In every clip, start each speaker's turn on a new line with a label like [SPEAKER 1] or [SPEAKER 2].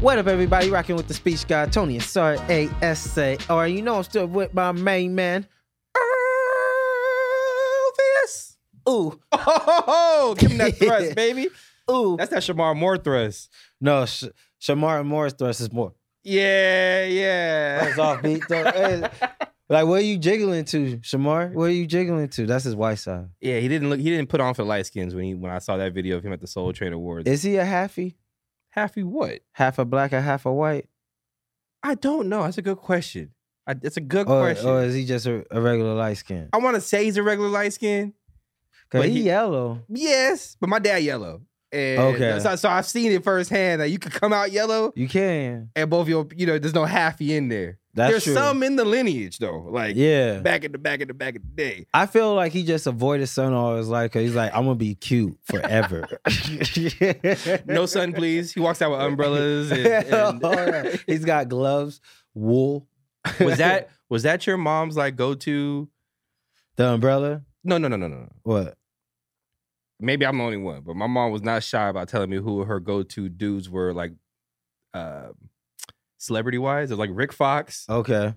[SPEAKER 1] What up, everybody? Rocking with the speech guy, Tony Asar, A-S-A-R. You know I'm still with my main man, Elvis. Ooh,
[SPEAKER 2] Oh, give him that thrust, baby.
[SPEAKER 1] ooh.
[SPEAKER 2] That's that Shamar Moore thrust.
[SPEAKER 1] no, Sh- Shamar Morris thrust is more.
[SPEAKER 2] Yeah, yeah.
[SPEAKER 1] That's off beat, though. Hey, like, what are you jiggling to, Shamar? What are you jiggling to? That's his white side.
[SPEAKER 2] Yeah, he didn't look. He didn't put on for the light skins when he when I saw that video of him at the Soul Train Awards.
[SPEAKER 1] Is he a halfy?
[SPEAKER 2] Happy what?
[SPEAKER 1] Half a black or half a white?
[SPEAKER 2] I don't know. That's a good question. I, that's a good
[SPEAKER 1] Or,
[SPEAKER 2] question.
[SPEAKER 1] or is he just a, a regular light skin?
[SPEAKER 2] I want to say he's a regular light skin.
[SPEAKER 1] Because
[SPEAKER 2] but
[SPEAKER 1] he,
[SPEAKER 2] he-
[SPEAKER 1] yellow.
[SPEAKER 2] Yes, but my dad yellow. And
[SPEAKER 1] Okay.
[SPEAKER 2] So, so I've seen it firsthand that you could come out yellow
[SPEAKER 1] You can.
[SPEAKER 2] and both your you know there's no halfy in there.
[SPEAKER 1] That's
[SPEAKER 2] there's
[SPEAKER 1] true.
[SPEAKER 2] some in the lineage though, like
[SPEAKER 1] yeah.
[SPEAKER 2] back in the back in the back of the day.
[SPEAKER 1] I feel like he just avoided sun all his life because he's like, I'm gonna be cute forever.
[SPEAKER 2] No sun, please. He walks out with umbrellas. And, and-
[SPEAKER 1] All right. oh, He's got gloves, wool,
[SPEAKER 2] was that was that your mom's like go to?
[SPEAKER 1] the umbrella.
[SPEAKER 2] No, no, no, no, no. no.
[SPEAKER 1] What?
[SPEAKER 2] Maybe I'm the only one, but my mom was not shy about telling me who her go to dudes were, like, uh, celebrity wise, like Rick Fox.
[SPEAKER 1] Okay.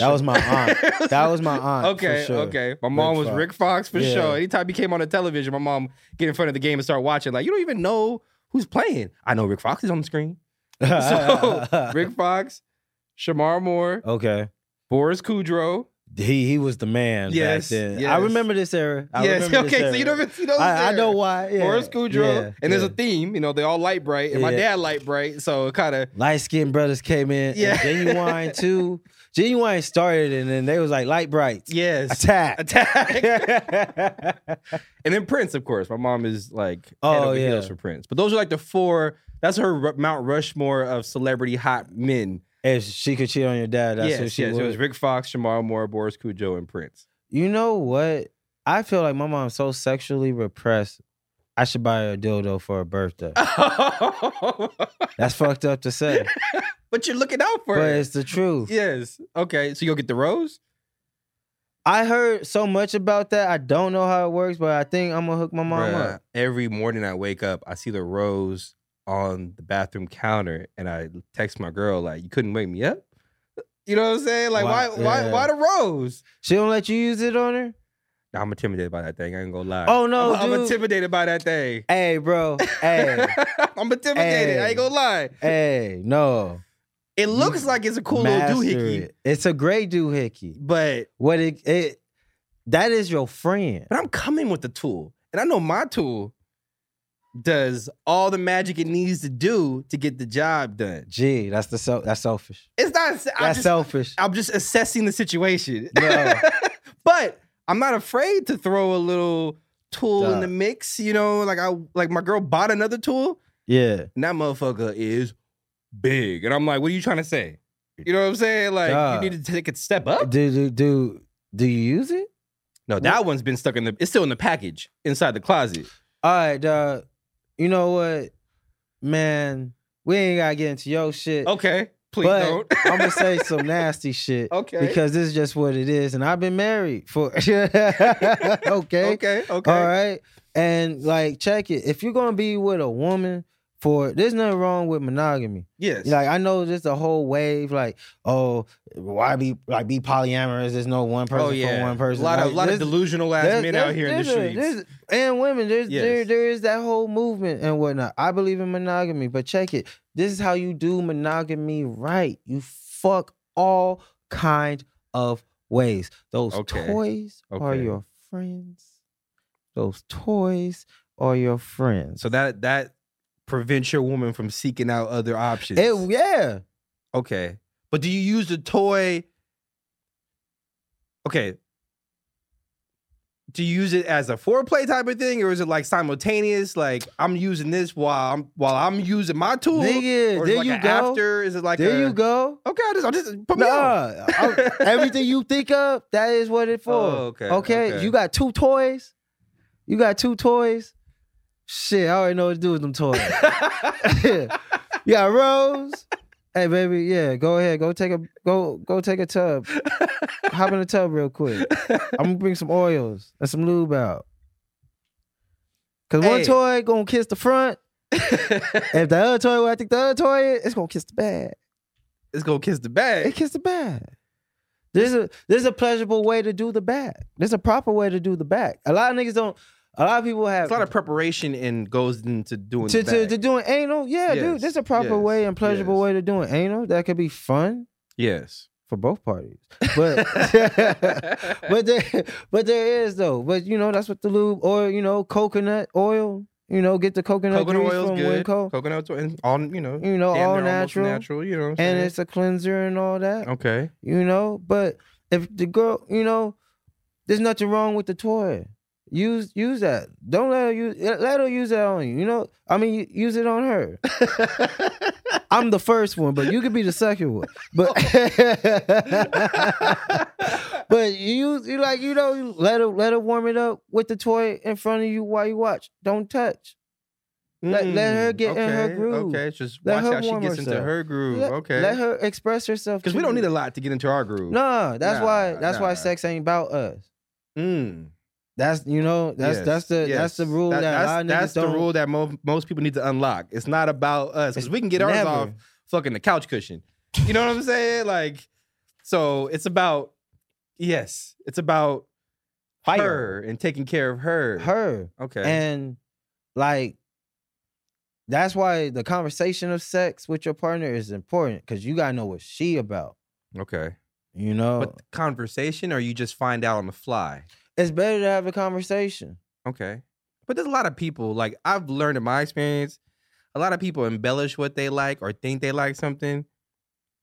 [SPEAKER 1] That was my aunt. That was my aunt. for
[SPEAKER 2] Okay,
[SPEAKER 1] sure.
[SPEAKER 2] okay. My mom was
[SPEAKER 1] Fox.
[SPEAKER 2] Rick Fox for
[SPEAKER 1] Yeah.
[SPEAKER 2] sure. Anytime he came on the television, my mom get in front of the game and start watching. Like, you don't even know who's playing. I know Rick Fox is on the screen. So Rick Fox, Shamar Moore,
[SPEAKER 1] okay.
[SPEAKER 2] Boris Kudrow.
[SPEAKER 1] He he was the man back
[SPEAKER 2] Yes,
[SPEAKER 1] then. I
[SPEAKER 2] yes.
[SPEAKER 1] remember this era. I
[SPEAKER 2] yes.
[SPEAKER 1] remember this
[SPEAKER 2] Okay. So
[SPEAKER 1] era.
[SPEAKER 2] you don't even see those.
[SPEAKER 1] I, I
[SPEAKER 2] there.
[SPEAKER 1] know why. Yeah.
[SPEAKER 2] Boris Kudrow,
[SPEAKER 1] Yeah,
[SPEAKER 2] and there's
[SPEAKER 1] yeah.
[SPEAKER 2] a theme. You know, they all light bright, and my
[SPEAKER 1] Yeah.
[SPEAKER 2] dad light bright, so kind of.
[SPEAKER 1] light skinned brothers came in. Yeah.
[SPEAKER 2] Yeah.
[SPEAKER 1] Genuine too. Genuine started and then they was like light brights.
[SPEAKER 2] Yes.
[SPEAKER 1] Attack.
[SPEAKER 2] Attack.
[SPEAKER 1] okay.
[SPEAKER 2] and then Prince, of course. My mom is like head
[SPEAKER 1] Oh,
[SPEAKER 2] over
[SPEAKER 1] yeah.
[SPEAKER 2] heels for Prince. But those are like the four. That's her R- Mount Rushmore of celebrity hot men.
[SPEAKER 1] If she could cheat on your dad, that's who
[SPEAKER 2] yes,
[SPEAKER 1] she
[SPEAKER 2] yes. It was
[SPEAKER 1] would.
[SPEAKER 2] Rick Fox, Shamar Moore, Boris Cujo, and Prince.
[SPEAKER 1] You know what? I feel like my mom's so sexually repressed. I should buy her a dildo for her birthday. That's fucked up to say,
[SPEAKER 2] but you're looking out for
[SPEAKER 1] but
[SPEAKER 2] her.
[SPEAKER 1] it's the truth.
[SPEAKER 2] Yes. Okay. So you'll get the rose.
[SPEAKER 1] I heard so much about that. I don't know how it works, but I think I'm gonna hook my mom
[SPEAKER 2] Bruh,
[SPEAKER 1] up.
[SPEAKER 2] Every morning I wake up, I see the rose on the bathroom counter, and I text my girl like, "You couldn't wake me up." You know what I'm saying? Like,
[SPEAKER 1] Why-
[SPEAKER 2] why, why,
[SPEAKER 1] yeah.
[SPEAKER 2] why the rose?
[SPEAKER 1] She don't let you use it on her.
[SPEAKER 2] Nah, I'm intimidated by that thing. I ain't gonna lie.
[SPEAKER 1] Oh, no,
[SPEAKER 2] I'm, I'm
[SPEAKER 1] dude.
[SPEAKER 2] intimidated by that thing.
[SPEAKER 1] Hey, bro. Hey,
[SPEAKER 2] I'm intimidated. I
[SPEAKER 1] Hey.
[SPEAKER 2] ain't gonna lie.
[SPEAKER 1] hey. No.
[SPEAKER 2] It looks like it's a cool
[SPEAKER 1] Master
[SPEAKER 2] little doohickey,
[SPEAKER 1] it. It's a great doohickey.
[SPEAKER 2] but
[SPEAKER 1] What it, it that is your friend.
[SPEAKER 2] But I'm coming with the tool. And I know my tool does all the magic it needs to do to get the job done.
[SPEAKER 1] Gee, that's the self. That's selfish.
[SPEAKER 2] It's not I'm
[SPEAKER 1] That's
[SPEAKER 2] just,
[SPEAKER 1] selfish.
[SPEAKER 2] I'm just assessing the situation.
[SPEAKER 1] No.
[SPEAKER 2] but I'm not afraid to throw a little tool in
[SPEAKER 1] Duh.
[SPEAKER 2] the mix, you know, like I like my girl bought another tool,
[SPEAKER 1] yeah.
[SPEAKER 2] and that motherfucker is big. And I'm like, what are you trying to say? You know what I'm saying? Like
[SPEAKER 1] Duh.
[SPEAKER 2] you need to take a step up.
[SPEAKER 1] Do do do do you use it?
[SPEAKER 2] No, that one's been stuck in the it's still in the package inside the closet.
[SPEAKER 1] All right, dog. You know what, man? We ain't gotta get into your shit.
[SPEAKER 2] Okay, please
[SPEAKER 1] but
[SPEAKER 2] don't.
[SPEAKER 1] I'm gonna say some nasty shit.
[SPEAKER 2] Okay.
[SPEAKER 1] Because this is just what it is, and I've been married for. okay.
[SPEAKER 2] Okay. Okay.
[SPEAKER 1] All right. And like, check it. If you're gonna be with a woman for, there's nothing wrong with monogamy.
[SPEAKER 2] Yes.
[SPEAKER 1] Like I know there's a whole wave, like oh, why be like be polyamorous? There's no one person for one person.
[SPEAKER 2] Oh, A lot of
[SPEAKER 1] Like,
[SPEAKER 2] lot of
[SPEAKER 1] there's-
[SPEAKER 2] delusional ass
[SPEAKER 1] there's-
[SPEAKER 2] men
[SPEAKER 1] there's-
[SPEAKER 2] out here in the
[SPEAKER 1] there's a-
[SPEAKER 2] streets.
[SPEAKER 1] there's- and women. There's there
[SPEAKER 2] Yes.
[SPEAKER 1] there is that whole movement and whatnot. I believe in monogamy, but check it. This is how you do monogamy right. You fuck all kind of ways. Those
[SPEAKER 2] Okay.
[SPEAKER 1] toys are
[SPEAKER 2] Okay.
[SPEAKER 1] your friends. Those toys are your friends.
[SPEAKER 2] So that that prevents your woman from seeking out other options.
[SPEAKER 1] it, yeah.
[SPEAKER 2] okay. But do you use the toy? Okay. Do you use it as a foreplay type of thing, or is it like simultaneous? Like I'm using this while I'm while I'm using my tool.
[SPEAKER 1] Nigga,
[SPEAKER 2] or
[SPEAKER 1] there
[SPEAKER 2] is it like
[SPEAKER 1] you
[SPEAKER 2] a
[SPEAKER 1] go.
[SPEAKER 2] After is it like
[SPEAKER 1] there
[SPEAKER 2] a-
[SPEAKER 1] you go.
[SPEAKER 2] Okay, I just, I just put me on.
[SPEAKER 1] Nah, I- everything you think of, that is what it for.
[SPEAKER 2] Oh, okay, okay.
[SPEAKER 1] you got two toys. You got two toys. Shit, I already know what to do with them toys. you got Rose. Hey, baby, yeah, go ahead, go take a go go take a tub. Hop in the tub real quick. I'm gonna bring some oils and some lube out. Cause one
[SPEAKER 2] Hey.
[SPEAKER 1] toy gonna kiss the front, if the other toy, what I think the other toy, is, it's gonna kiss the bag.
[SPEAKER 2] it's gonna kiss the bag.
[SPEAKER 1] It kiss the bag. There's a there's a pleasurable way to do the back. There's a proper way to do the back. A lot of niggas don't. A lot of people have
[SPEAKER 2] It's a lot of preparation and goes into doing
[SPEAKER 1] to,
[SPEAKER 2] the
[SPEAKER 1] to
[SPEAKER 2] bag.
[SPEAKER 1] to doing anal. Yeah,
[SPEAKER 2] Yes,
[SPEAKER 1] dude, there's a proper
[SPEAKER 2] yes,
[SPEAKER 1] way and pleasurable
[SPEAKER 2] yes.
[SPEAKER 1] way to doing anal that could be fun
[SPEAKER 2] yes.
[SPEAKER 1] for both parties. But but there but there is though. But you know that's what the lube or you know coconut oil. You know get the coconut,
[SPEAKER 2] coconut
[SPEAKER 1] grease
[SPEAKER 2] oil's
[SPEAKER 1] from
[SPEAKER 2] good.
[SPEAKER 1] Winco.
[SPEAKER 2] Coconut oil and all you know.
[SPEAKER 1] You know
[SPEAKER 2] damn
[SPEAKER 1] all
[SPEAKER 2] near almost
[SPEAKER 1] natural,
[SPEAKER 2] natural, you know. what I'm
[SPEAKER 1] and
[SPEAKER 2] saying?
[SPEAKER 1] it's a cleanser and all that.
[SPEAKER 2] okay.
[SPEAKER 1] you know. But if the girl, you know, there's nothing wrong with the toy. Use use that. Don't let her use let her use that on you. You know, I mean, u- use it on her. I'm the first one, but you could be the second one. But but you use- you like you know you let her let her warm it up with the toy in front of you while you watch. Don't touch. Let- let her get in her
[SPEAKER 2] Hmm, okay,
[SPEAKER 1] groove.
[SPEAKER 2] Okay, just
[SPEAKER 1] Let
[SPEAKER 2] watch
[SPEAKER 1] her
[SPEAKER 2] how she
[SPEAKER 1] warm
[SPEAKER 2] gets into
[SPEAKER 1] herself.
[SPEAKER 2] her groove.
[SPEAKER 1] Let,
[SPEAKER 2] okay.
[SPEAKER 1] Let her express herself.
[SPEAKER 2] Because
[SPEAKER 1] to
[SPEAKER 2] we don't
[SPEAKER 1] you.
[SPEAKER 2] need a lot to get into our groove.
[SPEAKER 1] No, that's
[SPEAKER 2] Nah,
[SPEAKER 1] why that's
[SPEAKER 2] nah.
[SPEAKER 1] why sex ain't about us.
[SPEAKER 2] Mm.
[SPEAKER 1] That's you know that's
[SPEAKER 2] Yes,
[SPEAKER 1] that's the
[SPEAKER 2] yes.
[SPEAKER 1] that's the rule that,
[SPEAKER 2] that's,
[SPEAKER 1] a lot of niggas
[SPEAKER 2] that's the
[SPEAKER 1] don't.
[SPEAKER 2] rule that mo- most people need to unlock. It's not about us because
[SPEAKER 1] It's
[SPEAKER 2] we can get ours
[SPEAKER 1] never.
[SPEAKER 2] off fucking the couch cushion. You know what I'm saying? Like, so it's about yes, it's about her and taking care of her.
[SPEAKER 1] her
[SPEAKER 2] Okay.
[SPEAKER 1] and like that's why the conversation of sex with your partner is important because you gotta know what she about.
[SPEAKER 2] okay.
[SPEAKER 1] You know,
[SPEAKER 2] But the conversation, or you just find out on the fly.
[SPEAKER 1] it's better to have a conversation.
[SPEAKER 2] Okay. But there's a lot of people, like I've learned in my experience, a lot of people embellish what they like or think they like something.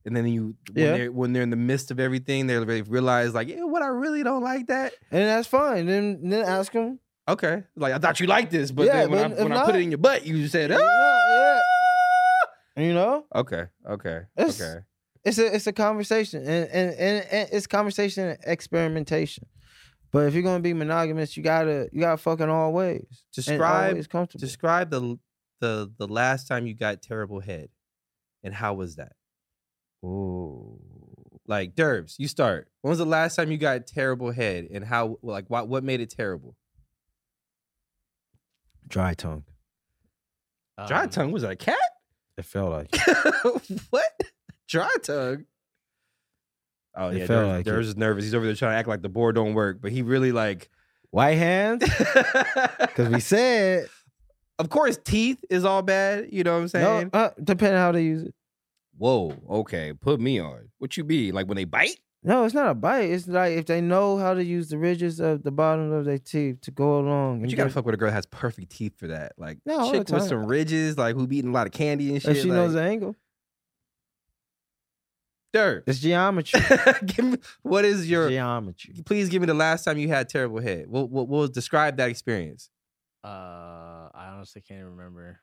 [SPEAKER 2] And then you when,
[SPEAKER 1] Yeah.
[SPEAKER 2] they're, when they're in the midst of everything, they they realize like, yeah, what I really don't like that.
[SPEAKER 1] And that's fine. Then then ask him.
[SPEAKER 2] Okay. Like I thought you liked this, but
[SPEAKER 1] Yeah,
[SPEAKER 2] then when,
[SPEAKER 1] but
[SPEAKER 2] I,
[SPEAKER 1] if
[SPEAKER 2] when I put
[SPEAKER 1] not-
[SPEAKER 2] it in your butt, you said,
[SPEAKER 1] Yeah,
[SPEAKER 2] oh.
[SPEAKER 1] yeah. You know,
[SPEAKER 2] Okay, okay,
[SPEAKER 1] It's-
[SPEAKER 2] okay.
[SPEAKER 1] it's a it's a conversation and and, and and it's conversation and experimentation. But if you're gonna be monogamous, you gotta you gotta fucking all ways. And
[SPEAKER 2] Describe
[SPEAKER 1] always comfortable.
[SPEAKER 2] describe the the the last time you got terrible head, and how was that?
[SPEAKER 1] Ooh.
[SPEAKER 2] Like Derbs, you start. When was the last time you got terrible head, and how? Like what? What made it terrible?
[SPEAKER 1] Dry tongue.
[SPEAKER 2] Dry
[SPEAKER 3] Um,
[SPEAKER 2] tongue was it a cat?
[SPEAKER 1] It felt like
[SPEAKER 2] what? Dry tongue. Oh
[SPEAKER 1] It
[SPEAKER 2] yeah,
[SPEAKER 1] felt
[SPEAKER 2] Derbs,
[SPEAKER 1] like it.
[SPEAKER 2] Derbs is nervous. He's over there trying to act like the board don't work, but he really like.
[SPEAKER 1] white hands. Because we said
[SPEAKER 2] of course, teeth is all bad. You know what I'm saying?
[SPEAKER 1] no, uh, depending how they use it.
[SPEAKER 2] Whoa, okay, put me on. What you be like when they bite?
[SPEAKER 1] No, it's not a bite. It's like if they know how to use the ridges of the bottom of their teeth to go along.
[SPEAKER 2] But
[SPEAKER 1] and
[SPEAKER 2] you gotta
[SPEAKER 1] get-
[SPEAKER 2] fuck with a girl that has perfect teeth for that. Like
[SPEAKER 1] No, all the
[SPEAKER 2] chick with
[SPEAKER 1] time.
[SPEAKER 2] some ridges, like who be eating a lot of candy and shit.
[SPEAKER 1] if she
[SPEAKER 2] like,
[SPEAKER 1] knows the angle,
[SPEAKER 2] dirt.
[SPEAKER 1] it's geometry.
[SPEAKER 2] give me, what is your?
[SPEAKER 1] geometry.
[SPEAKER 2] Please give me the last time you had terrible head. We'll, we'll, we'll describe that experience.
[SPEAKER 3] Uh, I honestly can't even remember.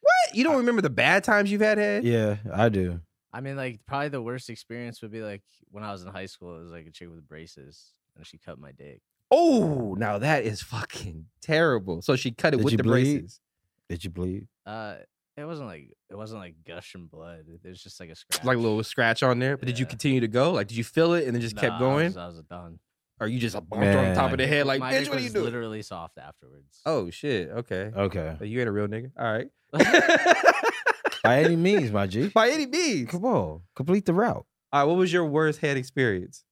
[SPEAKER 2] What? You don't remember the bad times you've had head?
[SPEAKER 1] Yeah, I do.
[SPEAKER 3] I mean, like probably the worst experience would be like when I was in high school. It was like a chick with braces, and she cut my dick.
[SPEAKER 2] Oh, now that is fucking terrible. So she cut it
[SPEAKER 1] Did
[SPEAKER 2] with
[SPEAKER 1] you
[SPEAKER 2] the
[SPEAKER 1] bleed?
[SPEAKER 2] braces.
[SPEAKER 1] Did you bleed?
[SPEAKER 3] Uh, it wasn't like it wasn't like gushing blood. It was just like a scratch.
[SPEAKER 2] Like a little scratch on there. But did you
[SPEAKER 3] Yeah.
[SPEAKER 2] continue to go? Like did you feel it and then just
[SPEAKER 3] Nah,
[SPEAKER 2] kept
[SPEAKER 3] I
[SPEAKER 2] going?
[SPEAKER 3] was, I was done.
[SPEAKER 2] or you just bumped her on the top
[SPEAKER 1] Man.
[SPEAKER 2] of the head like,
[SPEAKER 3] my
[SPEAKER 2] bitch,
[SPEAKER 3] dick
[SPEAKER 2] what are you
[SPEAKER 3] was
[SPEAKER 2] doing?
[SPEAKER 3] Literally soft afterwards.
[SPEAKER 2] Oh shit. Okay.
[SPEAKER 1] Okay.
[SPEAKER 2] But you ain't a real nigga. All right.
[SPEAKER 1] By any means, my G.
[SPEAKER 2] By any means.
[SPEAKER 1] Come on, complete the route,
[SPEAKER 2] All right. What was your worst head experience?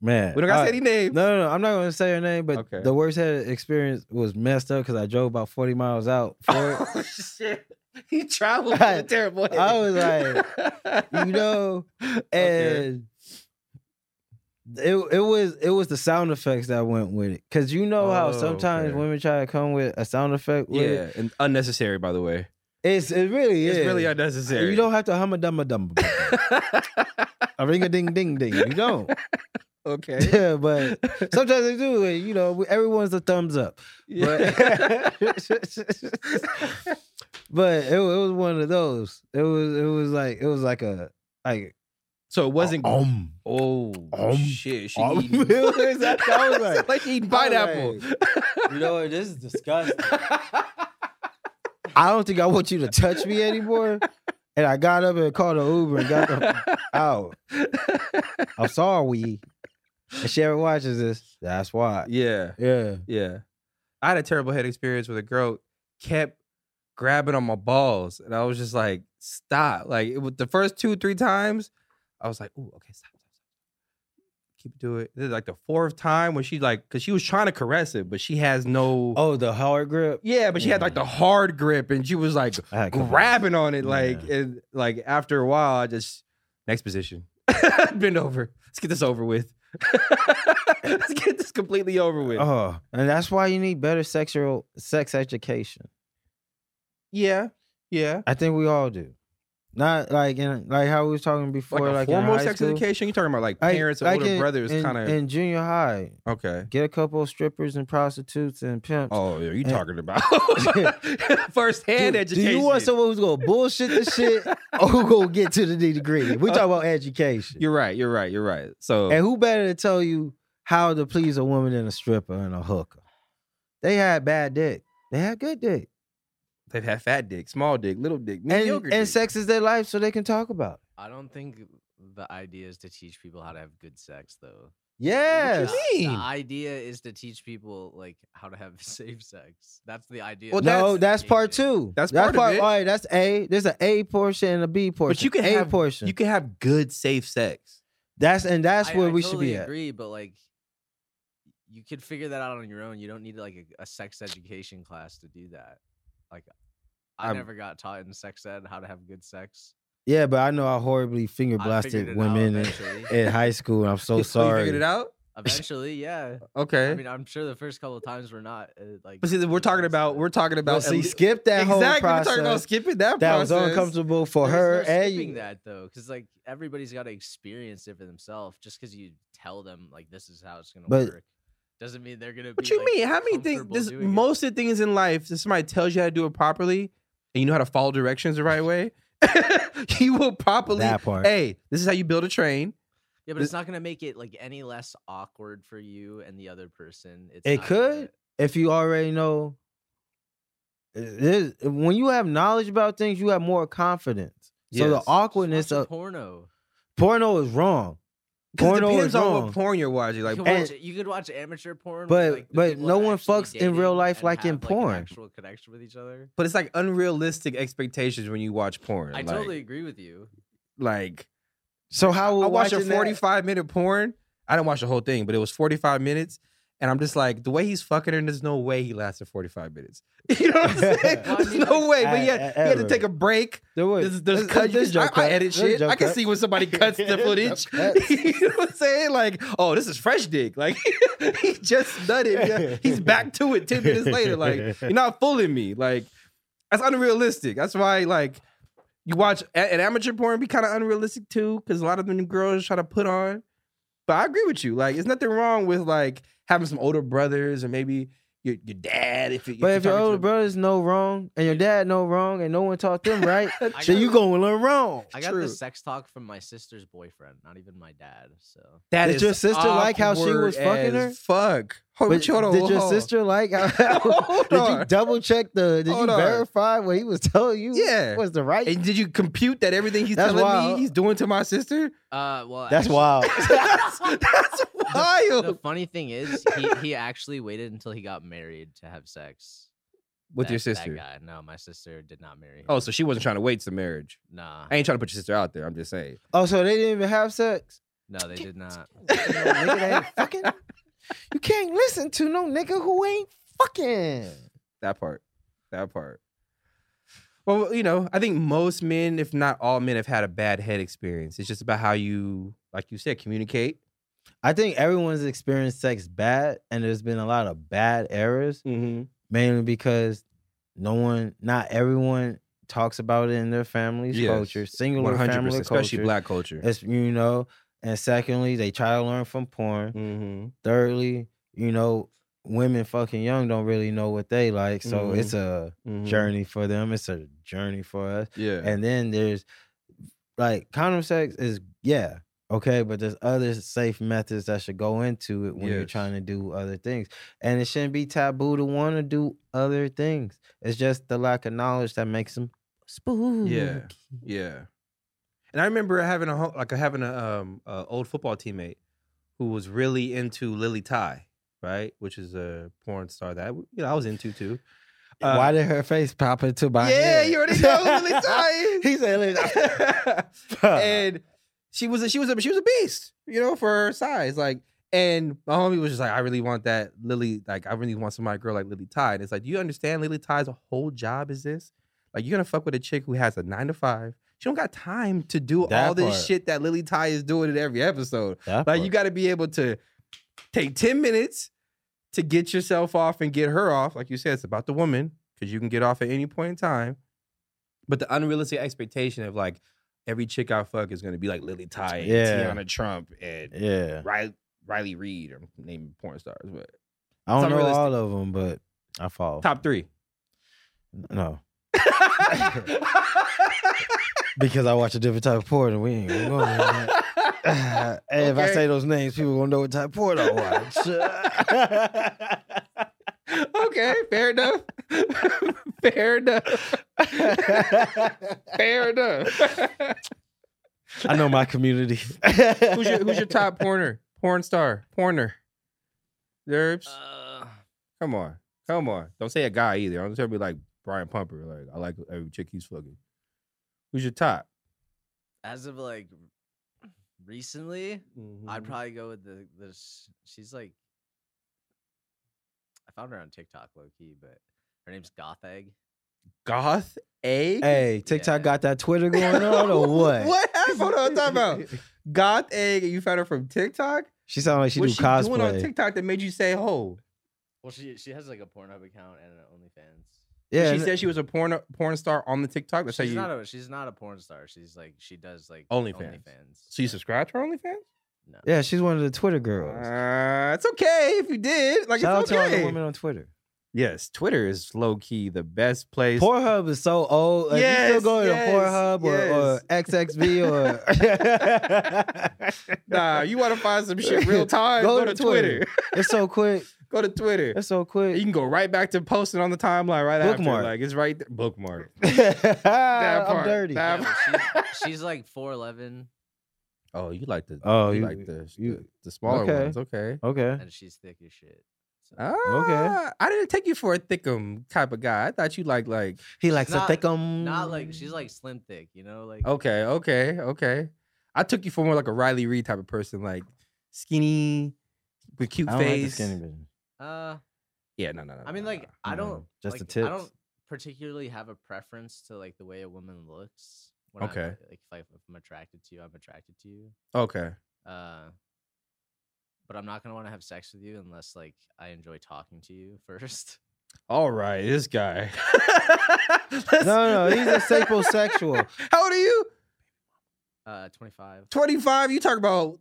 [SPEAKER 1] man.
[SPEAKER 2] We don't gotta
[SPEAKER 1] all
[SPEAKER 2] say
[SPEAKER 1] right.
[SPEAKER 2] any names.
[SPEAKER 1] No, no, no, I'm not gonna say her name, but
[SPEAKER 2] Okay.
[SPEAKER 1] the worst head experience was messed up because I drove about 40 miles out for it.
[SPEAKER 2] Oh shit. He traveled with a terrible head.
[SPEAKER 1] I was like,
[SPEAKER 2] like,
[SPEAKER 1] you know,
[SPEAKER 2] Okay.
[SPEAKER 1] and it it was it was the sound effects that went with it. Cause you know how
[SPEAKER 2] Oh,
[SPEAKER 1] sometimes
[SPEAKER 2] okay.
[SPEAKER 1] women try to come with a sound effect. With it.
[SPEAKER 2] Yeah, and unnecessary by the way.
[SPEAKER 1] it's it really is.
[SPEAKER 2] It's really unnecessary.
[SPEAKER 1] You don't have to hum a dum a dum a ring a ding ding ding. You don't.
[SPEAKER 2] Okay.
[SPEAKER 1] Yeah, but sometimes they do. And, you know, we- everyone's a thumbs up.
[SPEAKER 2] Yeah.
[SPEAKER 1] But it, wa- it was one of those. It was it was like it was like a like
[SPEAKER 2] so it wasn't
[SPEAKER 1] um.
[SPEAKER 2] Oh
[SPEAKER 1] Um,
[SPEAKER 2] shit! She
[SPEAKER 1] um.
[SPEAKER 2] eating.
[SPEAKER 1] Exactly, I was like-
[SPEAKER 2] she eating
[SPEAKER 1] I
[SPEAKER 2] pineapple.
[SPEAKER 1] was You know what? This is disgusting. I don't think I want you to touch me anymore. And I got up and called an Uber and got the f- out. I'm sorry. we- If she ever watches this, that's why.
[SPEAKER 2] yeah,
[SPEAKER 1] Yeah.
[SPEAKER 2] yeah. I had a terrible head experience with a girl kept grabbing on my balls, and I was just like, "Stop!" Like it was the first two, three times, I was like, "Ooh, okay, stop, stop, stop. keep doing it." This is like the fourth time when she like, cause she was trying to caress it, but she has no.
[SPEAKER 1] Oh, the hard grip.
[SPEAKER 2] Yeah, but she had like
[SPEAKER 3] Yeah.
[SPEAKER 2] the hard grip, and she was like
[SPEAKER 1] I had confidence.
[SPEAKER 2] grabbing on it, like
[SPEAKER 3] Yeah.
[SPEAKER 2] and like after a while, I just next position, bend over. Let's get this over with. Let's get this completely over with.
[SPEAKER 1] Oh, and that's why you need better sexual sex education.
[SPEAKER 2] Yeah, yeah.
[SPEAKER 1] I think we all do. Not like in like how we was talking
[SPEAKER 2] Like
[SPEAKER 1] before,
[SPEAKER 2] a
[SPEAKER 1] like, in
[SPEAKER 2] formal
[SPEAKER 1] high
[SPEAKER 2] sex
[SPEAKER 1] school.
[SPEAKER 2] education. You're talking about like
[SPEAKER 1] I-
[SPEAKER 2] parents and
[SPEAKER 1] like
[SPEAKER 2] older
[SPEAKER 1] in-
[SPEAKER 2] brothers,
[SPEAKER 1] in-
[SPEAKER 2] kind of.
[SPEAKER 1] in junior high.
[SPEAKER 2] okay.
[SPEAKER 1] Get a couple of strippers and prostitutes and pimps.
[SPEAKER 2] Oh, yeah, you
[SPEAKER 1] and-
[SPEAKER 2] talking about
[SPEAKER 1] Dude,
[SPEAKER 2] firsthand
[SPEAKER 1] do
[SPEAKER 2] education?
[SPEAKER 1] you want someone who's gonna bullshit the shit or who gonna get to the nitty gritty? We talk about education.
[SPEAKER 2] Oh, You're right. You're right. You're right. So
[SPEAKER 1] And who better to tell you how to please a woman than a stripper and a hooker? They had bad dick. They had good dick.
[SPEAKER 2] they've had fat dick, small dick, little dick, mediocre
[SPEAKER 1] And, and
[SPEAKER 2] dick.
[SPEAKER 1] sex is their life, so they can talk about it.
[SPEAKER 3] I don't think the idea is to teach people how to have good sex, though.
[SPEAKER 1] Yes.
[SPEAKER 2] What you
[SPEAKER 3] The
[SPEAKER 2] mean?
[SPEAKER 3] idea is to teach people like how to have safe sex. That's the idea.
[SPEAKER 2] Well,
[SPEAKER 1] no, that's,
[SPEAKER 3] that's
[SPEAKER 1] part two.
[SPEAKER 2] That's part of it.
[SPEAKER 1] All right, that's A. There's an A portion and a B portion.
[SPEAKER 2] But you can
[SPEAKER 1] a
[SPEAKER 2] have
[SPEAKER 1] portion.
[SPEAKER 2] You can have good, safe sex.
[SPEAKER 1] that's and that's
[SPEAKER 3] I-
[SPEAKER 1] where
[SPEAKER 3] I
[SPEAKER 1] we
[SPEAKER 3] totally
[SPEAKER 1] should be
[SPEAKER 3] Agree, but like, you could figure that out on your own. You don't need like a, a sex education class to do that. Like, I
[SPEAKER 2] I'm-
[SPEAKER 3] never got taught in sex ed how to have good sex.
[SPEAKER 1] at. Yeah, but I know I horribly finger
[SPEAKER 3] I figured
[SPEAKER 1] blasted
[SPEAKER 3] it out
[SPEAKER 1] women in,
[SPEAKER 3] eventually.
[SPEAKER 1] in high school. and I'm so
[SPEAKER 2] You-
[SPEAKER 1] sorry.
[SPEAKER 2] You figured it out.
[SPEAKER 3] eventually, yeah.
[SPEAKER 2] Okay.
[SPEAKER 3] I mean, I'm sure the first couple of times we're not uh, like.
[SPEAKER 2] but see, we're talking about we're talking
[SPEAKER 1] But
[SPEAKER 2] about
[SPEAKER 1] see,
[SPEAKER 2] elite-
[SPEAKER 1] skip that
[SPEAKER 2] exactly.
[SPEAKER 1] whole
[SPEAKER 2] We're talking about
[SPEAKER 1] process.
[SPEAKER 2] skipping that.
[SPEAKER 1] That was
[SPEAKER 2] process.
[SPEAKER 1] uncomfortable for
[SPEAKER 3] There's
[SPEAKER 1] her
[SPEAKER 3] no
[SPEAKER 1] and
[SPEAKER 3] skipping
[SPEAKER 1] you.
[SPEAKER 3] that though, because like everybody's got to experience it for themselves. Just because you tell them like this is how it's gonna
[SPEAKER 1] But-
[SPEAKER 3] work, doesn't mean they're gonna.
[SPEAKER 2] What
[SPEAKER 3] be,
[SPEAKER 2] you
[SPEAKER 3] like,
[SPEAKER 2] mean? How many things?
[SPEAKER 3] comfortable
[SPEAKER 2] This,
[SPEAKER 3] doing it.
[SPEAKER 2] most of the things in life, if somebody tells you how to do it properly, and you know how to follow directions the right way, you will properly.
[SPEAKER 1] That part.
[SPEAKER 2] Hey, this is how you build a train.
[SPEAKER 3] Yeah, but it's not gonna make it like any less awkward for you and the other person. It's
[SPEAKER 1] It
[SPEAKER 3] not gonna-
[SPEAKER 1] could. if you already know there's- when you have knowledge about things you have more confidence so the
[SPEAKER 2] Yes.
[SPEAKER 1] awkwardness
[SPEAKER 3] Just watch a
[SPEAKER 1] of
[SPEAKER 3] porno.
[SPEAKER 1] porno is wrong
[SPEAKER 2] 'Cause it
[SPEAKER 1] Porno is
[SPEAKER 2] depends on
[SPEAKER 1] wrong.
[SPEAKER 2] what porn you're watching. Like,
[SPEAKER 3] you,
[SPEAKER 1] and-
[SPEAKER 3] can watch, you could watch amateur porn, with,
[SPEAKER 1] But-
[SPEAKER 3] like, the
[SPEAKER 1] but
[SPEAKER 3] people
[SPEAKER 1] no
[SPEAKER 3] that
[SPEAKER 1] one
[SPEAKER 3] actually
[SPEAKER 1] fucks in real
[SPEAKER 3] dating
[SPEAKER 1] life
[SPEAKER 3] and
[SPEAKER 1] like in
[SPEAKER 3] have, an
[SPEAKER 1] porn.
[SPEAKER 3] actual connection with each other.
[SPEAKER 2] but it's like unrealistic expectations when you watch porn.
[SPEAKER 3] I
[SPEAKER 2] like,
[SPEAKER 3] totally agree with you.
[SPEAKER 2] like.
[SPEAKER 1] so how
[SPEAKER 2] I
[SPEAKER 1] will
[SPEAKER 2] watched a
[SPEAKER 1] watching that-
[SPEAKER 2] 45 minute porn. I didn't watch the whole thing, but it was 45 minutes. And I'm just like, the way he's fucking her, there's no way he lasted 45 minutes. You know what I'm saying?
[SPEAKER 1] Well,
[SPEAKER 3] I
[SPEAKER 2] there's
[SPEAKER 3] mean,
[SPEAKER 2] no
[SPEAKER 3] like-
[SPEAKER 2] way. But
[SPEAKER 1] E-
[SPEAKER 2] yeah, he had to
[SPEAKER 1] ever.
[SPEAKER 2] take a break.
[SPEAKER 1] there was-
[SPEAKER 2] There's, there's
[SPEAKER 1] this-
[SPEAKER 2] cut.
[SPEAKER 1] this
[SPEAKER 2] I,
[SPEAKER 1] joke
[SPEAKER 2] I
[SPEAKER 1] cut.
[SPEAKER 2] edit
[SPEAKER 1] This
[SPEAKER 2] shit.
[SPEAKER 1] joke
[SPEAKER 2] I can
[SPEAKER 1] cut.
[SPEAKER 2] see when somebody cuts the
[SPEAKER 1] Joke
[SPEAKER 2] footage.
[SPEAKER 1] cut.
[SPEAKER 2] you know what I'm saying? Like, oh, this is fresh dick. Like, he just done it. Yeah. He's back to it 10 minutes later. Like, you're not fooling me. Like, that's unrealistic. That's why, like, you watch a- an amateur porn be kind of unrealistic too, because a lot of them girls try to put on. But I agree with you. Like, there's nothing wrong with like having some older brothers or maybe your, your dad. If you,
[SPEAKER 1] but if your
[SPEAKER 2] you're talking to
[SPEAKER 1] older
[SPEAKER 2] a-
[SPEAKER 1] brothers know wrong and your dad know wrong and no one taught them right
[SPEAKER 3] I
[SPEAKER 1] then
[SPEAKER 3] got-
[SPEAKER 1] you gonna learn wrong
[SPEAKER 3] I got
[SPEAKER 2] True.
[SPEAKER 3] this sex talk from my sister's boyfriend, not even my dad. So
[SPEAKER 2] That
[SPEAKER 1] Did
[SPEAKER 2] is
[SPEAKER 1] your sister like how she
[SPEAKER 2] awkward
[SPEAKER 1] was fucking
[SPEAKER 2] as Fuck. Hold,
[SPEAKER 1] but
[SPEAKER 2] but, hold on,
[SPEAKER 1] did your
[SPEAKER 2] hold on.
[SPEAKER 1] sister like how,
[SPEAKER 2] Hold
[SPEAKER 1] did you
[SPEAKER 2] on.
[SPEAKER 1] double check the did
[SPEAKER 2] Hold
[SPEAKER 1] you
[SPEAKER 2] on.
[SPEAKER 1] verify what he was telling you
[SPEAKER 2] Yeah.
[SPEAKER 1] was the right
[SPEAKER 2] And did you compute that everything he's
[SPEAKER 1] That's
[SPEAKER 2] telling
[SPEAKER 1] wild.
[SPEAKER 2] me he's doing to my sister?
[SPEAKER 3] Uh, well,
[SPEAKER 1] that's
[SPEAKER 3] actually-
[SPEAKER 1] wild
[SPEAKER 2] that's, that's wild.
[SPEAKER 3] The funny thing is, he, he actually waited until he got married to have sex
[SPEAKER 2] With
[SPEAKER 3] That-
[SPEAKER 2] your
[SPEAKER 3] That
[SPEAKER 2] sister.
[SPEAKER 3] guy. No, my sister did not marry. Him.
[SPEAKER 2] Oh, so she wasn't trying to wait to marriage.
[SPEAKER 3] nah,
[SPEAKER 2] I ain't trying to put your sister out there. I'm just saying.
[SPEAKER 1] oh so they didn't even have sex
[SPEAKER 3] no, they did not.
[SPEAKER 1] nigga that ain't fucking. You can't listen to no nigga who ain't fucking.
[SPEAKER 2] That part. That part. Well, you know, I think most men, if not all men, have had a bad head experience. It's just about how you, like you said, communicate.
[SPEAKER 1] I think everyone's experienced sex bad, and there's been a lot of bad errors,
[SPEAKER 2] Mm-hmm.
[SPEAKER 1] mainly because no one, not everyone, talks about it in their family's
[SPEAKER 2] Yes,
[SPEAKER 1] culture, singular
[SPEAKER 2] 100%,
[SPEAKER 1] family
[SPEAKER 2] especially
[SPEAKER 1] culture,
[SPEAKER 2] black culture.
[SPEAKER 1] It's, you know, and secondly, they try to learn from porn.
[SPEAKER 2] Mm-hmm.
[SPEAKER 1] Thirdly, you know, women fucking young don't really know what they like, so
[SPEAKER 2] Mhm.
[SPEAKER 1] it's a journey for them. It's a journey for us.
[SPEAKER 2] Yeah.
[SPEAKER 1] And then there's like condom sex is yeah, okay, but there's other safe methods that should go into it when you're
[SPEAKER 2] Yes.
[SPEAKER 1] trying to do other things. And it shouldn't be taboo to want to do other things. It's just the lack of knowledge that makes them spooky.
[SPEAKER 2] Yeah. And I remember having a ho- like having a um a old football teammate who was really into Lily Ty, right? Which is a porn star that you know I was into too. Uh,
[SPEAKER 1] Why did her face pop into my
[SPEAKER 2] yeah,
[SPEAKER 1] head?
[SPEAKER 2] you already know who Lily Ty is.
[SPEAKER 1] he said, "Listen,
[SPEAKER 2] and she was a, she was a she was a beast, you know, for her size. Like, and my homie was just like, I really want that Lily. Like, I really want somebody girl like Lily Ty. And it's like, do you understand Lily Ty's whole job is this? Like, you're gonna fuck with a chick who has a nine to five. She don't got time to do
[SPEAKER 1] That
[SPEAKER 2] all this
[SPEAKER 1] part.
[SPEAKER 2] shit that Lily Ty is doing in every episode.
[SPEAKER 1] That
[SPEAKER 2] Like,
[SPEAKER 1] part.
[SPEAKER 2] you got to be able to take ten minutes to get yourself off and get her off. Like you said, it's about the woman because you can get off at any point in time. But the unrealistic expectation of like every chick I fuck is going to be like Lily Ty and
[SPEAKER 1] Yeah.
[SPEAKER 2] Tiana Trump and
[SPEAKER 1] yeah,
[SPEAKER 2] Riley, Riley Reed. I'm naming porn stars, but
[SPEAKER 1] I don't know
[SPEAKER 2] unrealistic.
[SPEAKER 1] all of them, but I fall.
[SPEAKER 2] top three.
[SPEAKER 1] No, because I watch a different type of porn, and we ain't gonna go there, man. hey, if I
[SPEAKER 2] Okay.
[SPEAKER 1] say those names, people gonna know what type of porn I watch.
[SPEAKER 2] okay, fair enough. fair enough. fair enough.
[SPEAKER 1] I know my community.
[SPEAKER 2] who's your Who's your top porner? Porn star, porner. Derbs.
[SPEAKER 3] Uh,
[SPEAKER 2] Come on. Come on. Don't say a guy either. Don't tell me like Brian Pumper. Like, I like every chick he's fucking. Who's your top?
[SPEAKER 3] as of like recently,
[SPEAKER 2] Mm-hmm.
[SPEAKER 3] I'd probably go with the this. She's like, I found her on TikTok, low key, but her name's Goth Egg.
[SPEAKER 2] Goth Egg?
[SPEAKER 1] Hey, TikTok
[SPEAKER 3] Yeah.
[SPEAKER 1] got that Twitter going on or what?
[SPEAKER 2] what happened? Hold on, talk about Goth Egg and you found her from TikTok?
[SPEAKER 1] She sounded like she
[SPEAKER 2] What's
[SPEAKER 1] do
[SPEAKER 2] she doing on
[SPEAKER 1] cosplay.
[SPEAKER 2] TikTok that made you say ho?
[SPEAKER 3] Well, she she has like a Pornhub account and an OnlyFans.
[SPEAKER 1] yeah,
[SPEAKER 2] she
[SPEAKER 1] n-
[SPEAKER 2] said she was a porn porn star on the TikTok. That's how
[SPEAKER 3] she's
[SPEAKER 2] you
[SPEAKER 3] not a she's not a porn star. She's like she does like
[SPEAKER 2] OnlyFans.
[SPEAKER 3] OnlyFans.
[SPEAKER 2] So you subscribe to her OnlyFans?
[SPEAKER 3] No.
[SPEAKER 1] yeah, she's one of the Twitter girls.
[SPEAKER 2] Uh, it's okay if you did. Like
[SPEAKER 1] Shout out
[SPEAKER 2] it's
[SPEAKER 1] to all
[SPEAKER 2] okay.
[SPEAKER 1] the women on Twitter.
[SPEAKER 2] Yes, Twitter is low key the best place.
[SPEAKER 1] Pornhub is so old. Like, you
[SPEAKER 2] Yes,
[SPEAKER 1] still go to
[SPEAKER 2] yes,
[SPEAKER 1] Pornhub or, or
[SPEAKER 2] yes.
[SPEAKER 1] XXV or
[SPEAKER 2] nah, you want to find some shit real time?
[SPEAKER 1] Go
[SPEAKER 2] go,
[SPEAKER 1] to
[SPEAKER 2] to, Twitter.
[SPEAKER 1] it's so quick.
[SPEAKER 2] go to Twitter.
[SPEAKER 1] It's so
[SPEAKER 2] You
[SPEAKER 1] quick.
[SPEAKER 2] can go right back to posting on the timeline right
[SPEAKER 1] Bookmark.
[SPEAKER 2] after. Like it's right there. bookmark.
[SPEAKER 1] I'm
[SPEAKER 2] part,
[SPEAKER 1] dirty.
[SPEAKER 2] that-
[SPEAKER 3] Yeah,
[SPEAKER 2] Um,
[SPEAKER 3] well, she's, she's like four eleven
[SPEAKER 2] Oh, you like the
[SPEAKER 1] Oh,
[SPEAKER 2] you,
[SPEAKER 1] you-
[SPEAKER 2] like the,
[SPEAKER 1] you-
[SPEAKER 2] the the smaller
[SPEAKER 1] okay.
[SPEAKER 2] ones. Okay.
[SPEAKER 1] Okay.
[SPEAKER 3] and she's thick as shit. So,
[SPEAKER 2] Ah, I didn't take you for a thickum type of guy. I thought you like like
[SPEAKER 1] He likes
[SPEAKER 3] not-
[SPEAKER 1] a thick um.
[SPEAKER 3] not like she's like slim thick, you know, like
[SPEAKER 2] okay, okay, okay. I took you for more like a Riley Reed type of person, like skinny with cute
[SPEAKER 1] I don't like the
[SPEAKER 2] face.
[SPEAKER 1] skinny bitch.
[SPEAKER 3] uh
[SPEAKER 2] yeah, no, no, no.
[SPEAKER 3] I mean
[SPEAKER 2] no,
[SPEAKER 3] like
[SPEAKER 2] no.
[SPEAKER 3] I
[SPEAKER 1] no,
[SPEAKER 3] don't
[SPEAKER 1] just the
[SPEAKER 3] like, I don't
[SPEAKER 1] tits.
[SPEAKER 3] particularly have a preference to like the way a woman looks. When I'm,
[SPEAKER 2] Okay.
[SPEAKER 3] like if, I, if I'm attracted to you, I'm attracted to you.
[SPEAKER 2] Okay.
[SPEAKER 3] Uh but I'm not gonna want to have sex with you unless like I enjoy talking to you first.
[SPEAKER 2] All right, this guy.
[SPEAKER 1] No, no, he's a saposexual.
[SPEAKER 2] How old are you?
[SPEAKER 3] Uh, 25.
[SPEAKER 2] 25. You talk about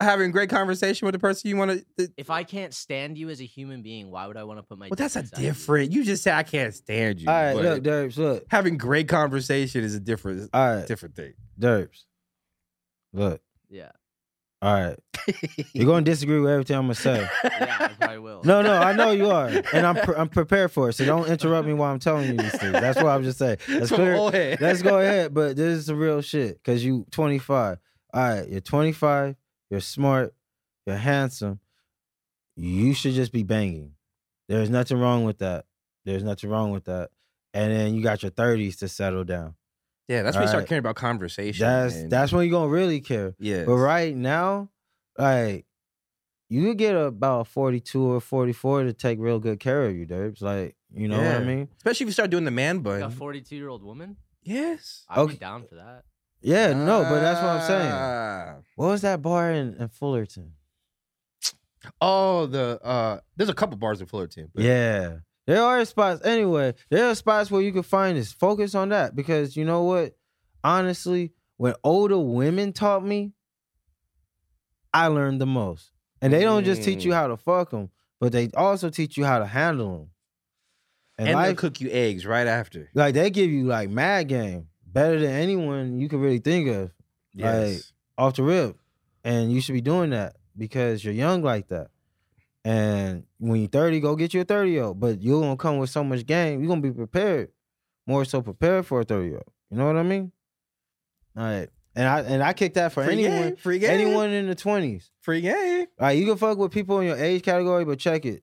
[SPEAKER 2] having great conversation with the person you want to.
[SPEAKER 3] If I can't stand you as a human being, why would I want to put my?
[SPEAKER 2] Well,
[SPEAKER 3] dick
[SPEAKER 2] that's a
[SPEAKER 3] inside you?
[SPEAKER 2] different. You just say I can't stand you.
[SPEAKER 1] All right,
[SPEAKER 2] but
[SPEAKER 1] look, Derbs, look.
[SPEAKER 2] having great conversation is a different,
[SPEAKER 1] All right,
[SPEAKER 2] different thing.
[SPEAKER 1] Derbs. Look,
[SPEAKER 3] Yeah,
[SPEAKER 1] all right. You're gonna disagree with everything I'm gonna say.
[SPEAKER 3] yeah, I probably will.
[SPEAKER 1] No, no, I know you are, and I'm pre- I'm prepared for it. So don't interrupt me while I'm telling you these things. That's what I'm just saying. That's
[SPEAKER 2] From
[SPEAKER 1] clear.
[SPEAKER 2] old head.
[SPEAKER 1] Let's go ahead, but this is the real shit. Cause you 25. All right, you're 25. You're smart. You're handsome. You should just be banging. There's nothing wrong with that. There's nothing wrong with that. And then you got your 30s to settle down.
[SPEAKER 2] Yeah, that's when you
[SPEAKER 1] Alright.
[SPEAKER 2] start caring about conversation.
[SPEAKER 1] That's
[SPEAKER 2] man.
[SPEAKER 1] that's when you're gonna really care.
[SPEAKER 2] yeah.
[SPEAKER 1] But right now, like you could get about 42 or 44 to take real good care of you, Derbs. Like, you know what I
[SPEAKER 2] Yeah.
[SPEAKER 1] mean?
[SPEAKER 2] Especially if you start doing the man bun.
[SPEAKER 3] a 42 year old woman.
[SPEAKER 2] yes.
[SPEAKER 3] I'd
[SPEAKER 1] Okay.
[SPEAKER 3] be down for that.
[SPEAKER 1] Yeah, no, but that's what I'm saying.
[SPEAKER 2] Ah.
[SPEAKER 1] What was that bar in, in Fullerton?
[SPEAKER 2] Oh, the uh, there's a couple bars in Fullerton. but-
[SPEAKER 1] Yeah. There are spots. Anyway, there are spots where you can find this. Focus on that because you know what? Honestly, when older women taught me, I learned the most. And they don't just teach you
[SPEAKER 2] Mm.
[SPEAKER 1] how to fuck them, but they also teach you how to handle them.
[SPEAKER 2] and, they cook you eggs right after.
[SPEAKER 1] Like they give you like mad game, better than anyone you could really think of Like,
[SPEAKER 2] Yes.
[SPEAKER 1] off the rip, and you should be doing that because you're young like that. And when you're 30, go get you a 30 year old. But you're gonna come with so much game, you're gonna be prepared, more so prepared for a 30 year old. You know what I mean? All right, and I and I kick that for
[SPEAKER 2] free
[SPEAKER 1] anyone,
[SPEAKER 2] game, free game,
[SPEAKER 1] anyone in the 20s.
[SPEAKER 2] free game.
[SPEAKER 1] All right, you can fuck with people in your age category, but check it.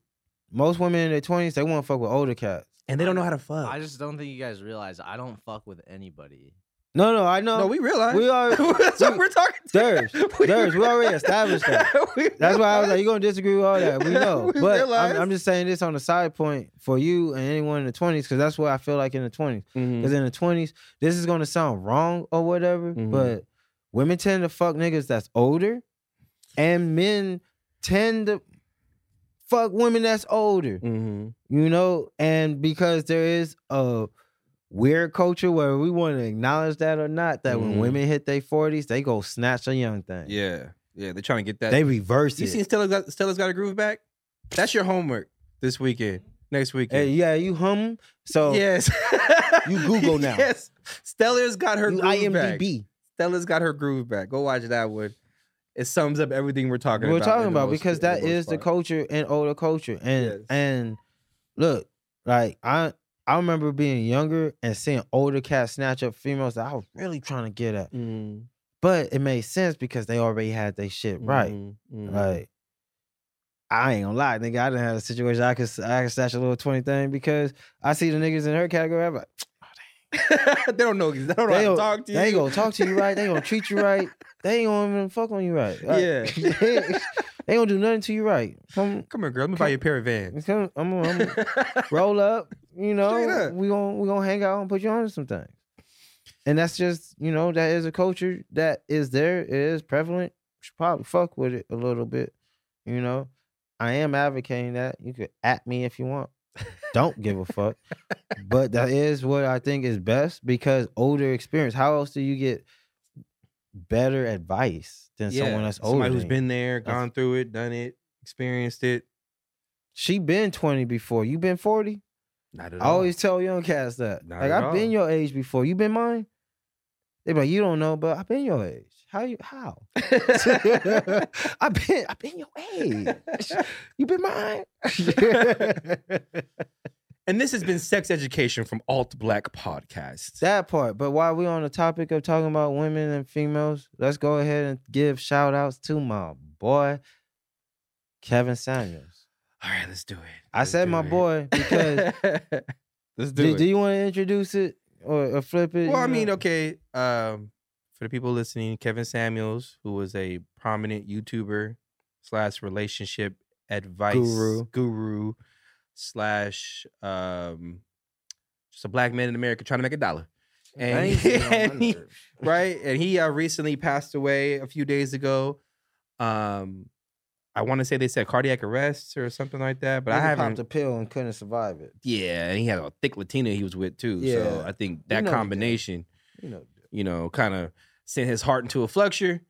[SPEAKER 1] Most women in their 20s, they want to fuck with older cats.
[SPEAKER 2] and they don't
[SPEAKER 3] I-
[SPEAKER 2] know how to fuck.
[SPEAKER 3] I just don't think you guys realize I don't fuck with anybody.
[SPEAKER 1] No, no, I know.
[SPEAKER 2] no, we realize.
[SPEAKER 1] we are
[SPEAKER 2] That's what
[SPEAKER 1] we-
[SPEAKER 2] we're talking to.
[SPEAKER 1] Durs, Durs, we already established that.
[SPEAKER 2] We
[SPEAKER 1] That's why I was
[SPEAKER 2] realize-
[SPEAKER 1] like, you're gonna disagree with all that. We know.
[SPEAKER 2] We
[SPEAKER 1] but
[SPEAKER 2] realize.
[SPEAKER 1] I'm, I'm just saying this on a side point for you and anyone in the 20s, because that's what I feel like in the 20s. Because in the 20s, this is gonna sound wrong or whatever,
[SPEAKER 2] Mhm.
[SPEAKER 1] but women tend to fuck niggas that's older, and men tend to fuck women that's older.
[SPEAKER 2] Mhm.
[SPEAKER 1] You know, and because there is a weird culture where we want to acknowledge that or not, that
[SPEAKER 2] Mhm.
[SPEAKER 1] when women hit their 40s, they go snatch a young thing.
[SPEAKER 2] Yeah, yeah, they're trying to get that.
[SPEAKER 1] They reverse
[SPEAKER 2] you
[SPEAKER 1] it.
[SPEAKER 2] seen Stella got, Stella's got a groove back? That's your homework this weekend, next
[SPEAKER 1] Hey,
[SPEAKER 2] weekend.
[SPEAKER 1] yeah, you hum. So
[SPEAKER 2] yes,
[SPEAKER 1] You Google now.
[SPEAKER 2] Yes, Stella's got her
[SPEAKER 1] you
[SPEAKER 2] groove back.
[SPEAKER 1] IMDb.
[SPEAKER 2] Stella's got her groove back. Go watch that one. It sums up everything we're talking
[SPEAKER 1] We're
[SPEAKER 2] about.
[SPEAKER 1] talking
[SPEAKER 2] in the
[SPEAKER 1] about
[SPEAKER 2] most-
[SPEAKER 1] because
[SPEAKER 2] in
[SPEAKER 1] that
[SPEAKER 2] most
[SPEAKER 1] is the
[SPEAKER 2] part.
[SPEAKER 1] culture and older culture. And
[SPEAKER 2] Yes.
[SPEAKER 1] and look, like I I remember being younger and seeing older cats snatch up females that I was really trying to get at.
[SPEAKER 2] Mhm,
[SPEAKER 1] But it made sense because they already had their shit right.
[SPEAKER 2] mhm, mhm.
[SPEAKER 1] Like I ain't gonna lie, nigga. I didn't have a situation I could I could snatch a little twenty thing because I see the niggas in her category. I'm like,
[SPEAKER 2] they don't know. They don't know
[SPEAKER 1] they gon-
[SPEAKER 2] how to talk to you.
[SPEAKER 1] They ain't gonna talk to you right. They gonna treat you right. They ain't gonna even fuck on you right. Like,
[SPEAKER 2] Yeah.
[SPEAKER 1] they, they gonna do nothing to you right. Come,
[SPEAKER 2] Come here, girl. Let me buy you a pair of Vans.
[SPEAKER 1] come I'm, gonna- I'm gonna roll up. You
[SPEAKER 2] Straight
[SPEAKER 1] know,
[SPEAKER 2] up.
[SPEAKER 1] we gonna we gonna hang out and put you on to some things. And that's just you know that is a culture that is there. It is prevalent. You should probably fuck with it a little bit. You know, I am advocating that. You could at me if you want. Don't give a fuck. but that is what I think is best because older experience. How else do you get better advice than someone that's older?
[SPEAKER 2] Somebody who's
[SPEAKER 1] than you?
[SPEAKER 2] been there,
[SPEAKER 1] That's-
[SPEAKER 2] gone through it, done it, experienced it.
[SPEAKER 1] she been twenty before. You been forty.
[SPEAKER 2] Not at
[SPEAKER 1] I always tell young cats that.
[SPEAKER 2] Not
[SPEAKER 1] like
[SPEAKER 2] at
[SPEAKER 1] I've been
[SPEAKER 2] all.
[SPEAKER 1] your age before. You been mine. They be like, you don't know, but I've been your age. How you how? I've been I've been your age. You been mine.
[SPEAKER 2] and this has been Sex Education from Alt Black Podcast.
[SPEAKER 1] that part. But while we're on the topic of talking about women and females, let's go ahead and give shout outs to my boy, Kevin Samuels.
[SPEAKER 2] all right, let's do it.
[SPEAKER 1] I
[SPEAKER 2] Let's
[SPEAKER 1] said
[SPEAKER 2] do
[SPEAKER 1] my
[SPEAKER 2] it.
[SPEAKER 1] boy because
[SPEAKER 2] let's do
[SPEAKER 1] do,
[SPEAKER 2] it.
[SPEAKER 1] do you want to introduce it or, or flip it?
[SPEAKER 2] Well, I
[SPEAKER 1] You know?
[SPEAKER 2] mean, okay. Um, for the people listening, Kevin Samuels, who was a prominent YouTuber slash relationship advice
[SPEAKER 1] Guru.
[SPEAKER 2] guru slash um, just a black man in America trying to make a dollar,
[SPEAKER 3] I
[SPEAKER 2] and,
[SPEAKER 3] ain't getting on my
[SPEAKER 2] and he-
[SPEAKER 3] nerves.
[SPEAKER 2] right? And he uh, recently passed away a few days ago. Um, I want to say they said cardiac arrest or something like that, but I
[SPEAKER 1] Nigga
[SPEAKER 2] haven't.
[SPEAKER 1] popped a pill and couldn't survive it.
[SPEAKER 2] yeah, and he had a thick Latina he was with too.
[SPEAKER 1] Yeah.
[SPEAKER 2] So I think that
[SPEAKER 1] know he did.
[SPEAKER 2] combination
[SPEAKER 1] You know,
[SPEAKER 2] you know, kind of sent his heart into a fluxure.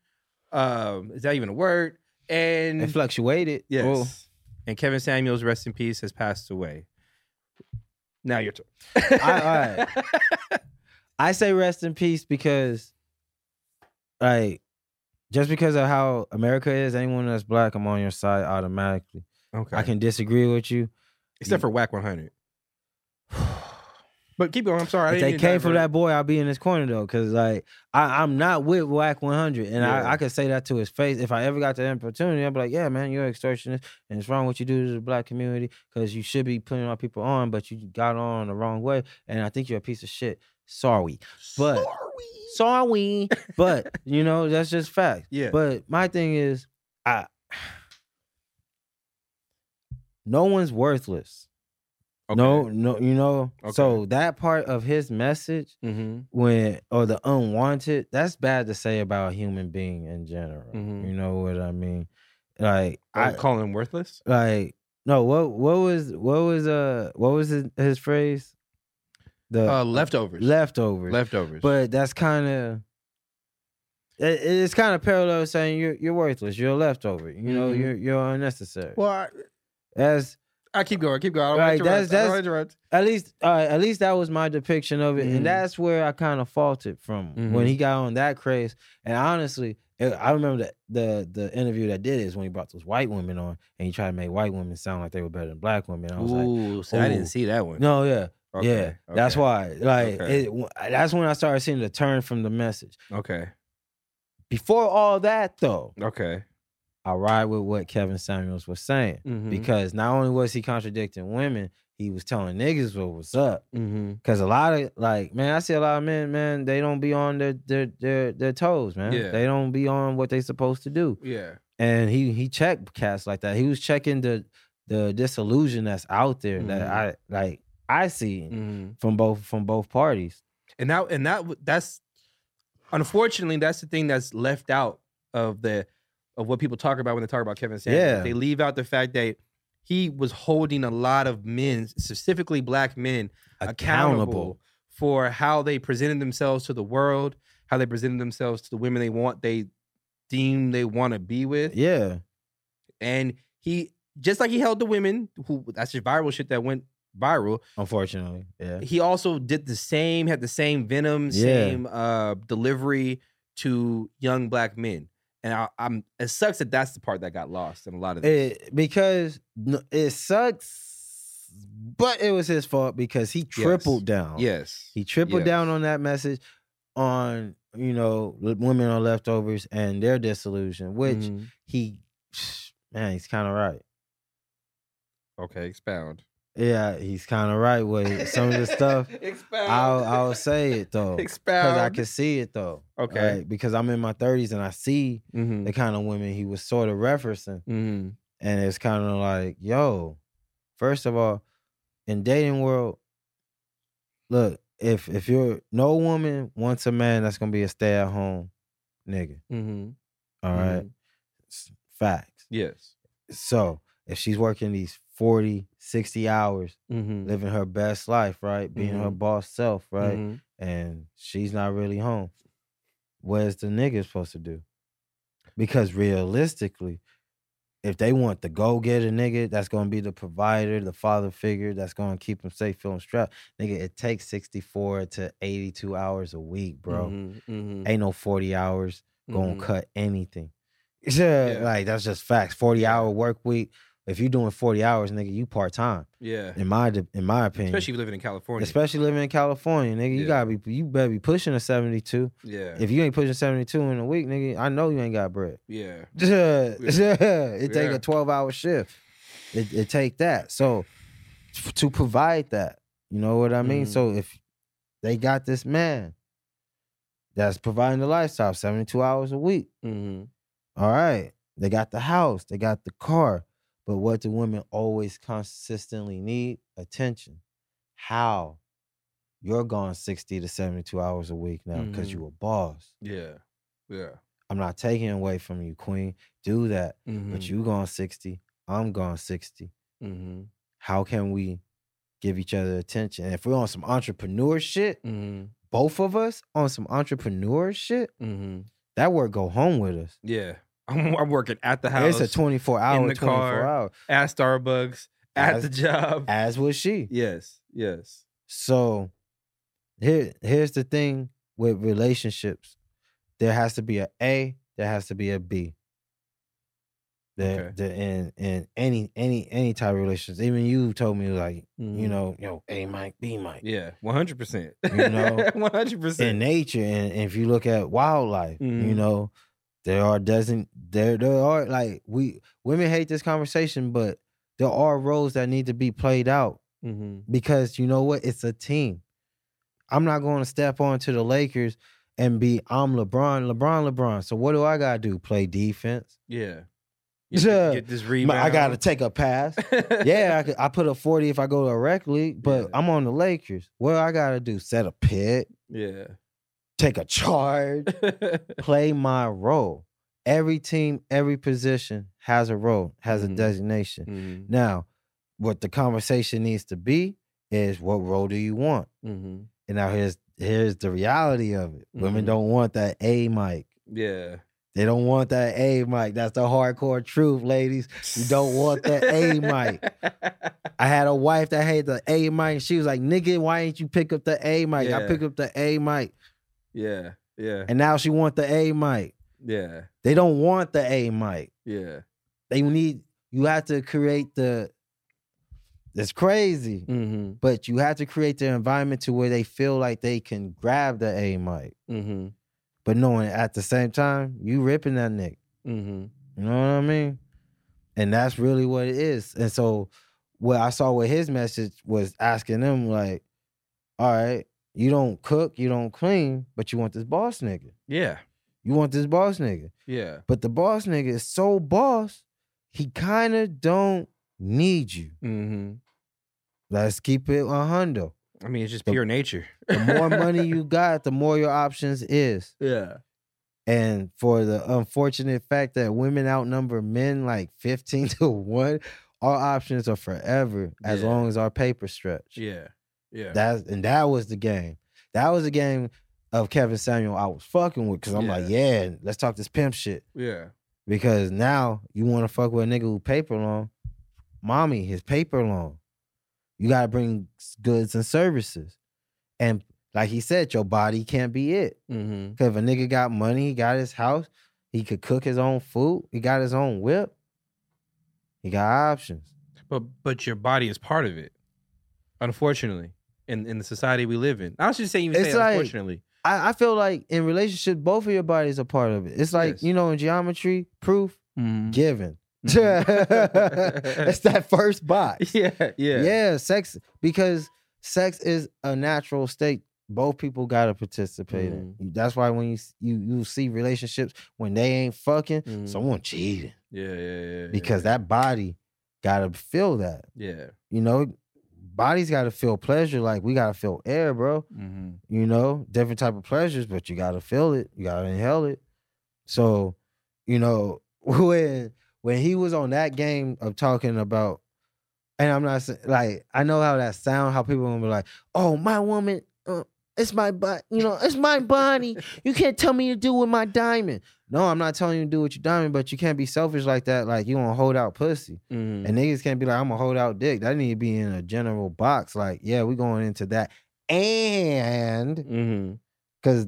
[SPEAKER 2] Um, is that even a word?
[SPEAKER 1] it
[SPEAKER 2] And
[SPEAKER 1] fluctuated.
[SPEAKER 2] yes,
[SPEAKER 1] Well,
[SPEAKER 2] and Kevin Samuels, rest in peace, has passed away. Now your turn. uh,
[SPEAKER 1] I- I say rest in peace because, like, just because of how America is, anyone that's black, I'm on your side automatically.
[SPEAKER 2] okay,
[SPEAKER 1] I can disagree with you.
[SPEAKER 2] except for Whack 100. But keep going. I'm sorry. I
[SPEAKER 1] if
[SPEAKER 2] didn't
[SPEAKER 1] they
[SPEAKER 2] mean to
[SPEAKER 1] came from
[SPEAKER 2] divert.
[SPEAKER 1] that boy, I'll be in his corner though, because like I, I'm not with Whack 100, and
[SPEAKER 2] Yeah.
[SPEAKER 1] I, I could say that to his face. If I ever got the opportunity, I'd be like, "Yeah, man, you're an extortionist, and it's wrong what you do to the black community because you should be putting our people on, but you got on the wrong way, and I think you're a piece of shit. Sorry, but sorry, but you know that's just fact.
[SPEAKER 2] Yeah.
[SPEAKER 1] But my thing is, I no one's worthless.
[SPEAKER 2] Okay.
[SPEAKER 1] No, no, you know.
[SPEAKER 2] Okay.
[SPEAKER 1] So that part of his message
[SPEAKER 2] Mhm.
[SPEAKER 1] when or the unwanted, that's bad to say about a human being in general.
[SPEAKER 2] Mhm.
[SPEAKER 1] You know what I mean? Like
[SPEAKER 2] I
[SPEAKER 1] I
[SPEAKER 2] call him worthless.
[SPEAKER 1] like no, what what was what was uh what was his, his phrase? The
[SPEAKER 2] Uh, leftovers.
[SPEAKER 1] leftovers.
[SPEAKER 2] leftovers.
[SPEAKER 1] But that's kind of it, it's kind of parallel to saying you're you're worthless, you're a leftover. You know,
[SPEAKER 2] Mhm.
[SPEAKER 1] you're you're unnecessary.
[SPEAKER 2] well, I,
[SPEAKER 1] As
[SPEAKER 2] I keep going. Keep going. I don't
[SPEAKER 1] Right,
[SPEAKER 2] want to interrupt.
[SPEAKER 1] that's-
[SPEAKER 2] I don't interrupt.
[SPEAKER 1] at least uh, at least that was my depiction of it,
[SPEAKER 2] Mhm.
[SPEAKER 1] and that's where I kind of faulted from
[SPEAKER 2] Mhm.
[SPEAKER 1] when he got on that craze. And honestly, it, I remember the, the the interview that did is when he brought those white women on, and he tried to make white women sound like they were better than black women. I was like,
[SPEAKER 2] Ooh, see, I didn't
[SPEAKER 1] ooh.
[SPEAKER 2] see that one.
[SPEAKER 1] no, yeah,
[SPEAKER 2] Okay,
[SPEAKER 1] yeah, that's
[SPEAKER 2] okay,
[SPEAKER 1] why. Like,
[SPEAKER 2] Okay.
[SPEAKER 1] it, w- that's when I started seeing the turn from the message.
[SPEAKER 2] Okay.
[SPEAKER 1] Before all that, though,
[SPEAKER 2] Okay.
[SPEAKER 1] I ride with what Kevin Samuels was saying
[SPEAKER 2] Mhm.
[SPEAKER 1] Mm-hmm. because not only was he contradicting women, he was telling niggas what was up.
[SPEAKER 2] Mm-hmm.
[SPEAKER 1] Cause a lot of like, man, I see a lot of men, man, they don't be on their their their, their toes, man.
[SPEAKER 2] Yeah.
[SPEAKER 1] They don't be on what they supposed to do.
[SPEAKER 2] Yeah.
[SPEAKER 1] And he he checked cats like that. He was checking the the disillusion that's out there that I like I see
[SPEAKER 2] Mm-hmm.
[SPEAKER 1] from both from both parties.
[SPEAKER 2] And now and that w- that's unfortunately that's the thing that's left out of the of what people talk about when they talk about Kevin Samuels.
[SPEAKER 1] Yeah.
[SPEAKER 2] They leave out the fact that he was holding a lot of men, specifically black men, accountable for how they presented themselves to the world, how they presented themselves to the women they want they deem they want to be with.
[SPEAKER 1] Yeah.
[SPEAKER 2] And he just like he held the women who that's just viral shit that went viral
[SPEAKER 1] Unfortunately. Yeah.
[SPEAKER 2] he also did the same, had the same venom,
[SPEAKER 1] Yeah.
[SPEAKER 2] same uh, delivery to young black men. And I, I'm it sucks that that's the part that got lost in a lot of this.
[SPEAKER 1] It, Eh, because n- it sucks, but it was his fault because he tripled down.
[SPEAKER 2] yes,
[SPEAKER 1] He tripled
[SPEAKER 2] Yes.
[SPEAKER 1] down on that message on, you know, l- women on leftovers and their disillusion, which
[SPEAKER 2] Mhm.
[SPEAKER 1] he, man, he's kind of right.
[SPEAKER 2] okay, expound.
[SPEAKER 1] Yeah, he's kind of right with some of the stuff.
[SPEAKER 2] expound.
[SPEAKER 1] I'll, I'll say it though. Because
[SPEAKER 2] expound.
[SPEAKER 1] I can see it though.
[SPEAKER 2] um Okay.
[SPEAKER 1] right? Because I'm in my 30s and I see
[SPEAKER 2] Mm-hmm.
[SPEAKER 1] the kind of women he was sort of referencing.
[SPEAKER 2] Mm-hmm.
[SPEAKER 1] and it's kind of like, yo, first of all, in dating world, look, if if you're no woman wants a man that's gonna be a stay at home nigga,
[SPEAKER 2] Mm-hmm.
[SPEAKER 1] all right, S- facts.
[SPEAKER 2] Yes.
[SPEAKER 1] So if she's working these 40, 60 hours,
[SPEAKER 2] Mm-hmm.
[SPEAKER 1] living her best life, right, being her
[SPEAKER 2] Mhm.
[SPEAKER 1] boss self, right,
[SPEAKER 2] Mm-hmm,
[SPEAKER 1] and she's not really home, where's the nigga supposed to do? Because realistically, if they want the go getter nigga that's gonna be the provider, the father figure that's gonna keep them safe, feeling strapped, nigga, it takes 64 to 82 hours a week, bro.
[SPEAKER 2] Mm-hmm.
[SPEAKER 1] Ain't no 40 hours gonna cut anything. Yeah,
[SPEAKER 2] Yeah.
[SPEAKER 1] like that's just facts. 40 hour work week. If you doing 40 hours, nigga, you part time,
[SPEAKER 2] Yeah.
[SPEAKER 1] in my in my opinion.
[SPEAKER 2] Especially living in California.
[SPEAKER 1] Especially living in California, nigga, you
[SPEAKER 2] Yeah.
[SPEAKER 1] gotta be you better be pushing a seventy two.
[SPEAKER 2] yeah.
[SPEAKER 1] If you ain't pushing seventy two in a week, nigga, I know you ain't got bread.
[SPEAKER 2] yeah.
[SPEAKER 1] it take
[SPEAKER 2] Yeah.
[SPEAKER 1] a twelve hour shift. It, it take that so f- to provide that, you know what I mean.
[SPEAKER 2] Mhm.
[SPEAKER 1] So if they got this man that's providing the lifestyle seventy two hours a week,
[SPEAKER 2] Mm-hmm.
[SPEAKER 1] all right, they got the house, they got the car, but what do women always consistently need? Attention. How? You're gone 60 to 72 hours a week now because
[SPEAKER 2] Mhm.
[SPEAKER 1] you a boss.
[SPEAKER 2] Yeah. Yeah.
[SPEAKER 1] I'm not taking away from you, queen. Do that.
[SPEAKER 2] Mm-hmm.
[SPEAKER 1] But you gone 60, I'm gone 60.
[SPEAKER 2] Mm-hmm.
[SPEAKER 1] How can we give each other attention? And if we're on some entrepreneur shit,
[SPEAKER 2] Mm-hmm.
[SPEAKER 1] both of us on some entrepreneur shit,
[SPEAKER 2] Mm-hmm.
[SPEAKER 1] that work go home with us.
[SPEAKER 2] Yeah. I'm, I'm working at the house.
[SPEAKER 1] it's a 24 hour,
[SPEAKER 2] the
[SPEAKER 1] 24
[SPEAKER 2] car.
[SPEAKER 1] hour.
[SPEAKER 2] at Starbucks, at the job.
[SPEAKER 1] As was she.
[SPEAKER 2] yes, yes.
[SPEAKER 1] So here here's the thing with relationships. There has to be a A, there has to be a B. There,
[SPEAKER 2] Okay.
[SPEAKER 1] there in in any any any type of relationships. Even you told me like, you know, yo, A Mike, B Mike.
[SPEAKER 2] yeah, one hundred percent.
[SPEAKER 1] You know,
[SPEAKER 2] one hundred
[SPEAKER 1] In
[SPEAKER 2] percent.
[SPEAKER 1] nature, and, and if you look at wildlife, you
[SPEAKER 2] Mhm.
[SPEAKER 1] know, there are doesn't there there are like we women hate this conversation, but there are roles that need to be played out
[SPEAKER 2] Mm-hmm.
[SPEAKER 1] because you know what? It's a team. I'm not going to step onto the Lakers and be I'm LeBron, LeBron, LeBron. So what do I gotta do? Play defense?
[SPEAKER 2] Yeah.
[SPEAKER 1] Yeah.
[SPEAKER 2] Get this
[SPEAKER 1] Ma-
[SPEAKER 2] rebound.
[SPEAKER 1] I gotta take a pass. yeah, I, could, I put up 40 if I go to a rec league, but
[SPEAKER 2] Yeah.
[SPEAKER 1] I'm on the Lakers. What I gotta do? Set a pit,
[SPEAKER 2] yeah.
[SPEAKER 1] take a charge, play my role. Every team, every position has a role, has a
[SPEAKER 2] Mhm.
[SPEAKER 1] designation.
[SPEAKER 2] Mhm,
[SPEAKER 1] Now, what the conversation needs to be is what role do you want?
[SPEAKER 2] mhm.
[SPEAKER 1] And now here's here's the reality of it. Women
[SPEAKER 2] Mhm.
[SPEAKER 1] don't want that A mic.
[SPEAKER 2] Yeah.
[SPEAKER 1] They don't want that A mic. That's the hardcore truth, ladies. You don't want that A
[SPEAKER 2] mic.
[SPEAKER 1] I had a wife that had the A mic. She was like, "Nigga, why ain't you pick up the A mic? I
[SPEAKER 2] Yeah.
[SPEAKER 1] pick up the A mic."
[SPEAKER 2] Yeah. Yeah.
[SPEAKER 1] And now she want the A mic.
[SPEAKER 2] Yeah.
[SPEAKER 1] They don't want the A mic.
[SPEAKER 2] Yeah.
[SPEAKER 1] They need you have to create the. It's crazy,
[SPEAKER 2] Mm-hmm.
[SPEAKER 1] but you have to create the environment to where they feel like they can grab the A mic,
[SPEAKER 2] Mm-hmm.
[SPEAKER 1] but knowing at the same time you ripping that nigga.
[SPEAKER 2] Mm-hmm.
[SPEAKER 1] You know what I mean? And that's really what it is. And so what I saw with his message was asking them like, all right, you don't cook, you don't clean, but you want this boss nigga.
[SPEAKER 2] Yeah.
[SPEAKER 1] You want this boss nigga.
[SPEAKER 2] Yeah.
[SPEAKER 1] But the boss nigga is so boss, he kind of don't need you.
[SPEAKER 2] Mm-hmm.
[SPEAKER 1] Let's keep it 100.
[SPEAKER 2] I mean, it's just
[SPEAKER 1] The-
[SPEAKER 2] pure nature.
[SPEAKER 1] The more money you got, the more your options is.
[SPEAKER 2] Yeah.
[SPEAKER 1] And for the unfortunate fact that women outnumber men like 15 to 1, our options are forever as
[SPEAKER 2] Yeah.
[SPEAKER 1] long as our paper stretch.
[SPEAKER 2] Yeah. Yeah.
[SPEAKER 1] That's and that was the game. That was the game of Kevin Samuel I was fucking with because I'm like, yeah, let's talk this pimp shit.
[SPEAKER 2] yeah.
[SPEAKER 1] Because now you want to fuck with a nigga who paper long. Mommy, his paper long. You gotta bring s- goods and services. And like he said, your body can't be it.
[SPEAKER 2] Mm-hmm.
[SPEAKER 1] Cause if a nigga got money, he got his house, he could cook his own food, he got his own whip. He got options.
[SPEAKER 2] But but your body is part of it. Unfortunately. In in the society we live in. I was just saying even
[SPEAKER 1] It's
[SPEAKER 2] say
[SPEAKER 1] like-
[SPEAKER 2] unfortunately.
[SPEAKER 1] I, I feel like in relationship, both of your bodies are part of it. It's like,
[SPEAKER 2] Yes.
[SPEAKER 1] you know, in geometry, proof,
[SPEAKER 2] Mhm.
[SPEAKER 1] given.
[SPEAKER 2] Mhm.
[SPEAKER 1] it's that first box.
[SPEAKER 2] Yeah. Yeah.
[SPEAKER 1] Yeah. sex because sex is a natural state. Both people gotta participate
[SPEAKER 2] Mm-hmm.
[SPEAKER 1] in. That's why when you s- you you see relationships when they ain't fucking,
[SPEAKER 2] Mhm.
[SPEAKER 1] someone cheating
[SPEAKER 2] Yeah. Yeah. Yeah. yeah.
[SPEAKER 1] because that body gotta feel that.
[SPEAKER 2] Yeah.
[SPEAKER 1] You know, bodies gotta feel pleasure. Like we gotta feel air, bro
[SPEAKER 2] Mm-hmm.
[SPEAKER 1] you know, different type of pleasures, but you gotta feel it, you gotta inhale it. So, you know, when when he was on that game of talking about, and I'm not saying like I know how that sound, how people gonna be like, oh my woman, uh, it's my butt, you know, it's my body. You can't tell me to do with my diamond. No, I'm not telling you to do with your diamond, but you can't be selfish like that. Like you gonna hold out pussy.
[SPEAKER 2] Mm-hmm.
[SPEAKER 1] And niggas can't be like, I'm gonna hold out dick. That need to be in a general box. Like, yeah, we going into that. And
[SPEAKER 2] Mm-hmm.
[SPEAKER 1] cause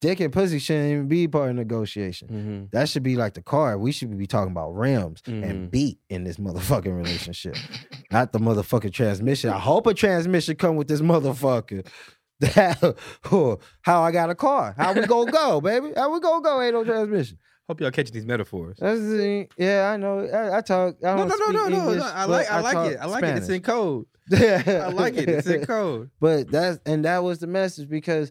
[SPEAKER 1] dick and pussy shouldn't even be part of negotiation.
[SPEAKER 2] Mm-hmm.
[SPEAKER 1] That should be like the car. We should be talking about rims
[SPEAKER 2] Mhm.
[SPEAKER 1] and beat in this motherfucking relationship. Not the motherfucking transmission. I hope a transmission come with this motherfucker. That, oh, how I got a car. How we gonna go, baby? How we gonna go? Ain't no transmission.
[SPEAKER 2] Hope y'all catching these metaphors.
[SPEAKER 1] That's the, yeah, I know. I, I talk. I
[SPEAKER 2] No,
[SPEAKER 1] don't
[SPEAKER 2] no, no,
[SPEAKER 1] speak
[SPEAKER 2] no, no,
[SPEAKER 1] English,
[SPEAKER 2] no. I
[SPEAKER 1] but
[SPEAKER 2] like, I like
[SPEAKER 1] talk
[SPEAKER 2] it. I like it. It's
[SPEAKER 1] Spanish.
[SPEAKER 2] in code.
[SPEAKER 1] Yeah,
[SPEAKER 2] I like it. It's in code.
[SPEAKER 1] But that's and that was the message because,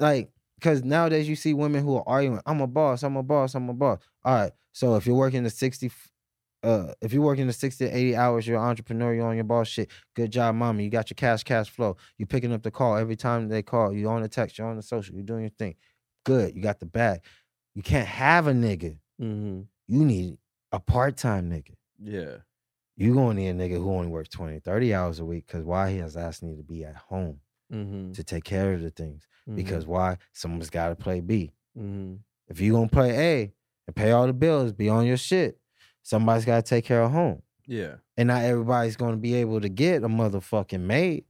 [SPEAKER 1] like, because nowadays you see women who are arguing. I'm a boss. I'm a boss. I'm a boss. All right. So if you're working the sixty, uh, if you're working the sixty to eighty hours, you're an entrepreneur. You're on your boss shit. Good job, mommy. You got your cash, cash flow. You picking up the call every time they call. You on the text. You're on the social. You're doing your thing. Good. You got the bag. You can't have a nigga.
[SPEAKER 2] Mm-hmm.
[SPEAKER 1] You need a part time nigga.
[SPEAKER 2] Yeah.
[SPEAKER 1] You gonna need a nigga who only works 20, 30 hours a week. Cause why his ass need to be at home
[SPEAKER 2] Mm-hmm.
[SPEAKER 1] to take care of the things. Because why? Someone's got to play B.
[SPEAKER 2] mm-hmm.
[SPEAKER 1] If you going to play A and pay all the bills, be on your shit, somebody's got to take care of home.
[SPEAKER 2] yeah.
[SPEAKER 1] And not everybody's going to be able to get a motherfucking maid.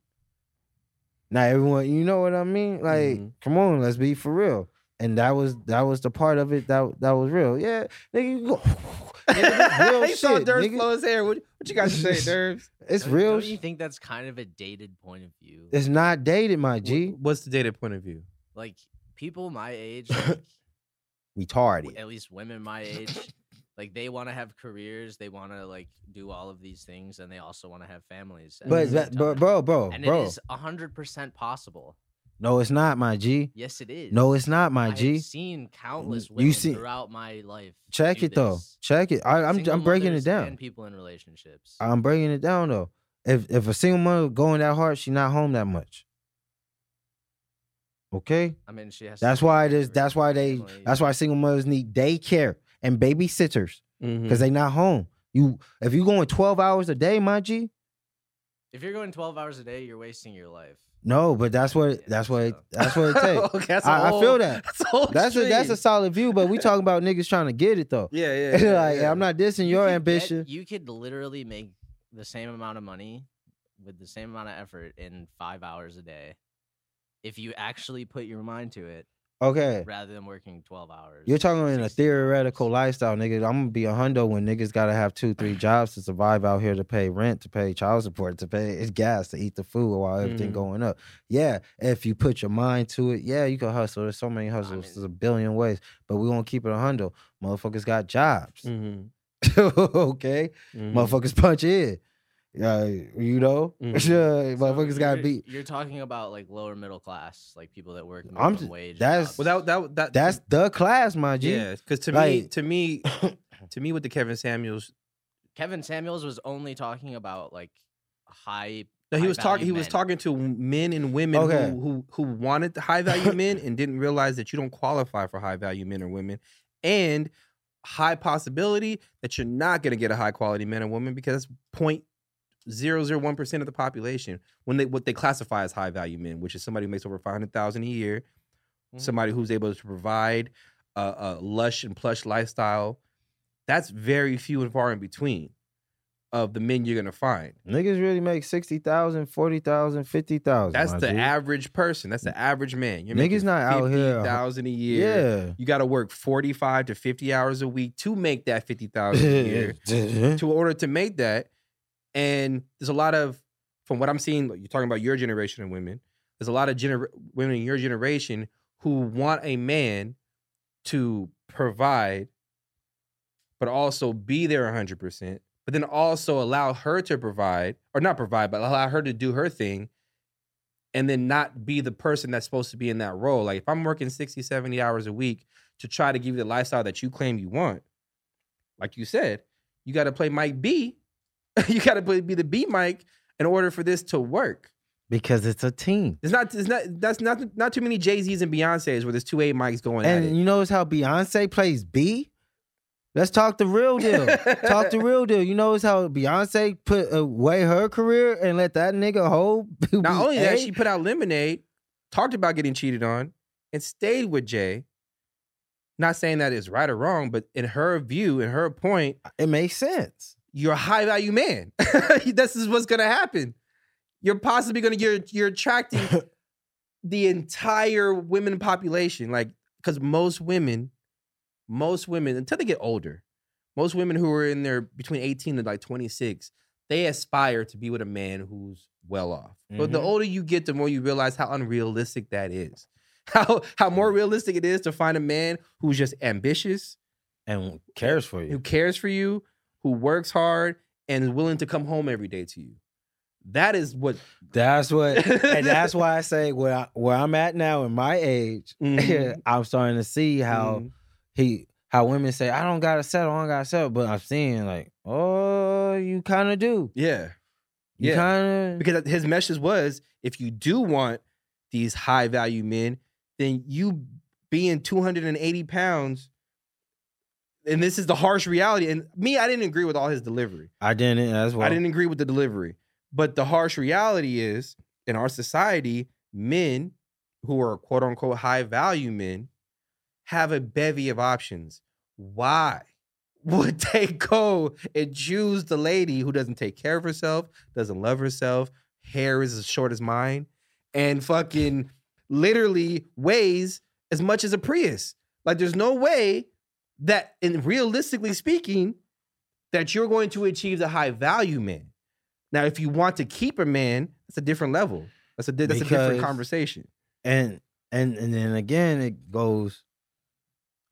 [SPEAKER 1] Not everyone, you know what I mean? Like,
[SPEAKER 2] Mhm.
[SPEAKER 1] come on, let's be for real. And that was that was the part of it that that was real. Yeah, nigga, you go, nigga, this real
[SPEAKER 2] he saw
[SPEAKER 1] shit,
[SPEAKER 2] Durst
[SPEAKER 1] nigga.
[SPEAKER 2] blow his hair. What, what you got to say, Durst?
[SPEAKER 1] It's
[SPEAKER 3] Don't-
[SPEAKER 1] real.
[SPEAKER 3] Don't you
[SPEAKER 1] sh-
[SPEAKER 3] think that's kind of a dated point of view?
[SPEAKER 1] It's not dated, my G.
[SPEAKER 2] Wh- What's the data point of view?
[SPEAKER 3] Like people my age, like, w-
[SPEAKER 1] Retarded.
[SPEAKER 3] at least women my age, like they want to have careers, they want to like do all of these things, and they also want to have families. at the
[SPEAKER 1] But,
[SPEAKER 3] same
[SPEAKER 1] but bro,
[SPEAKER 3] time.
[SPEAKER 1] bro, bro,
[SPEAKER 3] mm-hmm, and
[SPEAKER 1] bro.
[SPEAKER 3] it is hundred percent possible.
[SPEAKER 1] no, it's not, my G.
[SPEAKER 3] Yes, it is.
[SPEAKER 1] No, it's not,
[SPEAKER 3] I
[SPEAKER 1] my
[SPEAKER 3] have
[SPEAKER 1] G.
[SPEAKER 3] seen countless
[SPEAKER 1] you
[SPEAKER 3] women
[SPEAKER 1] see-
[SPEAKER 3] throughout my life.
[SPEAKER 1] Check
[SPEAKER 3] do
[SPEAKER 1] it though.
[SPEAKER 3] this.
[SPEAKER 1] Check it. I, I'm
[SPEAKER 3] Single
[SPEAKER 1] I'm breaking
[SPEAKER 3] mothers
[SPEAKER 1] it down.
[SPEAKER 3] And people in relationships.
[SPEAKER 1] I'm breaking it down though. If if a single mother going that hard, she not home that much. Okay,
[SPEAKER 3] I mean, she has. to
[SPEAKER 1] that's
[SPEAKER 3] take
[SPEAKER 1] why it
[SPEAKER 3] care
[SPEAKER 1] is.
[SPEAKER 3] of her
[SPEAKER 1] That's why they.
[SPEAKER 3] family.
[SPEAKER 1] That's why single mothers need daycare and babysitters because
[SPEAKER 3] Mm.
[SPEAKER 1] they not home. You if you going 12 hours a day, my G.
[SPEAKER 3] If you're going 12 hours a day, you're wasting your life.
[SPEAKER 1] No, but that's what
[SPEAKER 3] Yeah,
[SPEAKER 1] that's what
[SPEAKER 3] so-
[SPEAKER 1] that's what it takes.
[SPEAKER 2] okay, that's
[SPEAKER 1] I- I
[SPEAKER 2] whole-
[SPEAKER 1] feel that.
[SPEAKER 2] That's a whole
[SPEAKER 1] That's a that's a
[SPEAKER 2] extreme.
[SPEAKER 1] solid view, but we talking about niggas trying to get it though.
[SPEAKER 2] Yeah, yeah. yeah,
[SPEAKER 1] like
[SPEAKER 2] yeah.
[SPEAKER 1] I'm not dissing
[SPEAKER 3] You
[SPEAKER 1] your
[SPEAKER 3] could get-
[SPEAKER 1] ambition.
[SPEAKER 3] you could literally make the same amount of money with the same amount of effort in five hours a day if you actually put your mind to it
[SPEAKER 1] Okay,
[SPEAKER 3] rather than working 12 hours.
[SPEAKER 1] You're talking in a
[SPEAKER 3] 16 hours.
[SPEAKER 1] theoretical lifestyle, nigga. I'm gonna be a hundo when niggas gotta have two, three jobs to survive out here to pay rent, to pay child support, to pay it's gas, to eat the food while everything
[SPEAKER 2] Mhm.
[SPEAKER 1] going up. Yeah, if you put your mind to it, yeah, you can hustle. There's so many hustles.
[SPEAKER 3] mean-
[SPEAKER 1] There's a billion ways, but we gonna keep it a hundo. Motherfuckers got jobs.
[SPEAKER 2] Mhm,
[SPEAKER 1] okay,
[SPEAKER 2] mhm.
[SPEAKER 1] Mm-hmm. motherfuckers punch in. Uh, you know,
[SPEAKER 2] Mhm.
[SPEAKER 1] yeah, motherfuckers
[SPEAKER 3] So
[SPEAKER 1] got
[SPEAKER 3] you're-
[SPEAKER 1] beat.
[SPEAKER 3] You're talking about like lower middle class, like people that work
[SPEAKER 1] I'm
[SPEAKER 3] minimum
[SPEAKER 1] just-
[SPEAKER 3] wage.
[SPEAKER 1] that's-
[SPEAKER 3] jobs.
[SPEAKER 2] Well, that that that
[SPEAKER 1] That's the class, my G.
[SPEAKER 2] yeah. Because to me,
[SPEAKER 1] Like-
[SPEAKER 2] to me, to me, with the Kevin Samuels,
[SPEAKER 3] Kevin Samuels was only talking about like high.
[SPEAKER 2] no, he was
[SPEAKER 3] High-value
[SPEAKER 2] talking. He was
[SPEAKER 3] men.
[SPEAKER 2] talking to men and women
[SPEAKER 1] Okay.
[SPEAKER 2] who, who who wanted high value men and didn't realize that you don't qualify for high value men or women, and high possibility that you're not going to get a high quality man or woman because that's point zero zero one percent of the population when they what they classify as high value men, which is somebody who makes over five hundred thousand a year,
[SPEAKER 3] Mhm.
[SPEAKER 2] somebody who's able to provide a, a lush and plush lifestyle. That's very few and far in between of the men you're gonna find.
[SPEAKER 1] Niggas really make 60,000, 40,000, 50,000.
[SPEAKER 2] That's
[SPEAKER 1] my
[SPEAKER 2] the
[SPEAKER 1] G.
[SPEAKER 2] average person. That's the average man. You're
[SPEAKER 1] Niggas
[SPEAKER 2] making
[SPEAKER 1] not out here.
[SPEAKER 2] thousand a year.
[SPEAKER 1] Yeah.
[SPEAKER 2] You got to work forty five to fifty hours a week to make that fifty thousand a year.
[SPEAKER 1] Mm-hmm.
[SPEAKER 2] to order to make that. And there's a lot of, from what I'm seeing, like, you're talking about your generation of women. There's a lot of gener- women in your generation who want a man to provide, but also be there 100 percent. But then also allow her to provide, or not provide, but allow her to do her thing, and then not be the person that's supposed to be in that role. Like if I'm working 60, 70 hours a week to try to give you the lifestyle that you claim you want, like you said, you got to play Mike B. you got to play be the B Mike in order for this to work.
[SPEAKER 1] because it's a team.
[SPEAKER 2] There's not. It's not. That's not. Not too many Jay Z's and Beyonces where there's two A Mikes going
[SPEAKER 1] And
[SPEAKER 2] at
[SPEAKER 1] you notice how Beyonce plays B? Let's talk the real deal.
[SPEAKER 2] it.
[SPEAKER 1] talk the real deal. You notice how Beyonce put away her career and let that nigga hold.
[SPEAKER 2] Not only that, she put out Lemonade, talked about getting cheated on, and stayed with Jay. Not saying that is right or wrong, but in her view, in her point,
[SPEAKER 1] it makes sense.
[SPEAKER 2] you're a high value man. this is what's gonna happen. You're possibly gonna you're you're attracting the entire women population, like because most women, most women until they get older, most women who are in their between 18 and like 26, they aspire to be with a man who's well off. But the
[SPEAKER 1] Mhm.
[SPEAKER 2] older you get, the more you realize how unrealistic that is. How how more realistic it is to find a man who's just ambitious,
[SPEAKER 1] And cares for
[SPEAKER 2] who cares for you, who works hard, and is willing to come home every day to you. That is what.
[SPEAKER 1] That's what, and that's why I say where I, where I'm at now in my age,
[SPEAKER 2] Mhm.
[SPEAKER 1] I'm starting to see how
[SPEAKER 2] Mhm.
[SPEAKER 1] he how women say I don't gotta settle, I don't gotta settle, but I'm seeing like, oh, you kind of do,
[SPEAKER 2] Yeah.
[SPEAKER 1] you
[SPEAKER 2] Yeah.
[SPEAKER 1] kind of
[SPEAKER 2] Because his message was if you do want these high value men, then you being 280 pounds, and this is the harsh reality. And me, I didn't agree with all his delivery.
[SPEAKER 1] I didn't. That's why
[SPEAKER 2] I didn't agree with the delivery. But the harsh reality is in our society, men who are quote unquote high value men have a bevy of options. Why would they go and choose the lady who doesn't take care of herself, doesn't love herself, hair is as short as mine, and fucking literally weighs as much as a Prius? Like, there's no way that, and realistically speaking, that you're going to achieve the high value man. Now, if you want to keep a man, that's a different level. That's a di- that's a different
[SPEAKER 1] Because-
[SPEAKER 2] conversation.
[SPEAKER 1] and and and then again it goes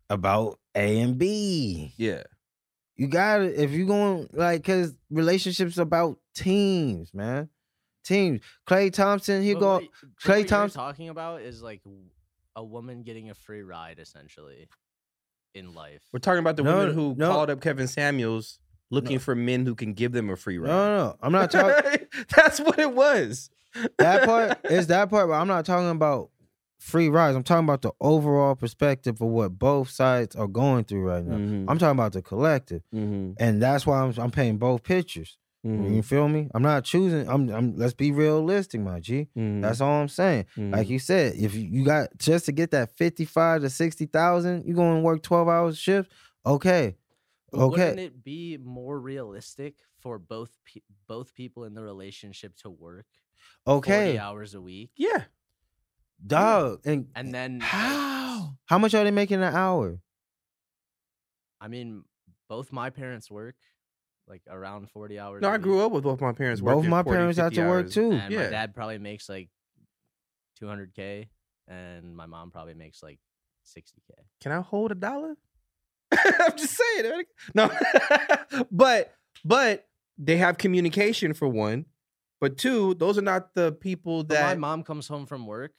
[SPEAKER 1] about A and B.
[SPEAKER 2] Yeah.
[SPEAKER 1] You got to if you going like because relationships about teams, man. Teams. Clay Thompson, he
[SPEAKER 3] But
[SPEAKER 1] go.
[SPEAKER 3] what- but
[SPEAKER 1] Klay
[SPEAKER 3] what you're
[SPEAKER 1] Thompson-
[SPEAKER 3] talking about is like w- a woman getting a free ride essentially in life.
[SPEAKER 2] We're talking about the
[SPEAKER 1] No,
[SPEAKER 2] women who
[SPEAKER 1] no.
[SPEAKER 2] called up Kevin Samuels looking for men who can give them a free
[SPEAKER 1] No,
[SPEAKER 2] ride.
[SPEAKER 1] no, no. I'm not talking
[SPEAKER 2] that's what it was.
[SPEAKER 1] that part. It's that part, but I'm not talking about free rides. I'm talking about the overall perspective of what both sides are going through right now. I'm talking about the collective,
[SPEAKER 2] mm-hmm.
[SPEAKER 1] and that's why I'm I'm painting both pictures. You feel me? I'm not choosing. I'm. I'm let's be realistic, my G.
[SPEAKER 2] Mm-hmm.
[SPEAKER 1] That's all I'm saying. Like you said, if you, you got just to get that fifty-five to sixty thousand, you going to work twelve hours shift. Okay,
[SPEAKER 3] But Wouldn't
[SPEAKER 1] okay.
[SPEAKER 3] it be more realistic for both pe- both people in the relationship to work 40
[SPEAKER 1] okay,
[SPEAKER 3] hours a week
[SPEAKER 2] yeah.
[SPEAKER 1] dog. And
[SPEAKER 3] and then like,
[SPEAKER 1] how? How much are they making an hour?
[SPEAKER 3] I mean, both my parents work like around 40 hours.
[SPEAKER 2] No,
[SPEAKER 3] a
[SPEAKER 2] I grew
[SPEAKER 3] week,
[SPEAKER 2] up with both my parents.
[SPEAKER 1] Both
[SPEAKER 2] working
[SPEAKER 1] my
[SPEAKER 2] 40,
[SPEAKER 1] parents had
[SPEAKER 2] 50
[SPEAKER 1] to work
[SPEAKER 2] hours.
[SPEAKER 1] too.
[SPEAKER 3] And
[SPEAKER 2] yeah.
[SPEAKER 3] my dad probably makes like 200K, and my mom probably makes like 60K.
[SPEAKER 2] Can I hold a dollar? I'm just saying. man. No, but but they have communication for one, but two, those are not the people
[SPEAKER 3] But my
[SPEAKER 2] that
[SPEAKER 3] mom comes home from work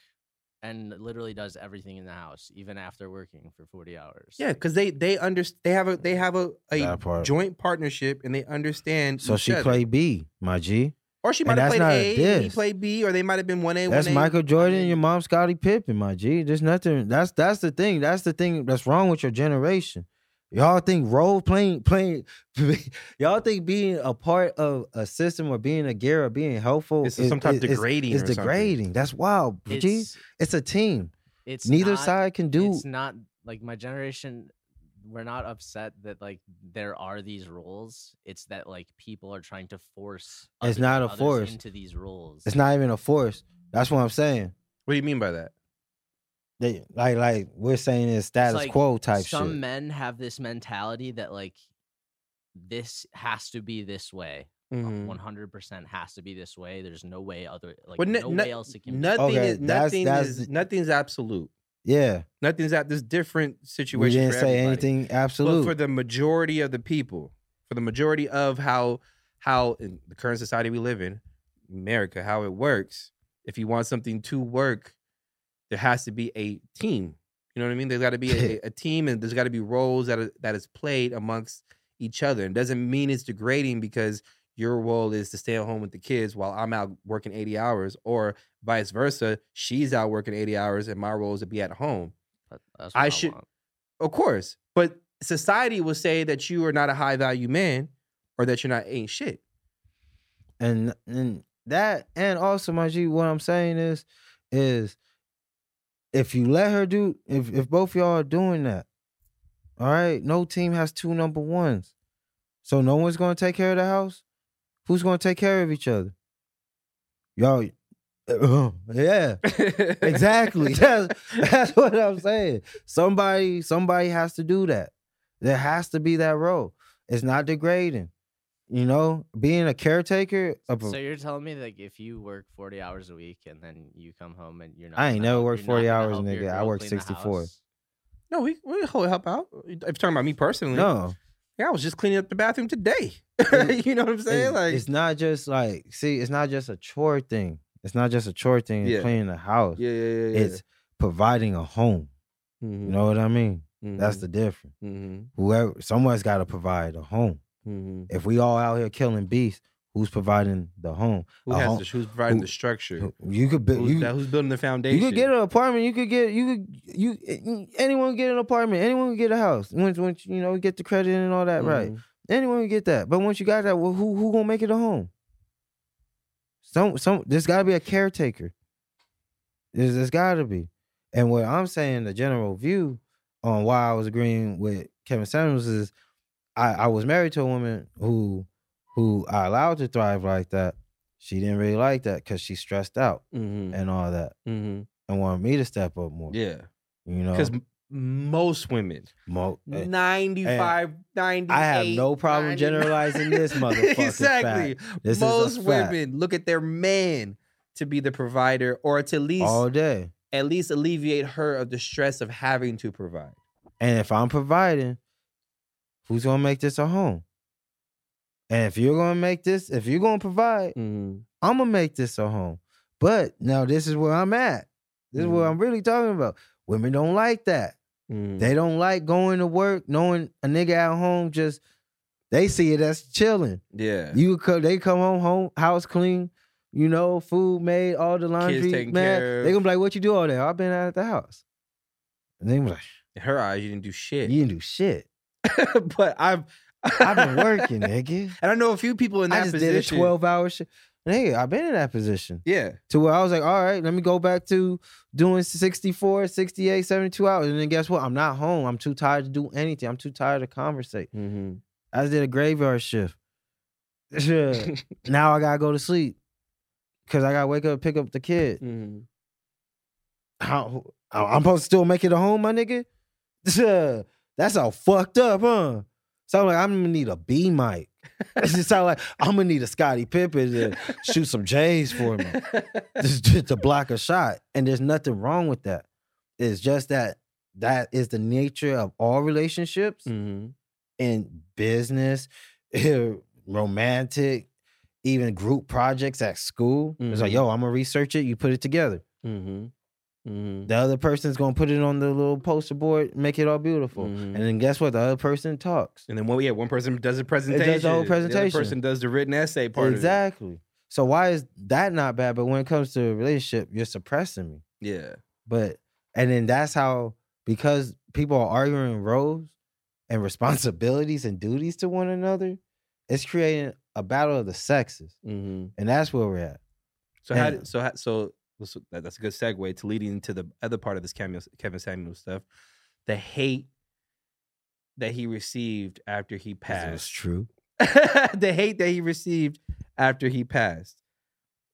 [SPEAKER 3] and literally does everything in the house, even after working for 40 hours.
[SPEAKER 2] yeah, because they they understand they have a they have a, a
[SPEAKER 1] That part.
[SPEAKER 2] joint partnership and they understand.
[SPEAKER 1] So
[SPEAKER 2] each
[SPEAKER 1] she
[SPEAKER 2] other.
[SPEAKER 1] played B, my G.
[SPEAKER 2] or she
[SPEAKER 1] and
[SPEAKER 2] might have
[SPEAKER 1] that's
[SPEAKER 2] played
[SPEAKER 1] not
[SPEAKER 2] A,
[SPEAKER 1] a
[SPEAKER 2] and he
[SPEAKER 1] diss.
[SPEAKER 2] played B, or they might have been one A.
[SPEAKER 1] That's
[SPEAKER 2] one
[SPEAKER 1] Michael Jordan
[SPEAKER 2] mean-
[SPEAKER 1] and your mom Scottie Pippen, my G. There's nothing. That's that's the thing. That's the thing that's wrong with your generation. Y'all think role playing playing y'all think being a part of a system or being a gear or being helpful
[SPEAKER 2] It's some type of
[SPEAKER 1] it's-
[SPEAKER 2] degrading
[SPEAKER 1] It's,
[SPEAKER 2] or something.
[SPEAKER 1] degrading. That's wild. It's, G.
[SPEAKER 3] It's,
[SPEAKER 1] It's a team.
[SPEAKER 3] it's
[SPEAKER 1] Neither
[SPEAKER 3] not-
[SPEAKER 1] side can do
[SPEAKER 3] It's not like my generation. We're not upset that like there are these rules. It's that like people are trying to force.
[SPEAKER 1] It's
[SPEAKER 3] other-
[SPEAKER 1] not a
[SPEAKER 3] others
[SPEAKER 1] force.
[SPEAKER 3] into these rules.
[SPEAKER 1] it's not even a force. That's what I'm saying.
[SPEAKER 2] What do you mean by that?
[SPEAKER 1] They like like we're saying it's status
[SPEAKER 3] like
[SPEAKER 1] quo type
[SPEAKER 3] Some
[SPEAKER 1] shit.
[SPEAKER 3] men have this mentality that like this has to be this way.
[SPEAKER 1] Mm-hmm.
[SPEAKER 2] Mm-hmm.
[SPEAKER 3] One hundred percent has to be this way. There's no way other like
[SPEAKER 2] Well, no-
[SPEAKER 3] no,
[SPEAKER 2] no-
[SPEAKER 3] way else it can. be.
[SPEAKER 2] Nothing
[SPEAKER 1] Okay,
[SPEAKER 2] is
[SPEAKER 1] that's-
[SPEAKER 2] nothing
[SPEAKER 1] that's
[SPEAKER 2] is
[SPEAKER 1] the-
[SPEAKER 2] nothing's absolute.
[SPEAKER 1] yeah.
[SPEAKER 2] Nothing's at there's different situations.
[SPEAKER 1] We didn't
[SPEAKER 2] for
[SPEAKER 1] say
[SPEAKER 2] everybody.
[SPEAKER 1] anything
[SPEAKER 2] But
[SPEAKER 1] absolute.
[SPEAKER 2] for the majority of the people, for the majority of how how in the current society we live in, America, how it works, if you want something to work, there has to be a team. You know what I mean? There's got to be a, a team, and there's got to be roles that are, that is played amongst each other. And doesn't mean it's degrading because your role is to stay at home with the kids while I'm out working 80 hours, or vice versa. She's out working 80 hours, and my role is to be at home.
[SPEAKER 3] That- that's
[SPEAKER 2] I
[SPEAKER 3] what
[SPEAKER 2] should-
[SPEAKER 3] want.
[SPEAKER 2] Of course. But society will say that you are not a high value man or that you're not ain't shit.
[SPEAKER 1] and and that and also my G, what I'm saying is, is if you let her do, if if both y'all are doing that, all right, no team has two number ones, so no one's gonna take care of the house. Who's gonna take care of each other? Y'all, yeah, exactly. That's that's what I'm saying. Somebody, somebody has to do that. There has to be that role. It's not degrading. You know, being a caretaker of a-
[SPEAKER 3] So you're telling me like if you work forty hours a week and then you come home and you're not.
[SPEAKER 1] I ain't
[SPEAKER 3] gonna
[SPEAKER 1] never
[SPEAKER 3] help-
[SPEAKER 1] worked
[SPEAKER 3] you're not
[SPEAKER 1] 40
[SPEAKER 3] gonna
[SPEAKER 1] hours,
[SPEAKER 3] help your
[SPEAKER 1] nigga. I
[SPEAKER 3] girl
[SPEAKER 1] work
[SPEAKER 3] clean the
[SPEAKER 1] 64.
[SPEAKER 3] house?
[SPEAKER 2] no, we we hold help out. If you're talking about me personally,
[SPEAKER 1] no.
[SPEAKER 2] yeah, I was just cleaning up the bathroom today.
[SPEAKER 1] It-
[SPEAKER 2] you know what I'm saying?
[SPEAKER 1] it-
[SPEAKER 2] like
[SPEAKER 1] it's not just like see, it's not just a chore thing. It's not just a chore thing. It's
[SPEAKER 2] Yeah.
[SPEAKER 1] cleaning the house.
[SPEAKER 2] yeah, yeah, yeah, yeah.
[SPEAKER 1] It's providing a home.
[SPEAKER 2] Mhm,
[SPEAKER 1] You know what I mean?
[SPEAKER 2] mhm,
[SPEAKER 1] That's the difference.
[SPEAKER 2] mhm,
[SPEAKER 1] Whoever, someone's got to provide a home.
[SPEAKER 2] mhm.
[SPEAKER 1] If we all out here killing beasts, who's providing the home?
[SPEAKER 2] Who
[SPEAKER 1] A
[SPEAKER 2] has
[SPEAKER 1] home-
[SPEAKER 2] the, who's providing
[SPEAKER 1] who-
[SPEAKER 2] the structure?
[SPEAKER 1] You could build.
[SPEAKER 2] who's,
[SPEAKER 1] You,
[SPEAKER 2] that- who's building the
[SPEAKER 1] you
[SPEAKER 2] foundation?
[SPEAKER 1] could get an apartment. You could get. You could. You anyone can get an apartment. Anyone can get a house. Once, once you know, get the credit and all that right.
[SPEAKER 2] Mhm.
[SPEAKER 1] Anyone can get that. But once you got that, well, who who gonna make it a home? Some some there's gotta be a caretaker. There's, there's gotta be. And what I'm saying, the general view on why I was agreeing with Kevin Samuels is I, I was married to a woman who who I allowed to thrive like that. She didn't really like that because she stressed out
[SPEAKER 2] Mhm,
[SPEAKER 1] and all that
[SPEAKER 2] mhm.
[SPEAKER 1] and wanted me to step up more.
[SPEAKER 2] Yeah,
[SPEAKER 1] You know,
[SPEAKER 2] because most women,
[SPEAKER 1] Mo- eh,
[SPEAKER 2] 95, 98.
[SPEAKER 1] I have no problem
[SPEAKER 2] 99.
[SPEAKER 1] generalizing this motherfucking fact.
[SPEAKER 2] exactly.
[SPEAKER 1] This is a
[SPEAKER 2] Most
[SPEAKER 1] fact.
[SPEAKER 2] women look at their man to be the provider or to at least
[SPEAKER 1] all day.
[SPEAKER 2] at least alleviate her of the stress of having to provide.
[SPEAKER 1] And if I'm providing, who's gonna make this a home? And if you're gonna make this, if you're gonna provide, I'm gonna make this a home. But now this is where I'm at. This is what
[SPEAKER 2] Mhm.
[SPEAKER 1] I'm really talking about. Women don't like that.
[SPEAKER 2] Mm-hmm.
[SPEAKER 1] They don't like going to work, knowing a nigga at home just they see it as chilling.
[SPEAKER 2] yeah.
[SPEAKER 1] You come, they come home, home house clean, you know, food made, all the laundry.
[SPEAKER 2] taken care
[SPEAKER 1] Man,
[SPEAKER 2] of.
[SPEAKER 1] they gonna be like, "What you do all day? I've been out at the house." And they be like,
[SPEAKER 2] In her eyes, you didn't do shit.
[SPEAKER 1] "You didn't do shit.
[SPEAKER 2] but I've
[SPEAKER 1] I've been working, nigga."
[SPEAKER 2] and I know a few people in that
[SPEAKER 1] I just
[SPEAKER 2] position.
[SPEAKER 1] did a 12 hour shift. Nigga, I've been in that position
[SPEAKER 2] Yeah.
[SPEAKER 1] to where I was like, all right, let me go back to doing 64, 68, 72 hours. And then guess what? I'm not home. I'm too tired to do anything. I'm too tired to conversate. I just did a graveyard shift. Yeah. now I got to go to sleep because I got to wake up and pick up the kid. How, I- I'm supposed to still make it a home, my nigga? Yeah. That's all fucked up, huh? Sound like I'm gonna need a B mic. It just sound like I'm gonna need a Scotty Pippen to shoot some J's for me just, just to block a shot. And there's nothing wrong with that. It's just that that is the
[SPEAKER 2] Mm.
[SPEAKER 1] Mm-hmm. nature of all relationships
[SPEAKER 2] Mhm.
[SPEAKER 1] in business, eh, romantic, even group projects at school. It's like,
[SPEAKER 2] Mhm.
[SPEAKER 1] yo, I'm gonna research it. You put it together.
[SPEAKER 2] Mm-hmm. Mm-hmm.
[SPEAKER 1] The other person's gonna put it on the little poster board, make it all beautiful.
[SPEAKER 2] Mhm.
[SPEAKER 1] And then guess what? The other person talks.
[SPEAKER 2] And then one, yeah, one person does a presentation.
[SPEAKER 1] whole
[SPEAKER 2] The other
[SPEAKER 1] presentation.
[SPEAKER 2] person does the written essay part. Of
[SPEAKER 1] exactly. So why is that not bad? But when it comes to a relationship, you're suppressing me.
[SPEAKER 2] it. Yeah.
[SPEAKER 1] But and then that's how because people are arguing roles and responsibilities and duties to one another, it's creating a battle of the sexes,
[SPEAKER 2] Mm-hmm.
[SPEAKER 1] and that's where we're at.
[SPEAKER 2] So how?
[SPEAKER 1] Yeah.
[SPEAKER 2] So how, so let's- that- that's a good segue to leading into the other part of this Cameo- Kevin Samuel stuff, the hate that he received after he
[SPEAKER 1] 'Cause it
[SPEAKER 2] passed.
[SPEAKER 1] was true.
[SPEAKER 2] the hate that he received after he passed.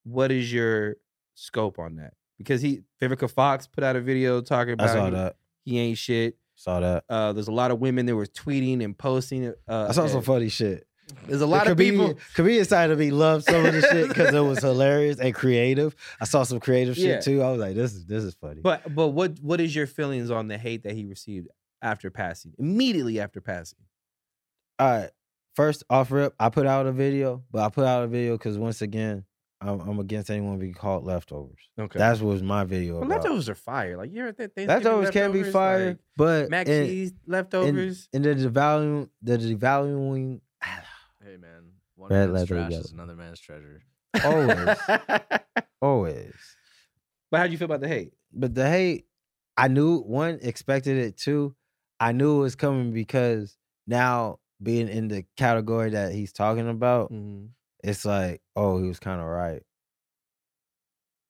[SPEAKER 2] What is your scope on that? Because he Vivica Fox put out a video talking
[SPEAKER 1] I
[SPEAKER 2] about
[SPEAKER 1] saw
[SPEAKER 2] he,
[SPEAKER 1] that.
[SPEAKER 2] he ain't shit.
[SPEAKER 1] Saw that.
[SPEAKER 2] Uh, there's a lot of women that were tweeting and posting. Uh,
[SPEAKER 1] I saw
[SPEAKER 2] and
[SPEAKER 1] some funny shit.
[SPEAKER 2] There's a lot of people.
[SPEAKER 1] Comedian side of me loved some of the shit because it was hilarious and creative. I saw some creative shit
[SPEAKER 2] Yeah.
[SPEAKER 1] too. I was like, this is this is funny.
[SPEAKER 2] But but what what is your feelings on the hate that he received after passing? Immediately after passing.
[SPEAKER 1] All right. First off rip, I put out a video, but I put out a video because once again, I'm, I'm against anyone being called leftovers.
[SPEAKER 2] Okay.
[SPEAKER 1] That's what was my video
[SPEAKER 2] well,
[SPEAKER 1] about.
[SPEAKER 2] leftovers are fire. Like you're at that thing.
[SPEAKER 1] leftovers can be fire, eh, but
[SPEAKER 2] mac
[SPEAKER 1] in,
[SPEAKER 2] cheese leftovers.
[SPEAKER 1] in the devaluing, the devaluing
[SPEAKER 3] Hey man, one
[SPEAKER 1] Red
[SPEAKER 3] man's
[SPEAKER 1] leather
[SPEAKER 3] trash
[SPEAKER 1] yellow.
[SPEAKER 3] is another man's treasure.
[SPEAKER 1] always,
[SPEAKER 2] but
[SPEAKER 1] always.
[SPEAKER 2] how do you feel about the hate?
[SPEAKER 1] But the hate, I knew one expected it. Two, I knew it was coming because now being in the category that he's talking about, it's like, oh, he was kind of right.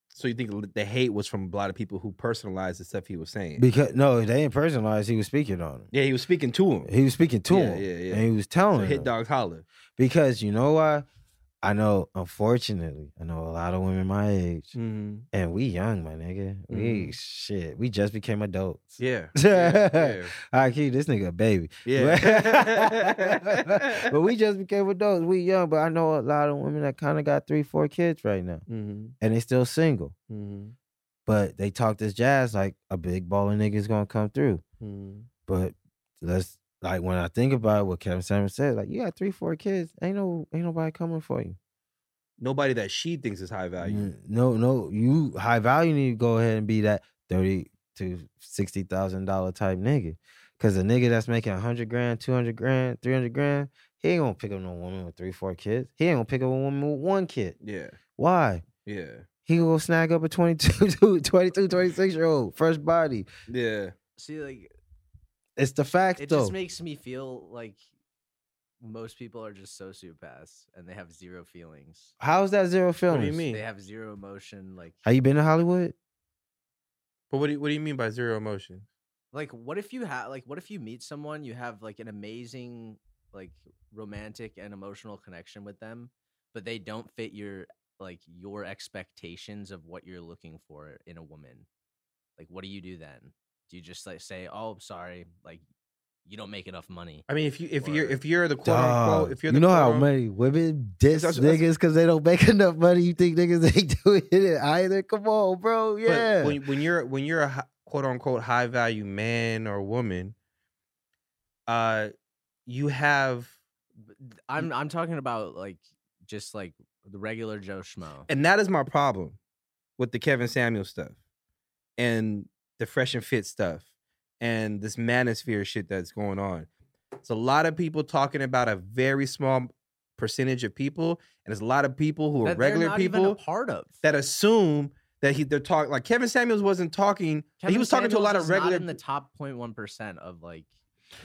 [SPEAKER 2] So you think l- the hate was from a lot of people who personalized the stuff he was saying?
[SPEAKER 1] Because no, they didn't personalize. He was speaking on him.
[SPEAKER 2] yeah, he was speaking to him.
[SPEAKER 1] He was speaking to
[SPEAKER 2] Yeah,
[SPEAKER 1] him,
[SPEAKER 2] yeah, yeah.
[SPEAKER 1] and he was
[SPEAKER 2] So
[SPEAKER 1] telling
[SPEAKER 2] hit
[SPEAKER 1] him.
[SPEAKER 2] dogs holler.
[SPEAKER 1] because you know why? I know, unfortunately, I know a lot of women my age,
[SPEAKER 2] Mm.
[SPEAKER 1] and we young, my nigga. We shit, we just became adults.
[SPEAKER 2] Mm-hmm. Yeah. Yeah.
[SPEAKER 1] I keep this nigga a baby,
[SPEAKER 2] yeah, yeah.
[SPEAKER 1] but we just became adults. We young, but I know a lot of women that kind of got three, four kids right now,
[SPEAKER 2] Mhm,
[SPEAKER 1] and they still single.
[SPEAKER 2] mhm,
[SPEAKER 1] But they talk this jazz like a big baller nigga's gonna come through. Mm-hmm.
[SPEAKER 2] mhm.
[SPEAKER 1] But let's like when I think about what Kevin Samuel said, like you got three, four kids, ain't no ain't nobody coming for you.
[SPEAKER 2] Nobody that she thinks is high value.
[SPEAKER 1] N- No, no, you high value need to go ahead and be that thirty to sixty thousand dollar type nigga. Cause a nigga that's making a hundred grand, two hundred grand, three hundred grand, he ain't gonna pick up no woman with three, four kids. He ain't gonna pick up a woman with one kid.
[SPEAKER 2] Yeah,
[SPEAKER 1] Why?
[SPEAKER 2] yeah,
[SPEAKER 1] He gonna snag up a 22, 22 26 year old, fresh body.
[SPEAKER 2] yeah.
[SPEAKER 3] See, like
[SPEAKER 1] It's the fact
[SPEAKER 3] it
[SPEAKER 1] though.
[SPEAKER 3] just makes me feel like most people are just sociopaths and they have zero feelings.
[SPEAKER 1] How's that zero
[SPEAKER 2] What
[SPEAKER 1] feelings?
[SPEAKER 2] do you mean?
[SPEAKER 3] They have zero emotion. Like,
[SPEAKER 1] Have you been to Hollywood?
[SPEAKER 2] But what do you, what do you mean by zero emotion?
[SPEAKER 3] like what if you have like what if you meet someone you have like an amazing like romantic and emotional connection with them, but they don't fit your like your expectations of what you're looking for in a woman. Like, what do you do then? Do you just like say, "Oh, I'm sorry, like you don't make enough money"?
[SPEAKER 2] I mean, if you if you're
[SPEAKER 3] Or-
[SPEAKER 2] if you're the quote unquote
[SPEAKER 1] Dog,
[SPEAKER 2] if you're the
[SPEAKER 1] you know how
[SPEAKER 2] quote unquote-
[SPEAKER 1] many women diss
[SPEAKER 2] That's- that's-
[SPEAKER 1] niggas because they don't make enough money. You think niggas ain't doing it either? Come on, bro.
[SPEAKER 2] But
[SPEAKER 1] Yeah.
[SPEAKER 2] when, when you're when you're a hi- quote unquote high value man or woman, uh, you have,
[SPEAKER 3] I'm I'm talking about like just like the regular Joe Schmo.
[SPEAKER 2] and that is my problem with the Kevin Samuel stuff, and the fresh and fit stuff, and this manosphere shit that's going on. It's a lot of people talking about a very small percentage of people, and there's a lot of people who are
[SPEAKER 3] that they're
[SPEAKER 2] regular
[SPEAKER 3] not even a
[SPEAKER 2] people
[SPEAKER 3] part of.
[SPEAKER 2] that assume that he they're talking like Kevin Samuels wasn't talking. he
[SPEAKER 3] Kevin
[SPEAKER 2] was talking to a lot
[SPEAKER 3] Samuels
[SPEAKER 2] of
[SPEAKER 3] is not
[SPEAKER 2] regular
[SPEAKER 3] in the top 0.1 percent of like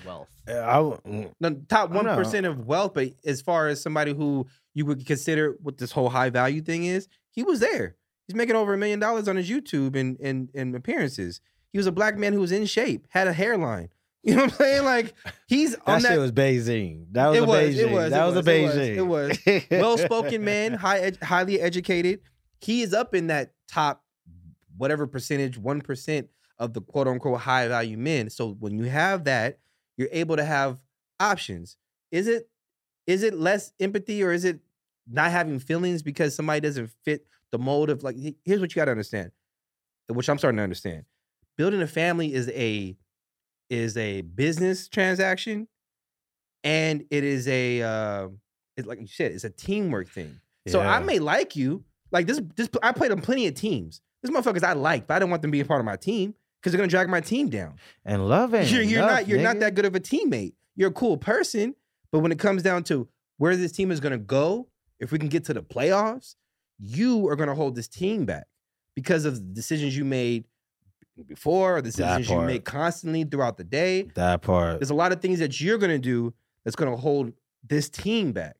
[SPEAKER 3] wealth.
[SPEAKER 2] Eh,
[SPEAKER 1] Yeah, I w- mm,
[SPEAKER 2] the top
[SPEAKER 1] I don't
[SPEAKER 2] one
[SPEAKER 1] know.
[SPEAKER 2] percent of wealth, but as far as somebody who you would consider what this whole high value thing is, he was there. He's making over a million dollars on his YouTube and and and appearances. He was a black man who was in shape, had a hairline. You know what I'm saying? Like he's
[SPEAKER 1] that,
[SPEAKER 2] on
[SPEAKER 1] shit
[SPEAKER 2] that
[SPEAKER 1] was Beijing. That was
[SPEAKER 2] It
[SPEAKER 1] a
[SPEAKER 2] was,
[SPEAKER 1] Beijing.
[SPEAKER 2] it was,
[SPEAKER 1] that
[SPEAKER 2] it
[SPEAKER 1] was,
[SPEAKER 2] was,
[SPEAKER 1] a
[SPEAKER 2] it was,
[SPEAKER 1] Beijing.
[SPEAKER 2] it was. well spoken man, high ed- highly educated. He is up in that top whatever percentage, one percent of the quote unquote high value men. So when you have that, you're able to have options. Is it is it less empathy or is it not having feelings because somebody doesn't fit the mold of like he- here's what you gotta understand, which I'm starting to understand. Building a family is a is a business transaction and it is a uh, it's like you said, it's a teamwork thing. So I
[SPEAKER 4] Yeah.
[SPEAKER 2] may like you. Like this, this I played on plenty of teams. There's motherfuckers I like, but I don't want them to be a part of my team because they're gonna drag my team down.
[SPEAKER 1] And love ain't
[SPEAKER 2] You're, you're
[SPEAKER 1] enough,
[SPEAKER 2] not you're not
[SPEAKER 1] nigga.
[SPEAKER 2] that good of a teammate. You're a cool person, but when it comes down to where this team is gonna go, if we can get to the playoffs, you are gonna hold this team back because of the decisions you made before, or the decisions you
[SPEAKER 4] part.
[SPEAKER 2] make constantly throughout the day.
[SPEAKER 1] that part.
[SPEAKER 2] There's a lot of things that you're gonna do that's gonna hold this team back.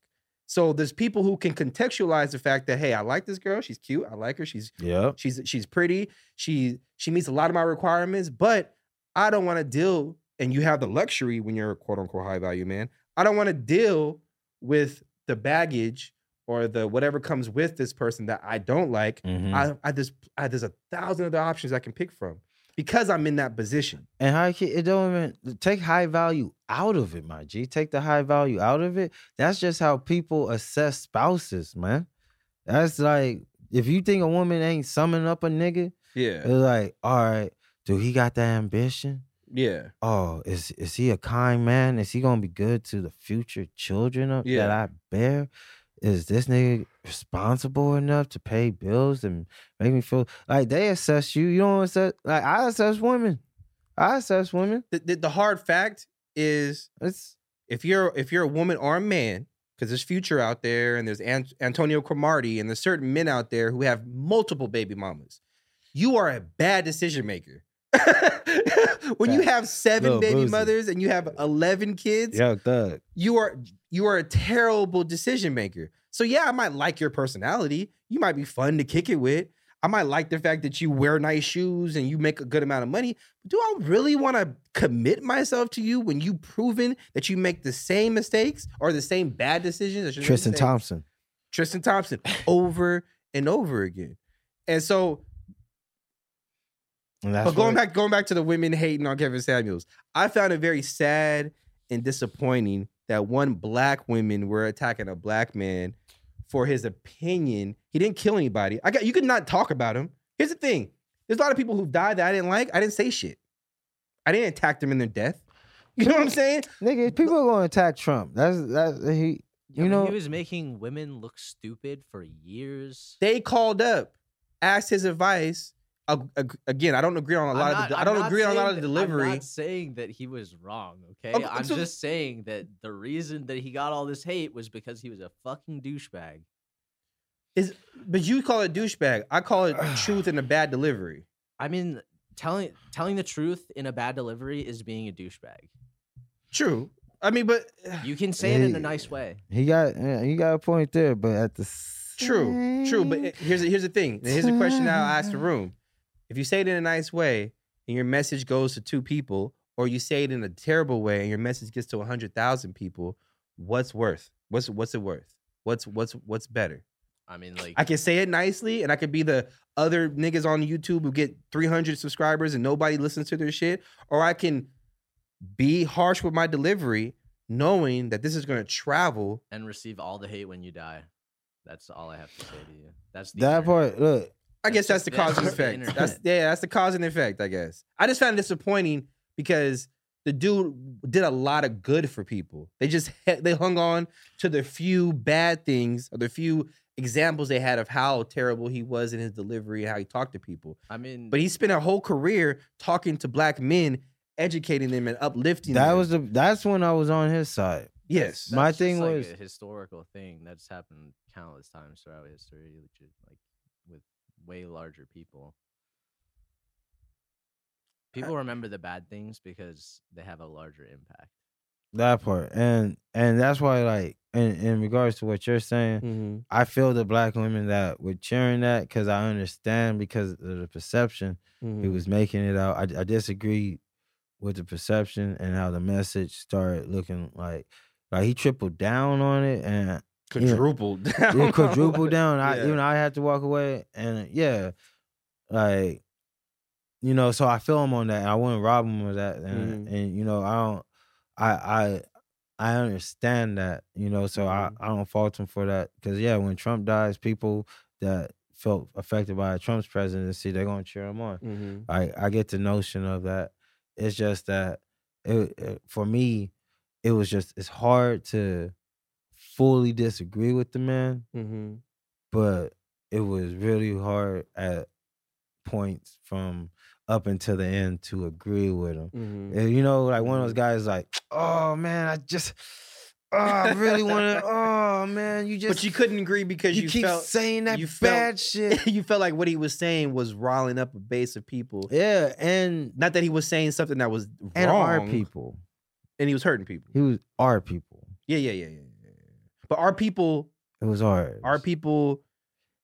[SPEAKER 2] So there's people who can contextualize the fact that hey, I like this girl. She's cute. I like her. She's
[SPEAKER 1] Yep.
[SPEAKER 2] She's she's pretty. She she meets a lot of my requirements, but I don't want to deal. And you have the luxury when you're a quote unquote high value man. I don't want to deal with the baggage or the whatever comes with this person that I don't like.
[SPEAKER 1] Mhm.
[SPEAKER 2] I, I just I, there's a thousand other options I can pick from because I'm in that position.
[SPEAKER 1] And high key, it don't even take high value out of it, my G. Take the high value out of it. That's just how people assess spouses, man. That's like if you think a woman ain't summing up a nigga, it's
[SPEAKER 2] Yeah,
[SPEAKER 1] like, all right, do he got that ambition?
[SPEAKER 2] yeah,
[SPEAKER 1] Oh, is is he a kind man? Is he gonna be good to the future children of, that
[SPEAKER 2] Yeah.
[SPEAKER 1] I bear? Is this nigga responsible enough to pay bills and make me feel like they assess you? You don't assess like I assess women. I assess women.
[SPEAKER 2] The- the, the hard fact is
[SPEAKER 1] It's
[SPEAKER 2] if you're if you're a woman or a man, because there's future out there, and there's Ant- Antonio Cromartie, and there's certain men out there who have multiple baby mamas. You are a bad decision maker. when you
[SPEAKER 1] Facts.
[SPEAKER 2] have seven
[SPEAKER 1] Lil
[SPEAKER 2] baby
[SPEAKER 1] Boozy.
[SPEAKER 2] mothers and you have eleven kids,
[SPEAKER 1] yo thug.
[SPEAKER 2] you are you are a terrible decision maker. So yeah, I might like your personality. You might be fun to kick it with. I might like the fact that you wear nice shoes and you make a good amount of money. Do I really want to commit myself to you when you proven that you make the same mistakes or the same bad decisions? That you're
[SPEAKER 1] Tristan
[SPEAKER 2] making?
[SPEAKER 1] Thompson.
[SPEAKER 2] Tristan Thompson over and over again. And so
[SPEAKER 1] And that's
[SPEAKER 2] but going
[SPEAKER 1] what-
[SPEAKER 2] back, going back to the women hating on Kevin Samuels, I found it very sad and disappointing that one black woman were attacking a black man for his opinion. He didn't kill anybody. I got you could not talk about him. Here's the thing: there's a lot of people who died that I didn't like. I didn't say shit. I didn't attack them in their death. You know what I'm saying?
[SPEAKER 1] nigga, people are gonna attack Trump. That's that's he you
[SPEAKER 3] Yeah, but
[SPEAKER 1] know
[SPEAKER 3] he was making women look stupid for years.
[SPEAKER 2] They called up, asked his advice. Ag- ag- Again, I don't agree on a
[SPEAKER 3] I'm
[SPEAKER 2] lot
[SPEAKER 3] not-
[SPEAKER 2] of. the- I
[SPEAKER 3] I'm
[SPEAKER 2] don't
[SPEAKER 3] not
[SPEAKER 2] agree on a lot
[SPEAKER 3] saying
[SPEAKER 2] of the
[SPEAKER 3] that-
[SPEAKER 2] delivery.
[SPEAKER 3] I'm not saying that he was wrong, okay?
[SPEAKER 2] Of-
[SPEAKER 3] I'm
[SPEAKER 2] so-
[SPEAKER 3] just saying that the reason that he got all this hate was because he was a fucking douchebag.
[SPEAKER 2] Is but you call it douchebag. I call it truth and a bad delivery.
[SPEAKER 3] I mean, telling telling the truth in a bad delivery is being a douchebag.
[SPEAKER 2] True. I mean, but uh,
[SPEAKER 3] You can say it in
[SPEAKER 1] Hey.
[SPEAKER 3] a nice way.
[SPEAKER 1] he got yeah, he got a point there, but at the
[SPEAKER 2] true, true. But
[SPEAKER 1] same-
[SPEAKER 2] it- here's the- here's the thing. and Here's the question that I asked the room. If you say it in a nice way and your message goes to two people, or you say it in a terrible way and your message gets to hundred thousand people, what's worth? What's what's it worth? What's what's what's better?
[SPEAKER 3] I mean, like
[SPEAKER 2] I can say it nicely, and I could be the other niggas on YouTube who get 300 subscribers and nobody listens to their shit, or I can be harsh with my delivery, knowing that this is going to travel.
[SPEAKER 3] and receive all the hate when you die. That's all I have to say to you. That's the
[SPEAKER 1] that
[SPEAKER 3] internet.
[SPEAKER 1] part, look,
[SPEAKER 2] I guess that's
[SPEAKER 3] That's
[SPEAKER 2] the
[SPEAKER 3] just-
[SPEAKER 2] cause and
[SPEAKER 3] that's the
[SPEAKER 2] effect.
[SPEAKER 3] internet.
[SPEAKER 2] That's yeah, that's the cause and effect. I guess I just found it disappointing because the dude did a lot of good for people. They just he- they hung on to the few bad things or the few examples they had of how terrible he was in his delivery and how he talked to people.
[SPEAKER 3] I mean,
[SPEAKER 2] But he spent a whole career talking to black men, educating them and uplifting them.
[SPEAKER 1] that was the that's when I was on his side.
[SPEAKER 2] yes.
[SPEAKER 1] My
[SPEAKER 3] that's just,
[SPEAKER 1] thing
[SPEAKER 3] like,
[SPEAKER 1] was-
[SPEAKER 3] a historical thing that's happened countless times throughout history, which is like with way larger
[SPEAKER 1] Uh
[SPEAKER 3] people. People remember the bad things because they have a larger impact.
[SPEAKER 1] That part. And and that's why like in, in regards to what you're saying,
[SPEAKER 2] Mhm.
[SPEAKER 1] I feel the black women that were cheering that because I understand because of the perception
[SPEAKER 2] Mm-hmm.
[SPEAKER 1] he
[SPEAKER 2] Mm.
[SPEAKER 1] was making it out. I, I disagree with the perception and how the message started looking like like he tripled down on it and
[SPEAKER 2] quadrupled down.
[SPEAKER 1] it quadrupled down. I
[SPEAKER 2] Yeah.
[SPEAKER 1] you know I had to walk away and yeah, like you know so I feel him on that. And I wouldn't rob him of that and and you know I don't I I. I understand that, you know, so I, I don't fault him for that. Cause yeah, when Trump dies, people that felt affected by Trump's presidency, they're gonna cheer him on.
[SPEAKER 2] Mhm.
[SPEAKER 1] I I get the notion of that. It's just that it, it- for me, it was just it's hard to fully disagree with the man,
[SPEAKER 2] Mm-hmm.
[SPEAKER 1] but it was really hard at points from up until the end to agree with him.
[SPEAKER 2] Mm-hmm.
[SPEAKER 1] And you know, like one of those guys, like, oh man, I just, oh, I really want to, oh man, you just,
[SPEAKER 2] But you couldn't agree because
[SPEAKER 1] you
[SPEAKER 2] you,
[SPEAKER 1] keep
[SPEAKER 2] felt
[SPEAKER 1] saying that
[SPEAKER 2] you felt-
[SPEAKER 1] bad shit.
[SPEAKER 2] you felt like what he was saying was riling up a base of people.
[SPEAKER 1] Yeah, and
[SPEAKER 2] Not that he was saying something that was wrong,
[SPEAKER 1] and our people,
[SPEAKER 2] and he was hurting people.
[SPEAKER 1] he was our people.
[SPEAKER 2] Yeah, yeah, yeah, yeah. yeah. But our people,
[SPEAKER 1] It was ours.
[SPEAKER 2] our people.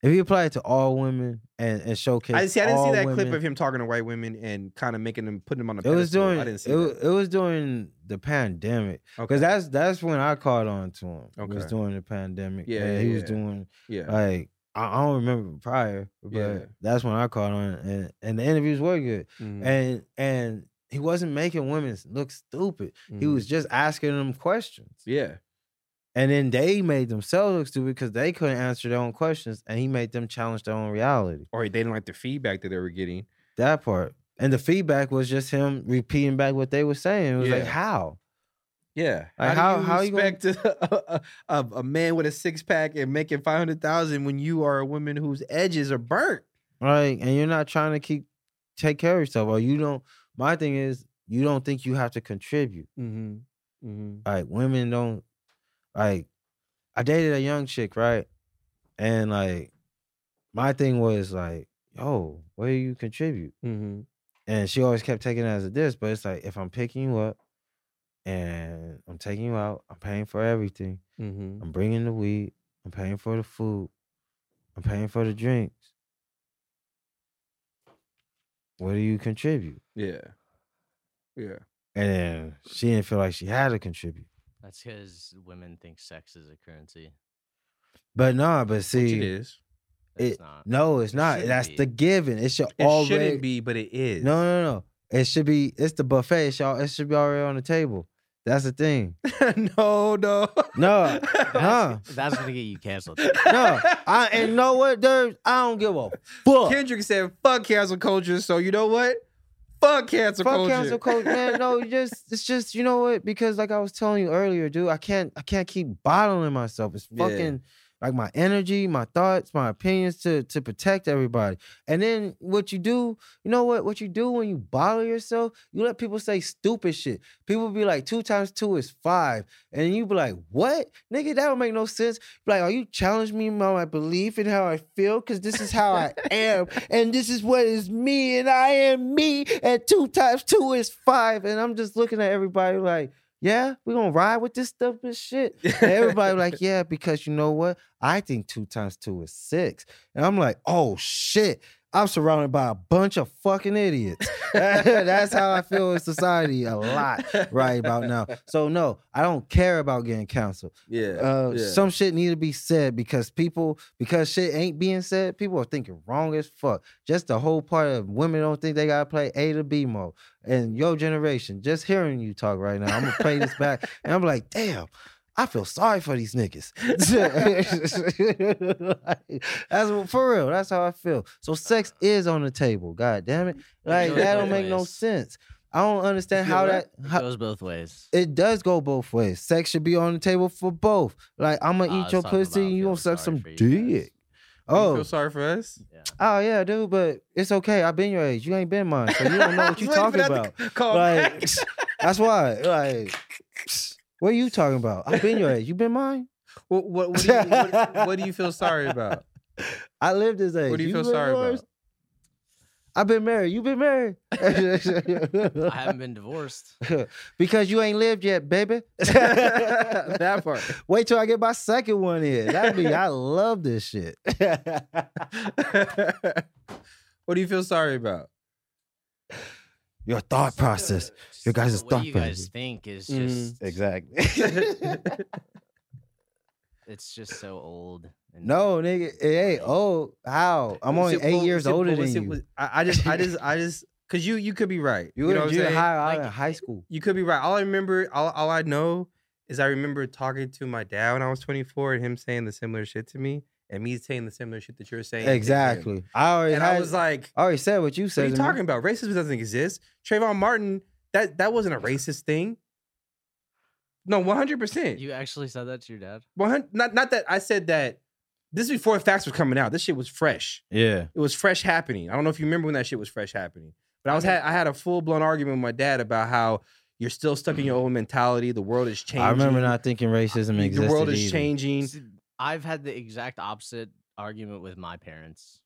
[SPEAKER 1] If you apply it to all women and and showcase,
[SPEAKER 2] I see. I didn't see
[SPEAKER 1] all
[SPEAKER 2] that clip
[SPEAKER 1] women-
[SPEAKER 2] of him talking to white women and kind of making them putting them on a
[SPEAKER 1] It was
[SPEAKER 2] pedestal.
[SPEAKER 1] during
[SPEAKER 2] I didn't see
[SPEAKER 1] it, wa-
[SPEAKER 2] that.
[SPEAKER 1] it was during the pandemic
[SPEAKER 2] Okay.
[SPEAKER 1] because that's that's when I caught on to him. It was
[SPEAKER 2] Okay.
[SPEAKER 1] during the pandemic.
[SPEAKER 2] Yeah,
[SPEAKER 1] and
[SPEAKER 2] yeah,
[SPEAKER 1] he was
[SPEAKER 2] yeah.
[SPEAKER 1] doing
[SPEAKER 2] yeah.
[SPEAKER 1] like I, I don't remember prior, but
[SPEAKER 2] Yeah.
[SPEAKER 1] that's when I caught on, and and the interviews were good,
[SPEAKER 2] Mm-hmm. Mm.
[SPEAKER 1] and and he wasn't making women look stupid. He
[SPEAKER 2] Mm.
[SPEAKER 1] was just asking them questions,
[SPEAKER 2] Mm-hmm. Yeah.
[SPEAKER 1] and then they made themselves look stupid because they couldn't answer their own questions, and he made them challenge their own reality.
[SPEAKER 2] Or they didn't like the feedback that they were getting.
[SPEAKER 1] That part. And the feedback was just him repeating back what they were saying. It was like,
[SPEAKER 2] Yeah.
[SPEAKER 1] how?
[SPEAKER 2] Yeah.
[SPEAKER 1] Like, how-
[SPEAKER 2] do
[SPEAKER 1] how you
[SPEAKER 2] you
[SPEAKER 1] gonna-
[SPEAKER 2] expect a, a, a man with a six pack and making five hundred thousand when you are a woman whose edges are burnt?
[SPEAKER 1] Right. And you're not trying to keep take care of yourself. Or you don't my thing is you don't think you have to contribute.
[SPEAKER 2] Mm-hmm. Mm-hmm.
[SPEAKER 1] Like women don't like I dated a young chick, right? And like my thing was like, yo, where do you contribute?
[SPEAKER 2] Mm-hmm.
[SPEAKER 1] And she always kept taking it as a diss, but it's like if I'm picking you up and I'm taking you out, I'm paying for everything.
[SPEAKER 2] Mm-hmm.
[SPEAKER 1] I'm bringing the weed. I'm paying for the food. I'm paying for the drinks. What do you contribute?
[SPEAKER 2] Yeah. Yeah.
[SPEAKER 1] And then she didn't feel like she had to contribute.
[SPEAKER 3] That's because women think sex is a currency.
[SPEAKER 1] But nah, but
[SPEAKER 2] Which it
[SPEAKER 1] see,
[SPEAKER 2] is.
[SPEAKER 3] It's
[SPEAKER 1] It-
[SPEAKER 3] not.
[SPEAKER 1] no, it's not.
[SPEAKER 3] shouldn't
[SPEAKER 1] That's
[SPEAKER 3] be.
[SPEAKER 1] the giving. It should
[SPEAKER 2] It
[SPEAKER 1] already
[SPEAKER 2] shouldn't be, but it is.
[SPEAKER 1] No, no, no. It should be. It's the buffet. It should, al- it should be already on the table. That's the thing.
[SPEAKER 2] no, no.
[SPEAKER 1] No, no,
[SPEAKER 3] That's- That's gonna get you canceled.
[SPEAKER 1] no. I and know what, Durs? I don't give a fuck.
[SPEAKER 2] Kendrick said, "Fuck cancel culture." So you know what? Fuck cancel
[SPEAKER 1] Fuck
[SPEAKER 2] culture.
[SPEAKER 1] council coach, man. No, you just it's just you know what? Because like I was telling you earlier, dude, I can't I can't keep bottling myself. It's
[SPEAKER 2] Yeah.
[SPEAKER 1] fucking like my energy, my thoughts, my opinions to to protect everybody. And then what you do, you know what? What you do when you bottle yourself, you let people say stupid shit. People be like, two times two is five, and you be like, what, nigga? That don't make no sense. Like, are you challenging me on my belief and how I feel? Because this is how I am, and this is what is me, and I am me, and two times two is five. And I'm just looking at everybody like, yeah, we're gonna ride with this stuff and shit. And everybody like, yeah, because you know what? I think two times two is six. And I'm like, oh shit. I'm surrounded by a bunch of fucking idiots. That's how I feel in society a lot right about now. So no, I don't care about getting canceled.
[SPEAKER 2] Yeah.
[SPEAKER 1] Uh,
[SPEAKER 2] yeah.
[SPEAKER 1] Some shit need to be said because people, because shit ain't being said, people are thinking wrong as fuck. Just the whole part of women don't think they gotta play A to B mode. And your generation, just hearing you talk right now, I'm gonna play this back, and I'm like, damn. I feel sorry for these niggas. Like, that's what- for real. That's how I feel. So sex
[SPEAKER 2] Uh.
[SPEAKER 1] is on the table. God damn it! Like
[SPEAKER 3] goes
[SPEAKER 1] that
[SPEAKER 3] both
[SPEAKER 1] don't make no
[SPEAKER 3] ways.
[SPEAKER 1] sense. I don't understand
[SPEAKER 2] feel
[SPEAKER 1] how
[SPEAKER 2] that?
[SPEAKER 1] that.
[SPEAKER 3] It
[SPEAKER 1] How,
[SPEAKER 3] goes both ways.
[SPEAKER 1] it does go both ways. Sex should be on the table for both. Like I'm gonna
[SPEAKER 3] Nah,
[SPEAKER 1] eat
[SPEAKER 3] it's
[SPEAKER 1] your
[SPEAKER 3] talking
[SPEAKER 1] pussy
[SPEAKER 3] Uh, about
[SPEAKER 1] and you
[SPEAKER 3] feeling
[SPEAKER 1] gonna suck
[SPEAKER 3] sorry
[SPEAKER 1] some
[SPEAKER 3] for you guys.
[SPEAKER 1] dick.
[SPEAKER 2] you feel
[SPEAKER 1] Oh,
[SPEAKER 2] sorry for us?
[SPEAKER 3] Yeah.
[SPEAKER 1] oh yeah, dude. But it's okay. I've been your age. You ain't been mine, so you don't know what
[SPEAKER 2] I
[SPEAKER 1] you
[SPEAKER 2] was waiting for
[SPEAKER 1] talking
[SPEAKER 2] that to
[SPEAKER 1] about.
[SPEAKER 2] c- Call
[SPEAKER 1] Like
[SPEAKER 2] back.
[SPEAKER 1] that's why. Like what are you talking about? I've been your age. You been mine.
[SPEAKER 2] what, what, what, do you, what, what do you feel sorry about?
[SPEAKER 1] I lived this age.
[SPEAKER 2] What do you feel
[SPEAKER 1] been
[SPEAKER 2] sorry
[SPEAKER 1] yours?
[SPEAKER 2] about?
[SPEAKER 1] I've been married. You been married.
[SPEAKER 3] I haven't been divorced.
[SPEAKER 1] because you ain't lived yet, baby.
[SPEAKER 2] that part.
[SPEAKER 1] Wait till I get my second one in. That'd be I love this shit.
[SPEAKER 2] what do you feel sorry about?
[SPEAKER 1] Your thought process. Your guys'
[SPEAKER 3] what
[SPEAKER 1] thought
[SPEAKER 3] do you guys
[SPEAKER 1] process.
[SPEAKER 3] think is
[SPEAKER 2] Mhm.
[SPEAKER 3] just
[SPEAKER 1] Exactly.
[SPEAKER 3] it's just so old. And
[SPEAKER 1] no, nigga, it ain't
[SPEAKER 3] Right.
[SPEAKER 1] old. How? I'm only
[SPEAKER 2] Simple-
[SPEAKER 1] eight years
[SPEAKER 2] simple-
[SPEAKER 1] older than
[SPEAKER 2] simple-
[SPEAKER 1] you.
[SPEAKER 2] I, I just, I just, I just, because you, you could be right.
[SPEAKER 1] You
[SPEAKER 2] know
[SPEAKER 1] were
[SPEAKER 2] what I'm
[SPEAKER 1] in junior
[SPEAKER 2] saying?
[SPEAKER 1] high, I
[SPEAKER 3] Like,
[SPEAKER 1] was in high school.
[SPEAKER 2] You could be right. All I remember, all, all I know is I remember talking to my dad when I was 24 and him saying the similar shit to me and me saying the similar shit that you're saying. to him.
[SPEAKER 1] Exactly. I already
[SPEAKER 2] And
[SPEAKER 1] had,
[SPEAKER 2] I was like,
[SPEAKER 1] I already said what you
[SPEAKER 2] what are
[SPEAKER 1] said.
[SPEAKER 2] you
[SPEAKER 1] to me.
[SPEAKER 2] talking about? Racism doesn't exist. Trayvon Martin, that, that wasn't a racist thing. No, one hundred percent.
[SPEAKER 3] You actually said that to your dad?
[SPEAKER 2] One hundred. Not not that I said that. This is before facts were coming out. This shit was fresh.
[SPEAKER 4] Yeah.
[SPEAKER 2] It was fresh happening. I don't know if you remember when that shit was fresh happening, but I was
[SPEAKER 3] I
[SPEAKER 2] had I had a full blown argument with my dad about how you're still stuck in your old mentality. The world is changing.
[SPEAKER 1] I remember not thinking racism
[SPEAKER 2] The
[SPEAKER 1] existed.
[SPEAKER 2] world is
[SPEAKER 1] either.
[SPEAKER 2] changing.
[SPEAKER 3] See, I've had the exact opposite argument with my parents.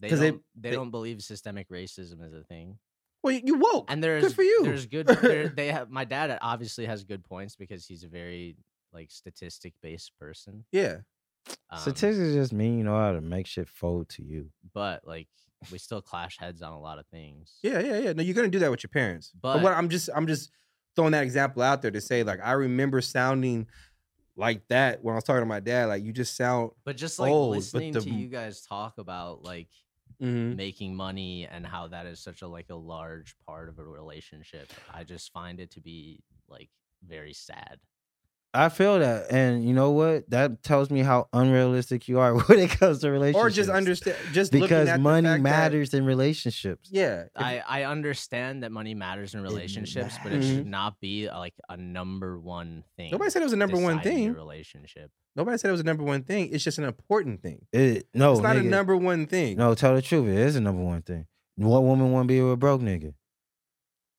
[SPEAKER 3] They
[SPEAKER 2] 'Cause
[SPEAKER 3] don't,
[SPEAKER 2] they-
[SPEAKER 3] they,
[SPEAKER 2] they-
[SPEAKER 3] don't believe systemic racism is a thing.
[SPEAKER 2] Well, you- you woke.
[SPEAKER 3] And there's
[SPEAKER 2] for you.
[SPEAKER 3] There's good. There, they have my dad obviously has good points because he's a very like statistic based person.
[SPEAKER 2] yeah.
[SPEAKER 3] Um,
[SPEAKER 1] Statistics just mean you know how to make shit fold to you.
[SPEAKER 3] but like we still clash heads on a lot of things.
[SPEAKER 2] Yeah, yeah, yeah. No, you're gonna do that with your parents. But,
[SPEAKER 3] But-
[SPEAKER 2] what I'm just I'm just throwing that example out there to say like I remember sounding like that when I was talking to my dad. Like you just sound.
[SPEAKER 3] But just like
[SPEAKER 2] old, but
[SPEAKER 3] listening
[SPEAKER 2] the-
[SPEAKER 3] to you guys talk about like
[SPEAKER 1] Mm-hmm.
[SPEAKER 2] Mm-hmm.
[SPEAKER 3] making money and how that is such a like a large part of a relationship, I just find it to be like very sad.
[SPEAKER 1] I feel that, and you know what? That tells me how unrealistic you are when it comes to relationships.
[SPEAKER 2] Or just understand. Just looking
[SPEAKER 1] because
[SPEAKER 2] at the
[SPEAKER 1] money
[SPEAKER 2] fact that-
[SPEAKER 1] matters in relationships.
[SPEAKER 2] yeah. if-
[SPEAKER 3] I, I understand that money matters in relationships, but it should not be uh, like a number one thing.
[SPEAKER 2] Mm-hmm. Nobody said it was the number one
[SPEAKER 3] deciding your
[SPEAKER 2] thing.
[SPEAKER 3] Relationship.
[SPEAKER 2] Nobody said it was a number one thing. It's just an important thing.
[SPEAKER 1] It, no,
[SPEAKER 2] it's not a
[SPEAKER 1] Oh, nigga.
[SPEAKER 2] number one thing.
[SPEAKER 1] No, tell the truth. It is the number one thing. What woman want to be with a broke nigga?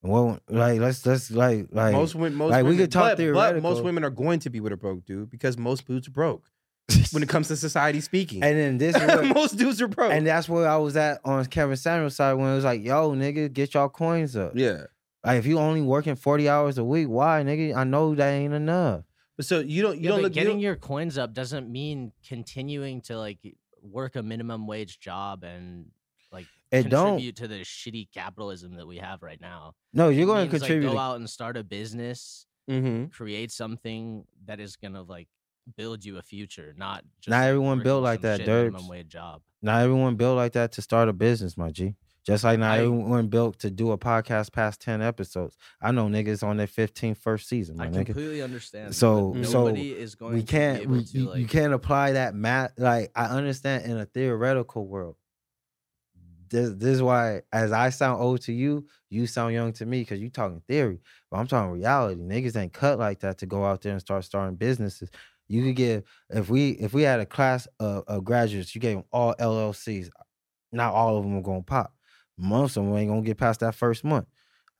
[SPEAKER 1] And What like let's let's like like
[SPEAKER 2] most women, most
[SPEAKER 1] like, we
[SPEAKER 2] women,
[SPEAKER 1] could talk
[SPEAKER 2] but- but, most
[SPEAKER 1] theoretical.
[SPEAKER 2] women are going to be with a broke dude because most dudes are broke when it comes to society speaking.
[SPEAKER 1] and then this is what,
[SPEAKER 2] most dudes are broke.
[SPEAKER 1] and that's where I was at on Kevin Samuel's side when it was like, yo, nigga, get y'all coins up.
[SPEAKER 2] yeah.
[SPEAKER 1] Like if you only working forty hours a week, why, nigga? I know that ain't enough.
[SPEAKER 2] But so you don't you
[SPEAKER 3] Yeah,
[SPEAKER 2] don't
[SPEAKER 3] but
[SPEAKER 2] look you
[SPEAKER 3] getting
[SPEAKER 2] don't-
[SPEAKER 3] your coins up doesn't mean continuing to like work a minimum wage job and like
[SPEAKER 1] It don't.
[SPEAKER 3] contribute to the shitty capitalism that we have right now.
[SPEAKER 1] No, you're
[SPEAKER 3] It
[SPEAKER 1] going
[SPEAKER 3] means,
[SPEAKER 1] to contribute.
[SPEAKER 3] Like, go out and start a business,
[SPEAKER 2] Mhm.
[SPEAKER 3] create something that is gonna like build you a future, not just
[SPEAKER 1] Not
[SPEAKER 3] like,
[SPEAKER 1] everyone
[SPEAKER 3] working
[SPEAKER 1] built like
[SPEAKER 3] some
[SPEAKER 1] that,
[SPEAKER 3] shit minimum
[SPEAKER 1] Derbs.
[SPEAKER 3] wage job.
[SPEAKER 1] not everyone built like that to start a business, my G. Just like not
[SPEAKER 3] I-
[SPEAKER 1] everyone built to do a podcast past ten episodes. I know niggas on their 15th first season, my
[SPEAKER 3] I
[SPEAKER 1] nigga.
[SPEAKER 3] completely understand. but
[SPEAKER 1] So-
[SPEAKER 2] so
[SPEAKER 3] nobody is going
[SPEAKER 1] we
[SPEAKER 3] to be
[SPEAKER 1] can't
[SPEAKER 3] able
[SPEAKER 1] we,
[SPEAKER 3] to,
[SPEAKER 1] you, you
[SPEAKER 3] like-
[SPEAKER 1] can't apply that math like i understand in a theoretical world this, this is why as i sound old to you you sound young to me because you talking theory but i'm talking reality niggas ain't cut like that to go out there and start starting businesses you could give if we if we had a class of, of graduates you gave them all llcs not all of them are gonna pop most of them ain't gonna get past that first month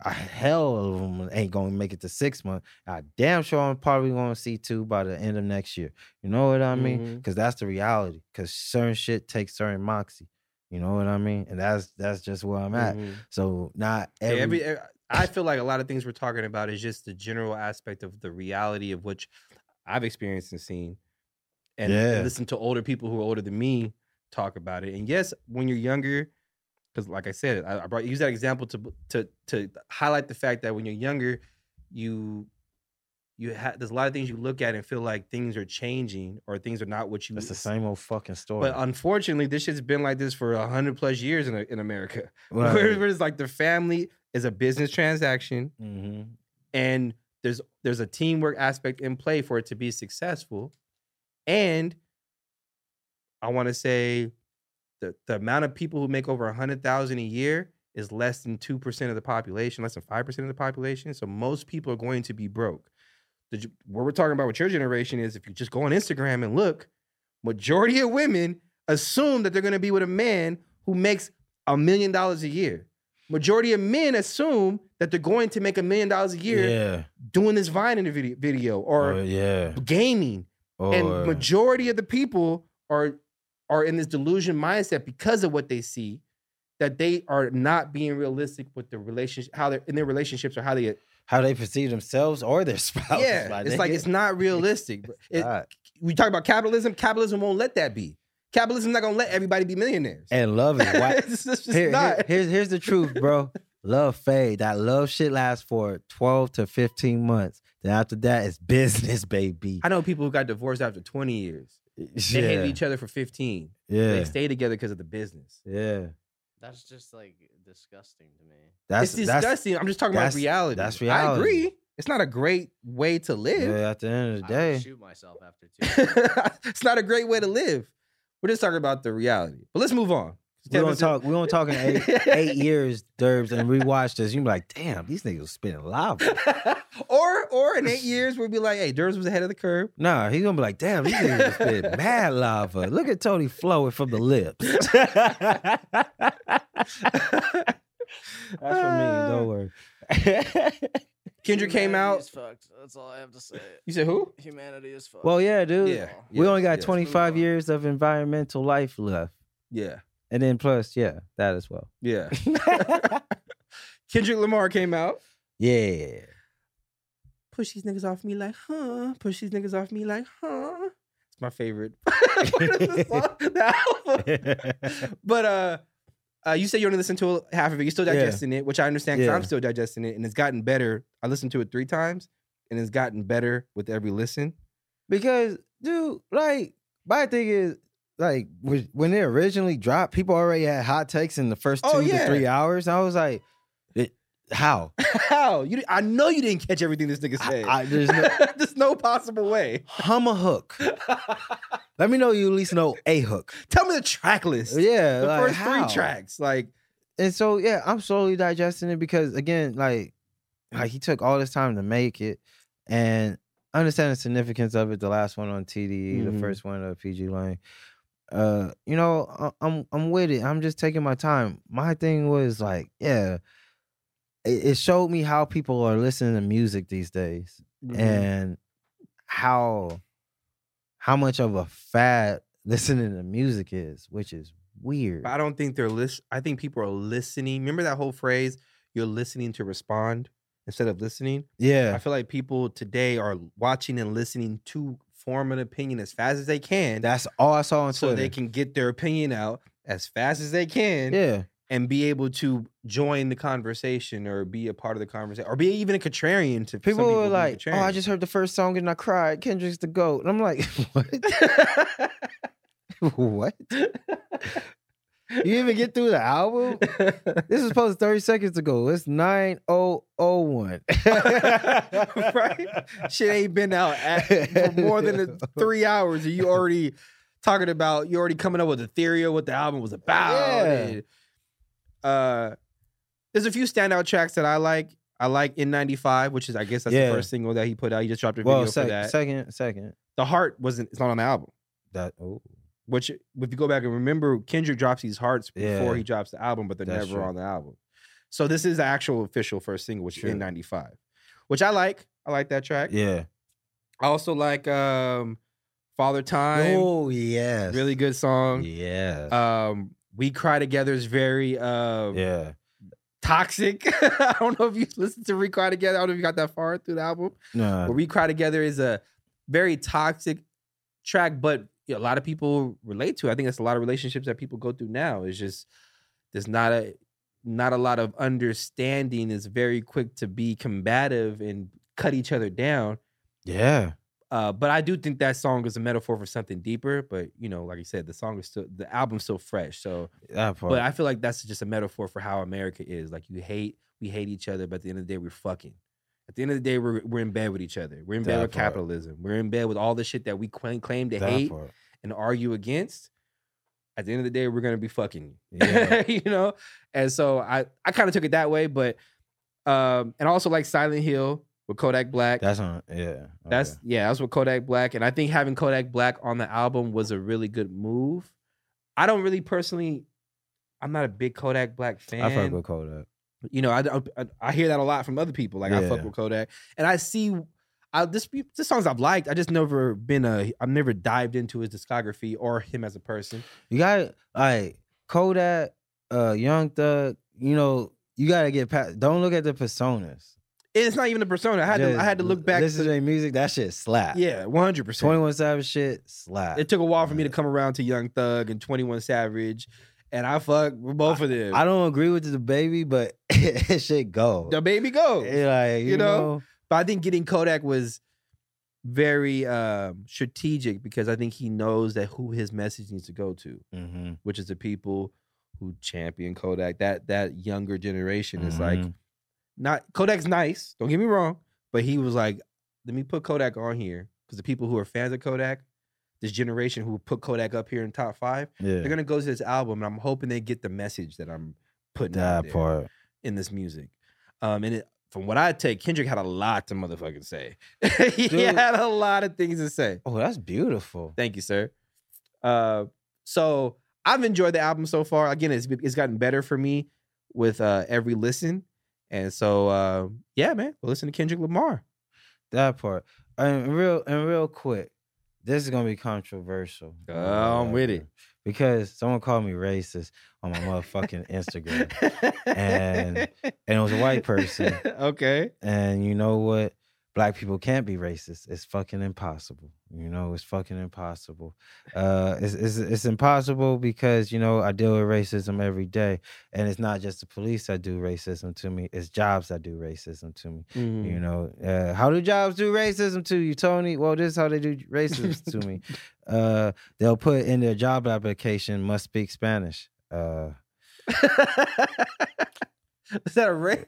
[SPEAKER 1] a hell of them ain't gonna make it to six months I damn sure I'm probably going to see two by the end of next year. You know what I mean?
[SPEAKER 2] Mhm.
[SPEAKER 1] Because that's the reality. Because certain shit takes certain moxie. You know what I mean? And that's that's just where I'm at.
[SPEAKER 2] Mhm.
[SPEAKER 1] So not
[SPEAKER 2] Yeah,
[SPEAKER 1] every,
[SPEAKER 2] every, e- I feel like a lot of things we're talking about is just the general aspect of the reality of which I've experienced and seen, and
[SPEAKER 1] Yeah.
[SPEAKER 2] listen to older people who are older than me talk about it. And yes, when you're younger, because like I said, I, I brought use that example to b- to to highlight the fact that when you're younger, you you have there's a lot of things you look at and feel like things are changing or things are not what you
[SPEAKER 1] it's the
[SPEAKER 2] s-
[SPEAKER 1] same old fucking story.
[SPEAKER 2] But unfortunately, this shit's been like this for a hundred plus years in in America. Where, where it's like the family is a business transaction
[SPEAKER 1] hmm
[SPEAKER 2] and there's there's a teamwork aspect in play for it to be successful. And I want to say the, the amount of people who make over a hundred thousand a year is less than two percent of the population, less than five percent of the population. So most people are going to be broke. The, ge- what we're talking about with your generation is if you just go on Instagram and look, majority of women assume that they're going to be with a man who makes a million dollars a year. Majority of men assume that they're going to make a million dollars a year
[SPEAKER 1] yeah,
[SPEAKER 2] doing this Vine in a video, video
[SPEAKER 1] or,
[SPEAKER 2] or
[SPEAKER 1] yeah,
[SPEAKER 2] gaming.
[SPEAKER 1] or
[SPEAKER 2] And majority of the people are are in this delusion mindset because of what they see, that they are not being realistic with the relationship, how they're in their relationships or how they.
[SPEAKER 1] how they perceive themselves or their spouse.
[SPEAKER 2] yeah,
[SPEAKER 1] my
[SPEAKER 2] it's
[SPEAKER 1] nigga.
[SPEAKER 2] like it's not realistic. It-
[SPEAKER 1] God.
[SPEAKER 2] we talk about capitalism. Capitalism won't let that be. Capitalism's not gonna let everybody be millionaires.
[SPEAKER 1] and love is why.
[SPEAKER 2] it's just, it's just
[SPEAKER 1] Here- here-
[SPEAKER 2] not.
[SPEAKER 1] here's here's the truth, bro. love fade. That love shit lasts for twelve to fifteen months. Then after that, it's business, baby.
[SPEAKER 2] I know people who got divorced after 20 years. They hated each other for 15. They
[SPEAKER 1] Yeah.
[SPEAKER 2] stayed together because of the business.
[SPEAKER 1] Yeah.
[SPEAKER 3] That's just like disgusting to me.
[SPEAKER 1] That's
[SPEAKER 2] it's disgusting. I'm just talking about
[SPEAKER 1] that's-
[SPEAKER 2] reality.
[SPEAKER 1] that's
[SPEAKER 2] I
[SPEAKER 1] reality.
[SPEAKER 2] agree. It's not a great way to
[SPEAKER 1] That's,
[SPEAKER 2] live.
[SPEAKER 1] yeah, at the end of
[SPEAKER 2] Ah,
[SPEAKER 1] the
[SPEAKER 3] I would
[SPEAKER 1] day.
[SPEAKER 3] shoot myself after two.
[SPEAKER 2] it's not a great way to live. We're just talking about the reality. But let's move on.
[SPEAKER 1] We
[SPEAKER 2] Kevin
[SPEAKER 1] don't
[SPEAKER 2] said-
[SPEAKER 1] talk. We don't talk in eight, eight years, Derbs, and rewatch this. You be like, damn, these niggas spitting lava.
[SPEAKER 2] or or in eight years we'll be like, hey, Durs was ahead of the curve.
[SPEAKER 1] Nah, he's gonna be like, damn, these niggas spitting mad lava. Look at Tony flowing from the lips. That's for me.
[SPEAKER 2] Ah.
[SPEAKER 1] Don't worry.
[SPEAKER 2] Kendrick came out.
[SPEAKER 3] fucked. That's all I have to say.
[SPEAKER 2] You said who?
[SPEAKER 3] Humanity is fucked.
[SPEAKER 1] well, yeah, dude.
[SPEAKER 2] Yeah.
[SPEAKER 1] we only got
[SPEAKER 2] yes.
[SPEAKER 1] 25
[SPEAKER 3] on.
[SPEAKER 1] years of environmental life left.
[SPEAKER 2] Yeah.
[SPEAKER 1] And then plus, yeah, that as well.
[SPEAKER 2] Yeah. Kendrick Lamar came out.
[SPEAKER 1] Yeah.
[SPEAKER 2] Push these niggas off me like, huh? Push these niggas off me like, huh? It's my favorite. What is the song? The album. But uh, uh, you said you only listened to half of it. You're still
[SPEAKER 1] Yeah.
[SPEAKER 2] digesting it, which I understand because
[SPEAKER 1] Yeah.
[SPEAKER 2] I'm still digesting it, and it's gotten better. I listened to it three times, and it's gotten better with every listen.
[SPEAKER 1] because, dude, like, my thing is, like, was- when they originally dropped, people already had hot takes in the first two
[SPEAKER 2] Oh,
[SPEAKER 1] to
[SPEAKER 2] yeah.
[SPEAKER 1] three hours. I was like, it, how?
[SPEAKER 2] How you? di- I know you didn't catch everything this nigga
[SPEAKER 1] I,
[SPEAKER 2] said.
[SPEAKER 1] I, there's no
[SPEAKER 2] There's no possible way.
[SPEAKER 1] hum a hook. Let me know you at least know a hook.
[SPEAKER 2] Tell me the track list.
[SPEAKER 1] Yeah,
[SPEAKER 2] the
[SPEAKER 1] like,
[SPEAKER 2] first
[SPEAKER 1] how?
[SPEAKER 2] three tracks. Like,
[SPEAKER 1] and so yeah, I'm slowly digesting it because again, like, like he took all this time to make it, and I understand the significance of it. The last one on TDE, the
[SPEAKER 2] Mhm.
[SPEAKER 1] first one of PG Lane. Uh, you know, I- I'm I'm with it. I'm just taking my time. My thing was like, yeah, it, it showed me how people are listening to music these days
[SPEAKER 2] Mm-hmm.
[SPEAKER 1] and how how much of a fad listening to music is, which is weird.
[SPEAKER 2] But I don't think they're list. I think people are listening. Remember that whole phrase? You're listening to respond instead of listening. I
[SPEAKER 1] Yeah,
[SPEAKER 2] feel like people today are watching and listening to form an opinion as fast as they can,
[SPEAKER 1] that's all I saw on
[SPEAKER 2] so
[SPEAKER 1] Twitter.
[SPEAKER 2] they can get their opinion out as fast as they can,
[SPEAKER 1] Yeah,
[SPEAKER 2] and be able to join the conversation or be a part of the conversation or be even a contrarian to some
[SPEAKER 1] people were
[SPEAKER 2] being
[SPEAKER 1] like, "Oh, I
[SPEAKER 2] contrarian."
[SPEAKER 1] just heard the first song and I cried. Kendrick's the goat." And I'm like, "What? what? You even get through the album? This was posted 30 seconds ago. It's 9001.
[SPEAKER 2] right? Shit ain't been out at, for more than a- three hours, and you already talking about you already coming up with a theory of what the album was about.
[SPEAKER 1] Yeah.
[SPEAKER 2] and, uh, there's a few standout tracks that I like. I like N95, which is I guess that's
[SPEAKER 1] Yeah.
[SPEAKER 2] the first single that he put out. He just dropped a video
[SPEAKER 1] Well,
[SPEAKER 2] for
[SPEAKER 1] sec-
[SPEAKER 2] that.
[SPEAKER 1] second, second.
[SPEAKER 2] the Heart wasn't. It's not on the album.
[SPEAKER 1] That oh,
[SPEAKER 2] Which, if you go back and remember, Kendrick drops these hearts before
[SPEAKER 1] Yeah.
[SPEAKER 2] he drops the album, but they're
[SPEAKER 1] That's
[SPEAKER 2] never
[SPEAKER 1] true.
[SPEAKER 2] on the album. So this is the actual official first single, which
[SPEAKER 1] True.
[SPEAKER 2] is in '95, which I like. I like that track.
[SPEAKER 1] yeah.
[SPEAKER 2] I also like um Father Time.
[SPEAKER 1] oh yes,
[SPEAKER 2] Really good song.
[SPEAKER 1] Yes.
[SPEAKER 2] Um We Cry Together is very um
[SPEAKER 1] yeah.
[SPEAKER 2] toxic. I don't know if you listened to We Cry Together. I don't know if you got that far through the album.
[SPEAKER 1] No.
[SPEAKER 2] But We Cry Together is a very toxic track, but a lot of people relate to. it. I think that's a lot of relationships that people go through now. It's just there's not a not a lot of understanding. It's very quick to be combative and cut each other down.
[SPEAKER 1] Yeah.
[SPEAKER 2] Uh, but I do think that song is a metaphor for something deeper. But you know, like you said, the song is still the album's still fresh. So,
[SPEAKER 1] That part.
[SPEAKER 2] but I feel like that's just a metaphor for how America is. Like you hate, we hate each other, but at the end of the day, we're fucking. At the end of the day, we're we're in bed with each other. We're in bed
[SPEAKER 1] That
[SPEAKER 2] with
[SPEAKER 1] part.
[SPEAKER 2] capitalism. We're in bed with all the shit that we claim, claim to
[SPEAKER 1] that
[SPEAKER 2] hate
[SPEAKER 1] part.
[SPEAKER 2] and argue against. At the end of the day, we're gonna be fucking you.
[SPEAKER 1] Yeah.
[SPEAKER 2] you know? And so I I kind of took it that way, but um, and I also like Silent Hill with Kodak Black.
[SPEAKER 1] That's on. Yeah.
[SPEAKER 2] That's
[SPEAKER 1] okay.
[SPEAKER 2] yeah, that's with Kodak Black, and I think having Kodak Black on the album was a really good move. I don't really personally, I'm not a big Kodak Black fan.
[SPEAKER 1] I fuck with Kodak.
[SPEAKER 2] you know, I, I I hear that a lot from other people. Like I fuck
[SPEAKER 1] Yeah.
[SPEAKER 2] with Kodak, and I see, I this the songs I've liked. I just never been a, I've never dived into his discography or him as a person.
[SPEAKER 1] You got like Kodak, uh, Young Thug. You know, you gotta get past. Don't look at the personas.
[SPEAKER 2] And it's not even a persona. I had to I had to
[SPEAKER 1] Just
[SPEAKER 2] look back.
[SPEAKER 1] Listen
[SPEAKER 2] To,
[SPEAKER 1] to their music. That shit slap.
[SPEAKER 2] yeah, 100. percent
[SPEAKER 1] Twenty One Savage shit slap.
[SPEAKER 2] It took a while for me to come around to Young Thug and 21 Savage, and I fuck with both of them.
[SPEAKER 1] I don't agree with the baby, but it shit go.
[SPEAKER 2] the baby go.
[SPEAKER 1] It like you,
[SPEAKER 2] You
[SPEAKER 1] know,
[SPEAKER 2] know? But I think getting Kodak was very um, strategic because I think he knows that who his message needs to go to,
[SPEAKER 1] Mhm,
[SPEAKER 2] which is the people who champion Kodak. That that younger generation is like
[SPEAKER 1] mhm.
[SPEAKER 2] not Kodak's nice. Don't get me wrong, but he was like, let me put Kodak on here because the people who are fans of Kodak, this generation who put Kodak up here in top five, they're
[SPEAKER 1] Yeah.
[SPEAKER 2] gonna go to this album, and I'm hoping they get the message that I'm putting
[SPEAKER 1] That
[SPEAKER 2] out there
[SPEAKER 1] part.
[SPEAKER 2] in this music. Um, and it, from what I take, Kendrick had a lot to motherfucking say. he
[SPEAKER 1] Dude.
[SPEAKER 2] had a lot of things to say.
[SPEAKER 1] Oh, that's beautiful.
[SPEAKER 2] Thank you, sir. Uh, so I've enjoyed the album so far. Again, it's it's gotten better for me with uh, every listen, and so uh, yeah, man, we'll listen to Kendrick Lamar.
[SPEAKER 1] That part. And real and real quick, this is gonna be controversial.
[SPEAKER 2] Oh, I'm with it.
[SPEAKER 1] Because someone called me racist on my motherfucking Instagram. And- And it was a white person.
[SPEAKER 2] okay.
[SPEAKER 1] And you know what? Black people can't be racist. It's fucking impossible. You know, it's fucking impossible. Uh, it's, it's it's impossible because you know I deal with racism every day, and it's not just the police that do racism to me. It's jobs that do racism to me.
[SPEAKER 2] Mm.
[SPEAKER 1] You know, uh, how do jobs do racism to you, Tony? Well, this is how they do racism to me. Uh, they'll put in their job application must speak Spanish. Uh,
[SPEAKER 2] Is that a race?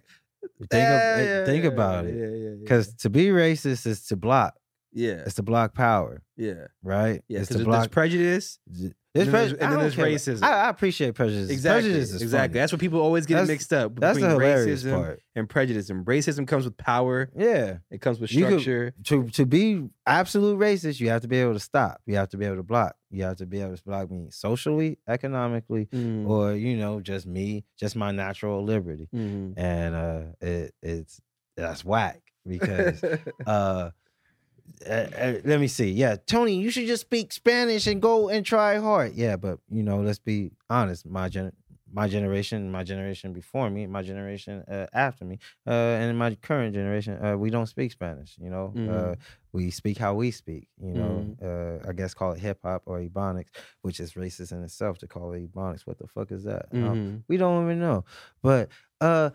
[SPEAKER 1] think, of, think about it.
[SPEAKER 2] Yeah, yeah, yeah.
[SPEAKER 1] Because to be racist is to block.
[SPEAKER 2] yeah,
[SPEAKER 1] It's to block power,
[SPEAKER 2] yeah,
[SPEAKER 1] right?
[SPEAKER 2] yeah.
[SPEAKER 1] it's
[SPEAKER 2] Because
[SPEAKER 1] to
[SPEAKER 2] there's
[SPEAKER 1] block.
[SPEAKER 2] prejudice.
[SPEAKER 1] There's
[SPEAKER 2] then there's-
[SPEAKER 1] prejudice.
[SPEAKER 2] and then there's racism.
[SPEAKER 1] I, I appreciate prejudice.
[SPEAKER 2] Exactly.
[SPEAKER 1] Prejudice is
[SPEAKER 2] exactly.
[SPEAKER 1] funny.
[SPEAKER 2] That's what people always get it
[SPEAKER 1] That's-
[SPEAKER 2] mixed up
[SPEAKER 1] That's,
[SPEAKER 2] between
[SPEAKER 1] the hilarious
[SPEAKER 2] racism
[SPEAKER 1] part.
[SPEAKER 2] and prejudice. And racism comes with power.
[SPEAKER 1] Yeah.
[SPEAKER 2] It comes with
[SPEAKER 1] You could-
[SPEAKER 2] structure.
[SPEAKER 1] To to be absolute racist, you have to be able to stop. You have to be able to block. You have to be able to block me socially, economically,
[SPEAKER 2] Mm,
[SPEAKER 1] or you know, just me, just my natural liberty.
[SPEAKER 2] mhm.
[SPEAKER 1] And uh, it it's that's whack because uh, uh, uh, let me see. Yeah, Tony, you should just speak Spanish and go and try hard. Yeah, but you know, let's be honest. My gen, my generation, my generation before me, my generation uh, after me, uh, and my current generation, uh, we don't speak Spanish. You know, uh,
[SPEAKER 2] Mhm.
[SPEAKER 1] we speak how we speak. You know, uh, I guess call it hip hop or ebonics, which is racist in itself to call it ebonics. What the fuck is that? Um,
[SPEAKER 2] Mhm.
[SPEAKER 1] we don't even know. But uh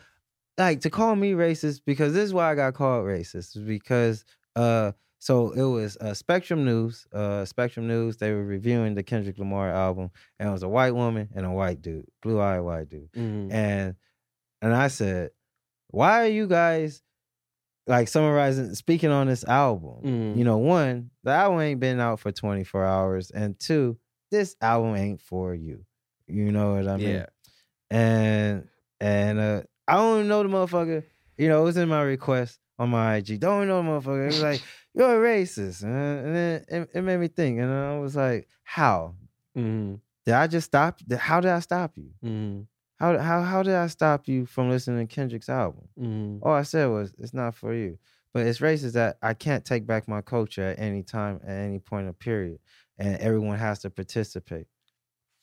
[SPEAKER 1] like to call me racist because this is why I got called racist is because uh so it was uh, Spectrum News, uh Spectrum News, they were reviewing the Kendrick Lamar album and it was a white woman and a white dude, blue-eyed white dude.
[SPEAKER 2] Mhm.
[SPEAKER 1] And and I said, "Why are you guys like summarizing speaking on this album?"
[SPEAKER 2] Mhm.
[SPEAKER 1] You know, one, the album ain't been out for 24 hours and two, this album ain't for you. You know what I mean?
[SPEAKER 2] yeah.
[SPEAKER 1] and and uh, I don't even know the motherfucker. You know, it was in my request on my IG. Don't even know the motherfucker. It was like, you're a racist. And, and then it, it made me think. And I was like, how?
[SPEAKER 2] Mhm.
[SPEAKER 1] Did I just stop? did- How did I stop you?
[SPEAKER 2] Mhm.
[SPEAKER 1] How, how, how did I stop you from listening to Kendrick's album?
[SPEAKER 2] Mhm.
[SPEAKER 1] All I said was, it's not for you. But it's racist that I can't take back my culture at any time, at any point of period. And everyone has to participate.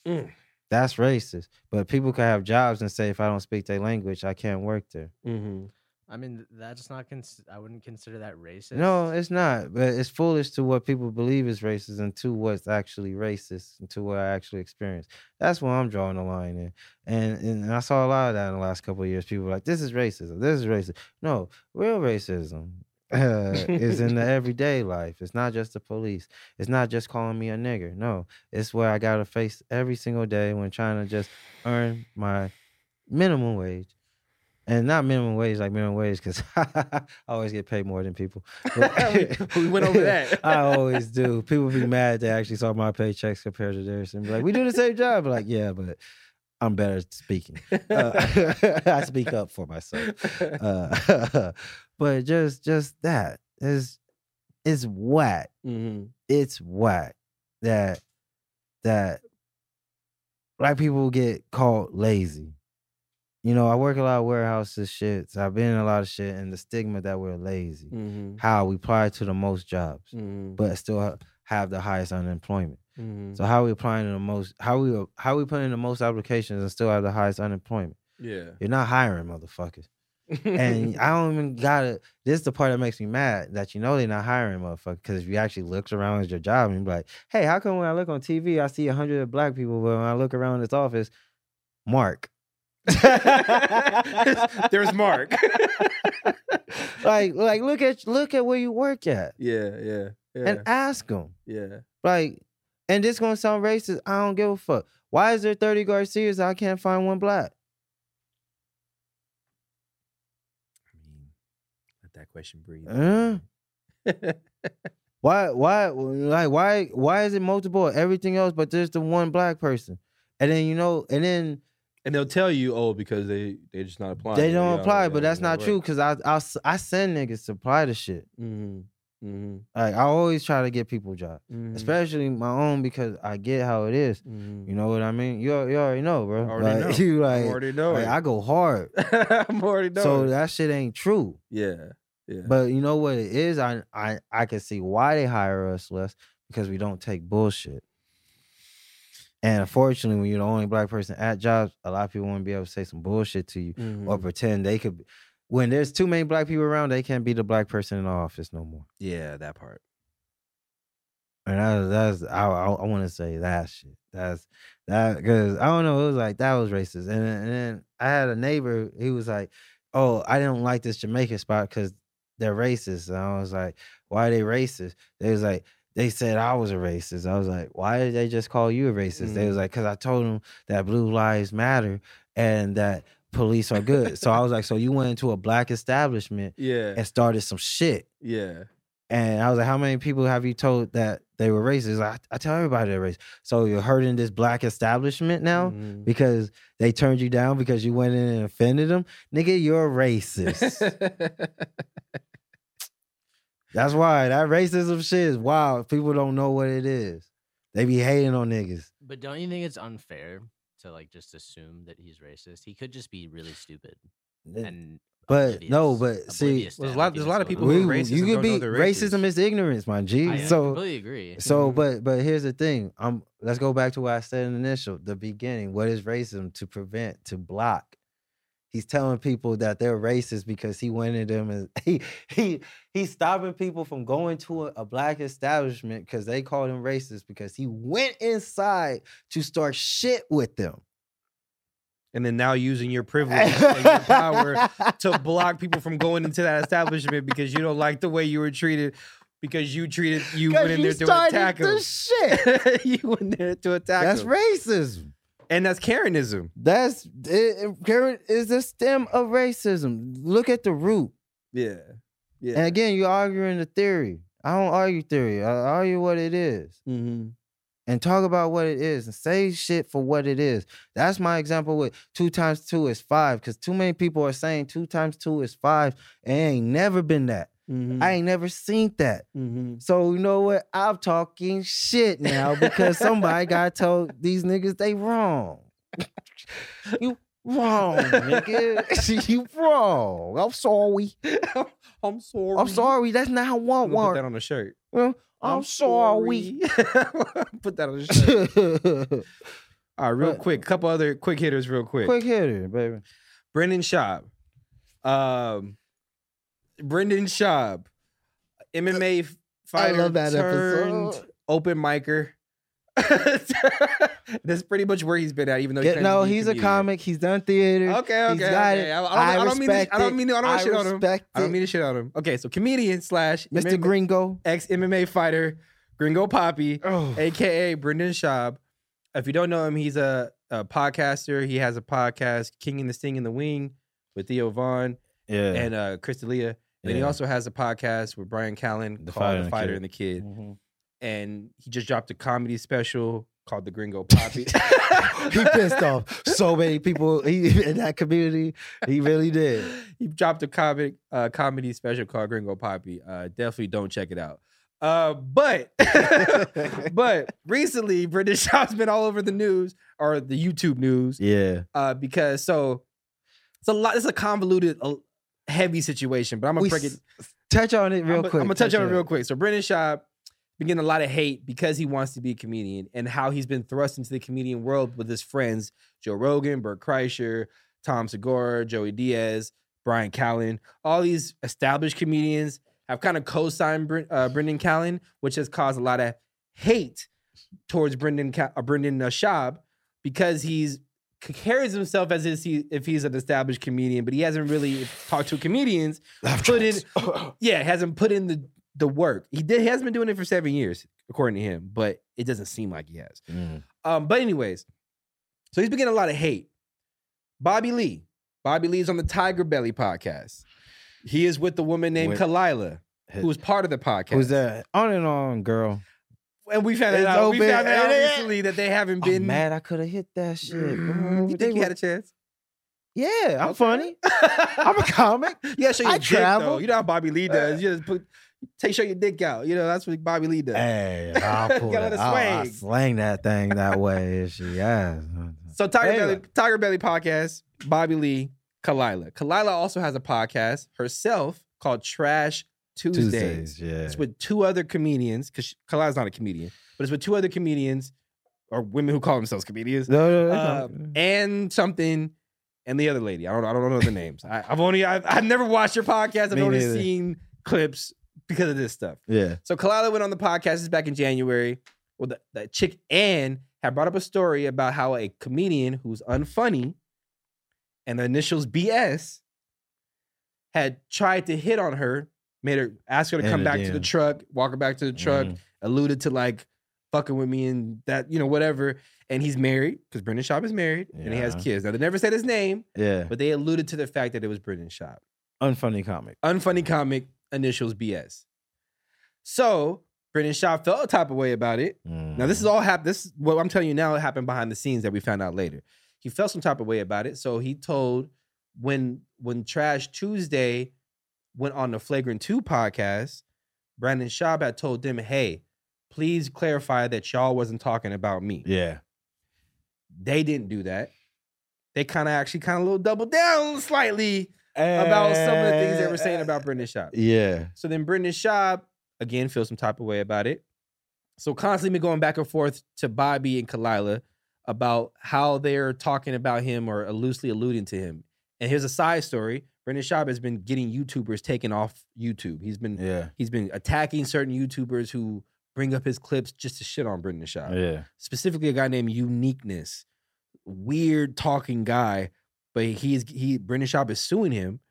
[SPEAKER 2] Mm.
[SPEAKER 1] That's racist. But people could have jobs and say, if I don't speak their language, I can't work there.
[SPEAKER 2] Mhm.
[SPEAKER 3] I mean, th- that's not. Cons- I wouldn't consider that racist.
[SPEAKER 1] No, it's not. But it's foolish to what people believe is racist and to what's actually racist and to what I actually experienced. That's where I'm drawing the line in. And and I saw a lot of that in the last couple of years. People were like, this is racism. This is racist. No, real racism uh, is in the everyday life. It's not just the police. It's not just calling me a nigger. No, it's where I gotta face every single day when trying to just earn my minimum wage. And not minimum wage, like minimum wage, because I always get paid more than people. But-
[SPEAKER 2] we, we went over that.
[SPEAKER 1] I always do. People be mad they actually saw my paychecks compared to theirs and be like, we do the same job. Like, yeah, but I'm better at speaking. Uh, I speak up for myself uh, but just just that is it's whack.
[SPEAKER 2] Mhm.
[SPEAKER 1] It's whack that that black people get called lazy. You know, I work a lot of warehouses, shit. So I've been in a lot of shit, and the stigma that we're lazy,
[SPEAKER 2] Mhm.
[SPEAKER 1] how we apply to the most jobs,
[SPEAKER 2] Mhm.
[SPEAKER 1] but still ha- have the highest unemployment.
[SPEAKER 2] Mhm.
[SPEAKER 1] So how we applying to the most? How we how we putting in the most applications and still have the highest unemployment?
[SPEAKER 2] Yeah.
[SPEAKER 1] You're not hiring, motherfuckers
[SPEAKER 2] Mm-hmm.
[SPEAKER 1] and I don't even gotta. This is the part that makes me mad that you know they're not hiring, motherfucker. Because if you actually looked around at your job and be like, "Hey, how come when I look on TV I see a hundred black people, but when I look around this office, Mark."
[SPEAKER 2] There's Mark.
[SPEAKER 1] like, like look at look at where you work at
[SPEAKER 2] yeah, yeah, yeah,
[SPEAKER 1] and ask them.
[SPEAKER 2] yeah.
[SPEAKER 1] Like, and this gonna sound racist. I don't give a fuck. Why is there thirty Garcias? I can't find one black.
[SPEAKER 2] I mean, let that question breathe.
[SPEAKER 1] Uh, Huh? Why why like why why is it multiple of everything else but there's the one black person? And then you know, and then
[SPEAKER 2] And they'll tell you, oh, because they they just not applying.
[SPEAKER 1] they don't apply, but that's not true because I, I s- I send niggas to apply to shit.
[SPEAKER 2] Mm-hmm. Mm-hmm.
[SPEAKER 1] Like I always try to get people jobs, especially my own because I get how it is.
[SPEAKER 2] Mm-hmm.
[SPEAKER 1] You know what I mean? You al- you already know, bro.
[SPEAKER 2] I already
[SPEAKER 1] Like,
[SPEAKER 2] know.
[SPEAKER 1] You
[SPEAKER 2] I
[SPEAKER 1] like,
[SPEAKER 2] already know.
[SPEAKER 1] like,
[SPEAKER 2] it.
[SPEAKER 1] I go hard,
[SPEAKER 2] I'm already know.
[SPEAKER 1] so
[SPEAKER 2] it.
[SPEAKER 1] that shit ain't true.
[SPEAKER 2] yeah, yeah.
[SPEAKER 1] But you know what it is? I I I can see why they hire us less because we don't take bullshit. And unfortunately, when you're the only black person at jobs, a lot of people won't be able to say some bullshit to you or
[SPEAKER 2] Mhm.
[SPEAKER 1] pretend they could. When there's too many black people around, they can't be the black person in the office no more.
[SPEAKER 2] yeah, that part.
[SPEAKER 1] And that, that's I I, I want to say that shit. That's that because I don't know. It was like that was racist. And then, and then I had a neighbor. He was like, "Oh, I didn't like this Jamaican spot because they're racist." And I was like, "Why are they racist?" They was like. They said I was a racist. I was like, why did they just call you a racist? They was like, because I told them that blue lives matter and that police are good. so I was like, so you went into a black establishment
[SPEAKER 2] Yeah,
[SPEAKER 1] and started some shit.
[SPEAKER 2] yeah.
[SPEAKER 1] And I was like, how many people have you told that they were racist? He's Like, I, I tell everybody they're racist. So you're hurting this black establishment now
[SPEAKER 2] Mhm.
[SPEAKER 1] because they turned you down because you went in and offended them? Nigga, you're racist. That's why that racism shit is wild. People don't know what it is. They be hating on niggas.
[SPEAKER 3] But don't you think it's unfair to like just assume that he's racist? He could just be really stupid and
[SPEAKER 1] But no,
[SPEAKER 3] oblivious-
[SPEAKER 1] but see,
[SPEAKER 3] oblivious to
[SPEAKER 2] There's a lot- there's a lot of
[SPEAKER 3] everything
[SPEAKER 2] people
[SPEAKER 3] that's
[SPEAKER 1] we,
[SPEAKER 2] who are
[SPEAKER 3] going
[SPEAKER 2] racist
[SPEAKER 1] you
[SPEAKER 2] and
[SPEAKER 1] could
[SPEAKER 2] don't
[SPEAKER 1] be
[SPEAKER 2] know they're racist.
[SPEAKER 1] racism is ignorance, my G.
[SPEAKER 3] on. I uh,
[SPEAKER 1] so
[SPEAKER 3] completely agree.
[SPEAKER 1] So,
[SPEAKER 2] Mhm.
[SPEAKER 1] but but here's the thing. Um, let's go back to what I said in the initial, the beginning. What is racism? To prevent, to block. He's telling people that they're racist because he went into them and he he he's stopping people from going to a, a black establishment because they called him racist because he went inside to start shit with them.
[SPEAKER 2] and then now using your privilege and your power to block people from going into that establishment because you don't like the way you were treated because you treated you went
[SPEAKER 1] Because
[SPEAKER 2] in
[SPEAKER 1] you
[SPEAKER 2] there to
[SPEAKER 1] started
[SPEAKER 2] attack them.
[SPEAKER 1] the shit.
[SPEAKER 2] you went there to attack
[SPEAKER 1] That's
[SPEAKER 2] them.
[SPEAKER 1] racism.
[SPEAKER 2] and that's Karenism.
[SPEAKER 1] That's it, it- Karen is the stem of racism. Look at the root.
[SPEAKER 2] Yeah, yeah.
[SPEAKER 1] And again, you're arguing the theory. I don't argue theory. I argue what it is
[SPEAKER 2] mm-hmm.
[SPEAKER 1] and talk about what it is and say shit for what it is. That's my example with two times two is five because too many people are saying two times two is five and it ain't never been that. I ain't never seen that.
[SPEAKER 2] mm-hmm.
[SPEAKER 1] So you know what? I'm talking shit now because somebody got told these niggas they wrong. you wrong, nigga. you wrong. I'm sorry.
[SPEAKER 2] I'm sorry.
[SPEAKER 1] I'm sorry. That's not how I
[SPEAKER 2] I'm
[SPEAKER 1] want
[SPEAKER 2] gonna put
[SPEAKER 1] work.
[SPEAKER 2] that on a shirt.
[SPEAKER 1] Well, I'm, sorry.
[SPEAKER 2] put that on a shirt.
[SPEAKER 1] Quick
[SPEAKER 2] All right, real
[SPEAKER 1] But-
[SPEAKER 2] quick. Couple other quick hitters, real quick.
[SPEAKER 1] hitter, baby.
[SPEAKER 2] Brendan Schaub. Um, Brendan Schaub, MMA f-
[SPEAKER 1] I
[SPEAKER 2] fighter
[SPEAKER 1] love that
[SPEAKER 2] turned
[SPEAKER 1] episode.
[SPEAKER 2] open micer. That's pretty much where he's been at, even though
[SPEAKER 1] Yeah,
[SPEAKER 2] he's
[SPEAKER 1] no, he's a comic. He's done theater.
[SPEAKER 2] Okay, okay,
[SPEAKER 1] He's got
[SPEAKER 2] okay.
[SPEAKER 1] it.
[SPEAKER 2] I, I don't,
[SPEAKER 1] I
[SPEAKER 2] I don't mean to,
[SPEAKER 1] respect
[SPEAKER 2] I don't mean to, I don't want
[SPEAKER 1] I
[SPEAKER 2] to shit on him.
[SPEAKER 1] respect
[SPEAKER 2] I don't
[SPEAKER 1] it.
[SPEAKER 2] mean to shit on him. Okay, so comedian slash
[SPEAKER 1] Mr. Gringo.
[SPEAKER 2] ex MMA fighter Gringo Poppy,
[SPEAKER 1] Oh,
[SPEAKER 2] aka Brendan Schaub. If you don't know him, he's a, a podcaster. He has a podcast, King in the Sting in the Wing, with Theo Vaughn
[SPEAKER 1] yeah.
[SPEAKER 2] and uh Chris D'Elia. And he
[SPEAKER 1] Yeah.
[SPEAKER 2] also has a podcast with Brian Callen
[SPEAKER 1] The
[SPEAKER 2] called
[SPEAKER 1] Fighter and
[SPEAKER 2] The
[SPEAKER 1] the Kid.
[SPEAKER 2] Fighter and the Kid.
[SPEAKER 1] Mhm.
[SPEAKER 2] And he just dropped a comedy special called The Gringo Poppy.
[SPEAKER 1] he pissed off so many people he, in that community. He really did.
[SPEAKER 2] he dropped a comic uh, comedy special called Gringo Poppy. Uh, definitely don't check it out. Uh, but but recently, Brendan Schaub's been all over the news or the YouTube news
[SPEAKER 1] Yeah.
[SPEAKER 2] uh, because so it's a lot. It's a convoluted, uh, heavy situation. But I'm gonna
[SPEAKER 1] We
[SPEAKER 2] break it.
[SPEAKER 1] s- touch on it real
[SPEAKER 2] I'm,
[SPEAKER 1] quick.
[SPEAKER 2] I'm gonna touch on it real quick. So Brendan Schaub been getting a lot of hate because he wants to be a comedian and how he's been thrust into the comedian world with his friends Joe Rogan, Burt Kreischer, Tom Segura, Joey Diaz, Brian Callen. All these established comedians have kind of co-signed Bren, uh, Brendan Callen, which has caused a lot of hate towards Brendan Ca- uh, Brendan uh, Schaub because he's carries himself as if, he, if he's an established comedian, but he hasn't really talked to comedians put Oh. in yeah hasn't put in the the work he did he has been doing it for seven years according to him but it doesn't seem like he has
[SPEAKER 1] Mm,
[SPEAKER 2] um but anyways so he's been getting a lot of hate bobby lee bobby lee's on the tiger belly podcast he is with a woman named
[SPEAKER 1] With-
[SPEAKER 2] kalila who was part of the podcast.
[SPEAKER 1] Who's that? On and on, girl.
[SPEAKER 2] And we found it
[SPEAKER 1] It's
[SPEAKER 2] out. We
[SPEAKER 1] open.
[SPEAKER 2] found it out
[SPEAKER 1] Yeah.
[SPEAKER 2] recently that they haven't
[SPEAKER 1] I'm
[SPEAKER 2] been. Mm-hmm.
[SPEAKER 1] mad I could have hit that shit. bro.
[SPEAKER 2] You
[SPEAKER 1] Oh, Mm-hmm. They
[SPEAKER 2] think you
[SPEAKER 1] were-
[SPEAKER 2] had a chance?
[SPEAKER 1] yeah, I'm
[SPEAKER 2] Okay.
[SPEAKER 1] funny. I'm a comic.
[SPEAKER 2] yeah, show your
[SPEAKER 1] I
[SPEAKER 2] dick though.
[SPEAKER 1] travel.
[SPEAKER 2] You know how Bobby Lee does. You just put, take show your dick out. You know that's what Bobby Lee does.
[SPEAKER 1] Hey, I'll pull
[SPEAKER 2] Got a
[SPEAKER 1] that.
[SPEAKER 2] little
[SPEAKER 1] I'll, I'll
[SPEAKER 2] swag.
[SPEAKER 1] slang that thing that way. If she asks.
[SPEAKER 2] So Tiger
[SPEAKER 1] Anyway.
[SPEAKER 2] Belly, Tiger Belly podcast, Bobby Lee, Kalila. Kalila also has a podcast herself called Trash Tuesdays.
[SPEAKER 1] Tuesdays, yeah.
[SPEAKER 2] It's with two other comedians because Kalila's not a comedian, but it's with two other comedians or women who call themselves comedians
[SPEAKER 1] No, no,
[SPEAKER 2] uh,
[SPEAKER 1] that's not-
[SPEAKER 2] and something. And the other lady, I don't, I don't know the names. I, I've only, I've, I've never watched your podcast. I've
[SPEAKER 1] Me
[SPEAKER 2] only
[SPEAKER 1] neither.
[SPEAKER 2] seen clips because of this stuff.
[SPEAKER 1] yeah.
[SPEAKER 2] So Kalila went on the podcast this is back in January. Well, the, the chick Ann had brought up a story about how a comedian who's unfunny and the initials BS had tried to hit on her, made her ask her to
[SPEAKER 1] In
[SPEAKER 2] come
[SPEAKER 1] the
[SPEAKER 2] back to the
[SPEAKER 1] DM.
[SPEAKER 2] truck, walk her back to the truck,
[SPEAKER 1] Mhm.
[SPEAKER 2] alluded to like fucking with me and that, you know, whatever. And he's married because Brendan Schaub is married and he has
[SPEAKER 1] Yeah.
[SPEAKER 2] kids. Now they never said his name,
[SPEAKER 1] Yeah.
[SPEAKER 2] but they alluded to the fact that it was Brendan Schaub
[SPEAKER 1] Unfunny comic.
[SPEAKER 2] unfunny comic, initials BS. So Brendan Shaw felt a type of way about it.
[SPEAKER 1] Mm.
[SPEAKER 2] Now this is all happened. This is what I'm telling you now happened behind the scenes that we found out later. He felt some type of way about it, so he told when when Trash Tuesday went on the Flagrant Two podcast, Brandon Schaub had told them, "Hey, please clarify that y'all wasn't talking about me."
[SPEAKER 1] Yeah.
[SPEAKER 2] They didn't do that. They kind of actually kind of little double down slightly about some of the things they were saying about Brendan Schaub.
[SPEAKER 1] Eh. Yeah.
[SPEAKER 2] So then Brendan Schaub again feels some type of way about it. So constantly been going back and forth to Bobby and Kalila about how they're talking about him or loosely alluding to him. And here's a side story: Brendan Schaub has been getting YouTubers taken off YouTube. He's been
[SPEAKER 1] Yeah.
[SPEAKER 2] he's been attacking certain YouTubers who bring up his clips just to shit on Brendan Schaub
[SPEAKER 1] Yeah.
[SPEAKER 2] specifically a guy named Uniqueness, weird talking guy, but he's he Brendan Schaub is suing him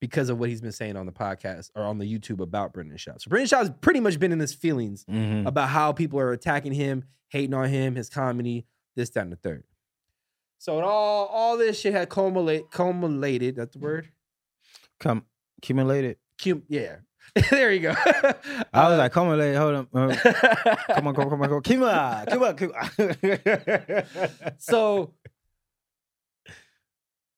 [SPEAKER 2] because of what he's been saying on the podcast or on the YouTube about Brendan Schaub. So Brendan Schaub's pretty much been in his feelings
[SPEAKER 1] Mhm.
[SPEAKER 2] about how people are attacking him, hating on him, his comedy, this, that, and the third. So it all all this shit had cumulate, cumulated. That's the word.
[SPEAKER 1] Come accumulated.
[SPEAKER 2] Cum- yeah, there you go.
[SPEAKER 1] I was
[SPEAKER 2] Uh,
[SPEAKER 1] like, come on, lady, hold on. uh, Come on, come on, come on, come on. Kima, Kima, Kima.
[SPEAKER 2] so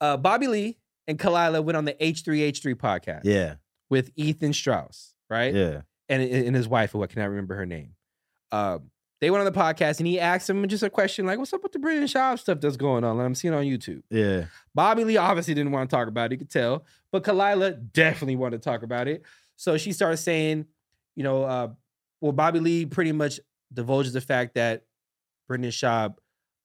[SPEAKER 2] uh, Bobby Lee and Kalila went on the H3H3 podcast
[SPEAKER 1] yeah.
[SPEAKER 2] with Ethan Strauss, right?
[SPEAKER 1] Yeah.
[SPEAKER 2] And, and his wife, who I cannot remember her name. Um, they went on the podcast and he asked him just a question like, what's up with the Brendan Schaub stuff that's going on that I'm seeing on YouTube?
[SPEAKER 1] Yeah.
[SPEAKER 2] Bobby Lee obviously didn't want to talk about it, you could tell, but Kalila definitely wanted to talk about it. So she starts saying, you know, uh, well, Bobby Lee pretty much divulges the fact that Brendan Schaub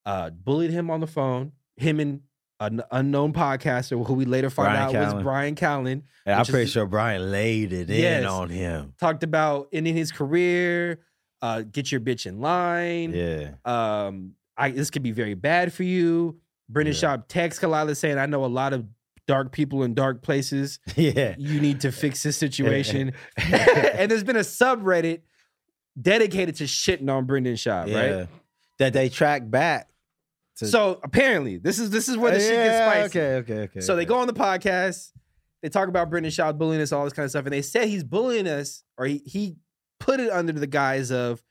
[SPEAKER 2] uh, bullied him on the phone, him and an unknown podcaster who we later find
[SPEAKER 1] Brian
[SPEAKER 2] out was
[SPEAKER 1] Callen.
[SPEAKER 2] Brian Callen,
[SPEAKER 1] Yeah, I'm
[SPEAKER 2] Which is-
[SPEAKER 1] pretty sure Brian laid it
[SPEAKER 2] Yes.
[SPEAKER 1] in on him.
[SPEAKER 2] talked about ending his career, uh, get your bitch in line.
[SPEAKER 1] Yeah.
[SPEAKER 2] um, I this could be very bad for you. Brendan
[SPEAKER 1] Yeah.
[SPEAKER 2] Schaub texts Kalila saying, I know a lot of dark people in dark places.
[SPEAKER 1] Yeah.
[SPEAKER 2] You need to fix this situation. and there's been a subreddit dedicated to shitting on Brendan Schaub, right?
[SPEAKER 1] Yeah. That they track back. to-
[SPEAKER 2] So apparently, this is this is where the shit gets
[SPEAKER 1] Yeah,
[SPEAKER 2] spicy.
[SPEAKER 1] Okay, okay, okay.
[SPEAKER 2] So they
[SPEAKER 1] okay.
[SPEAKER 2] go on the podcast, they talk about Brendan Schaub bullying us, all this kind of stuff, and they said he's bullying us, or he, he put it under the guise of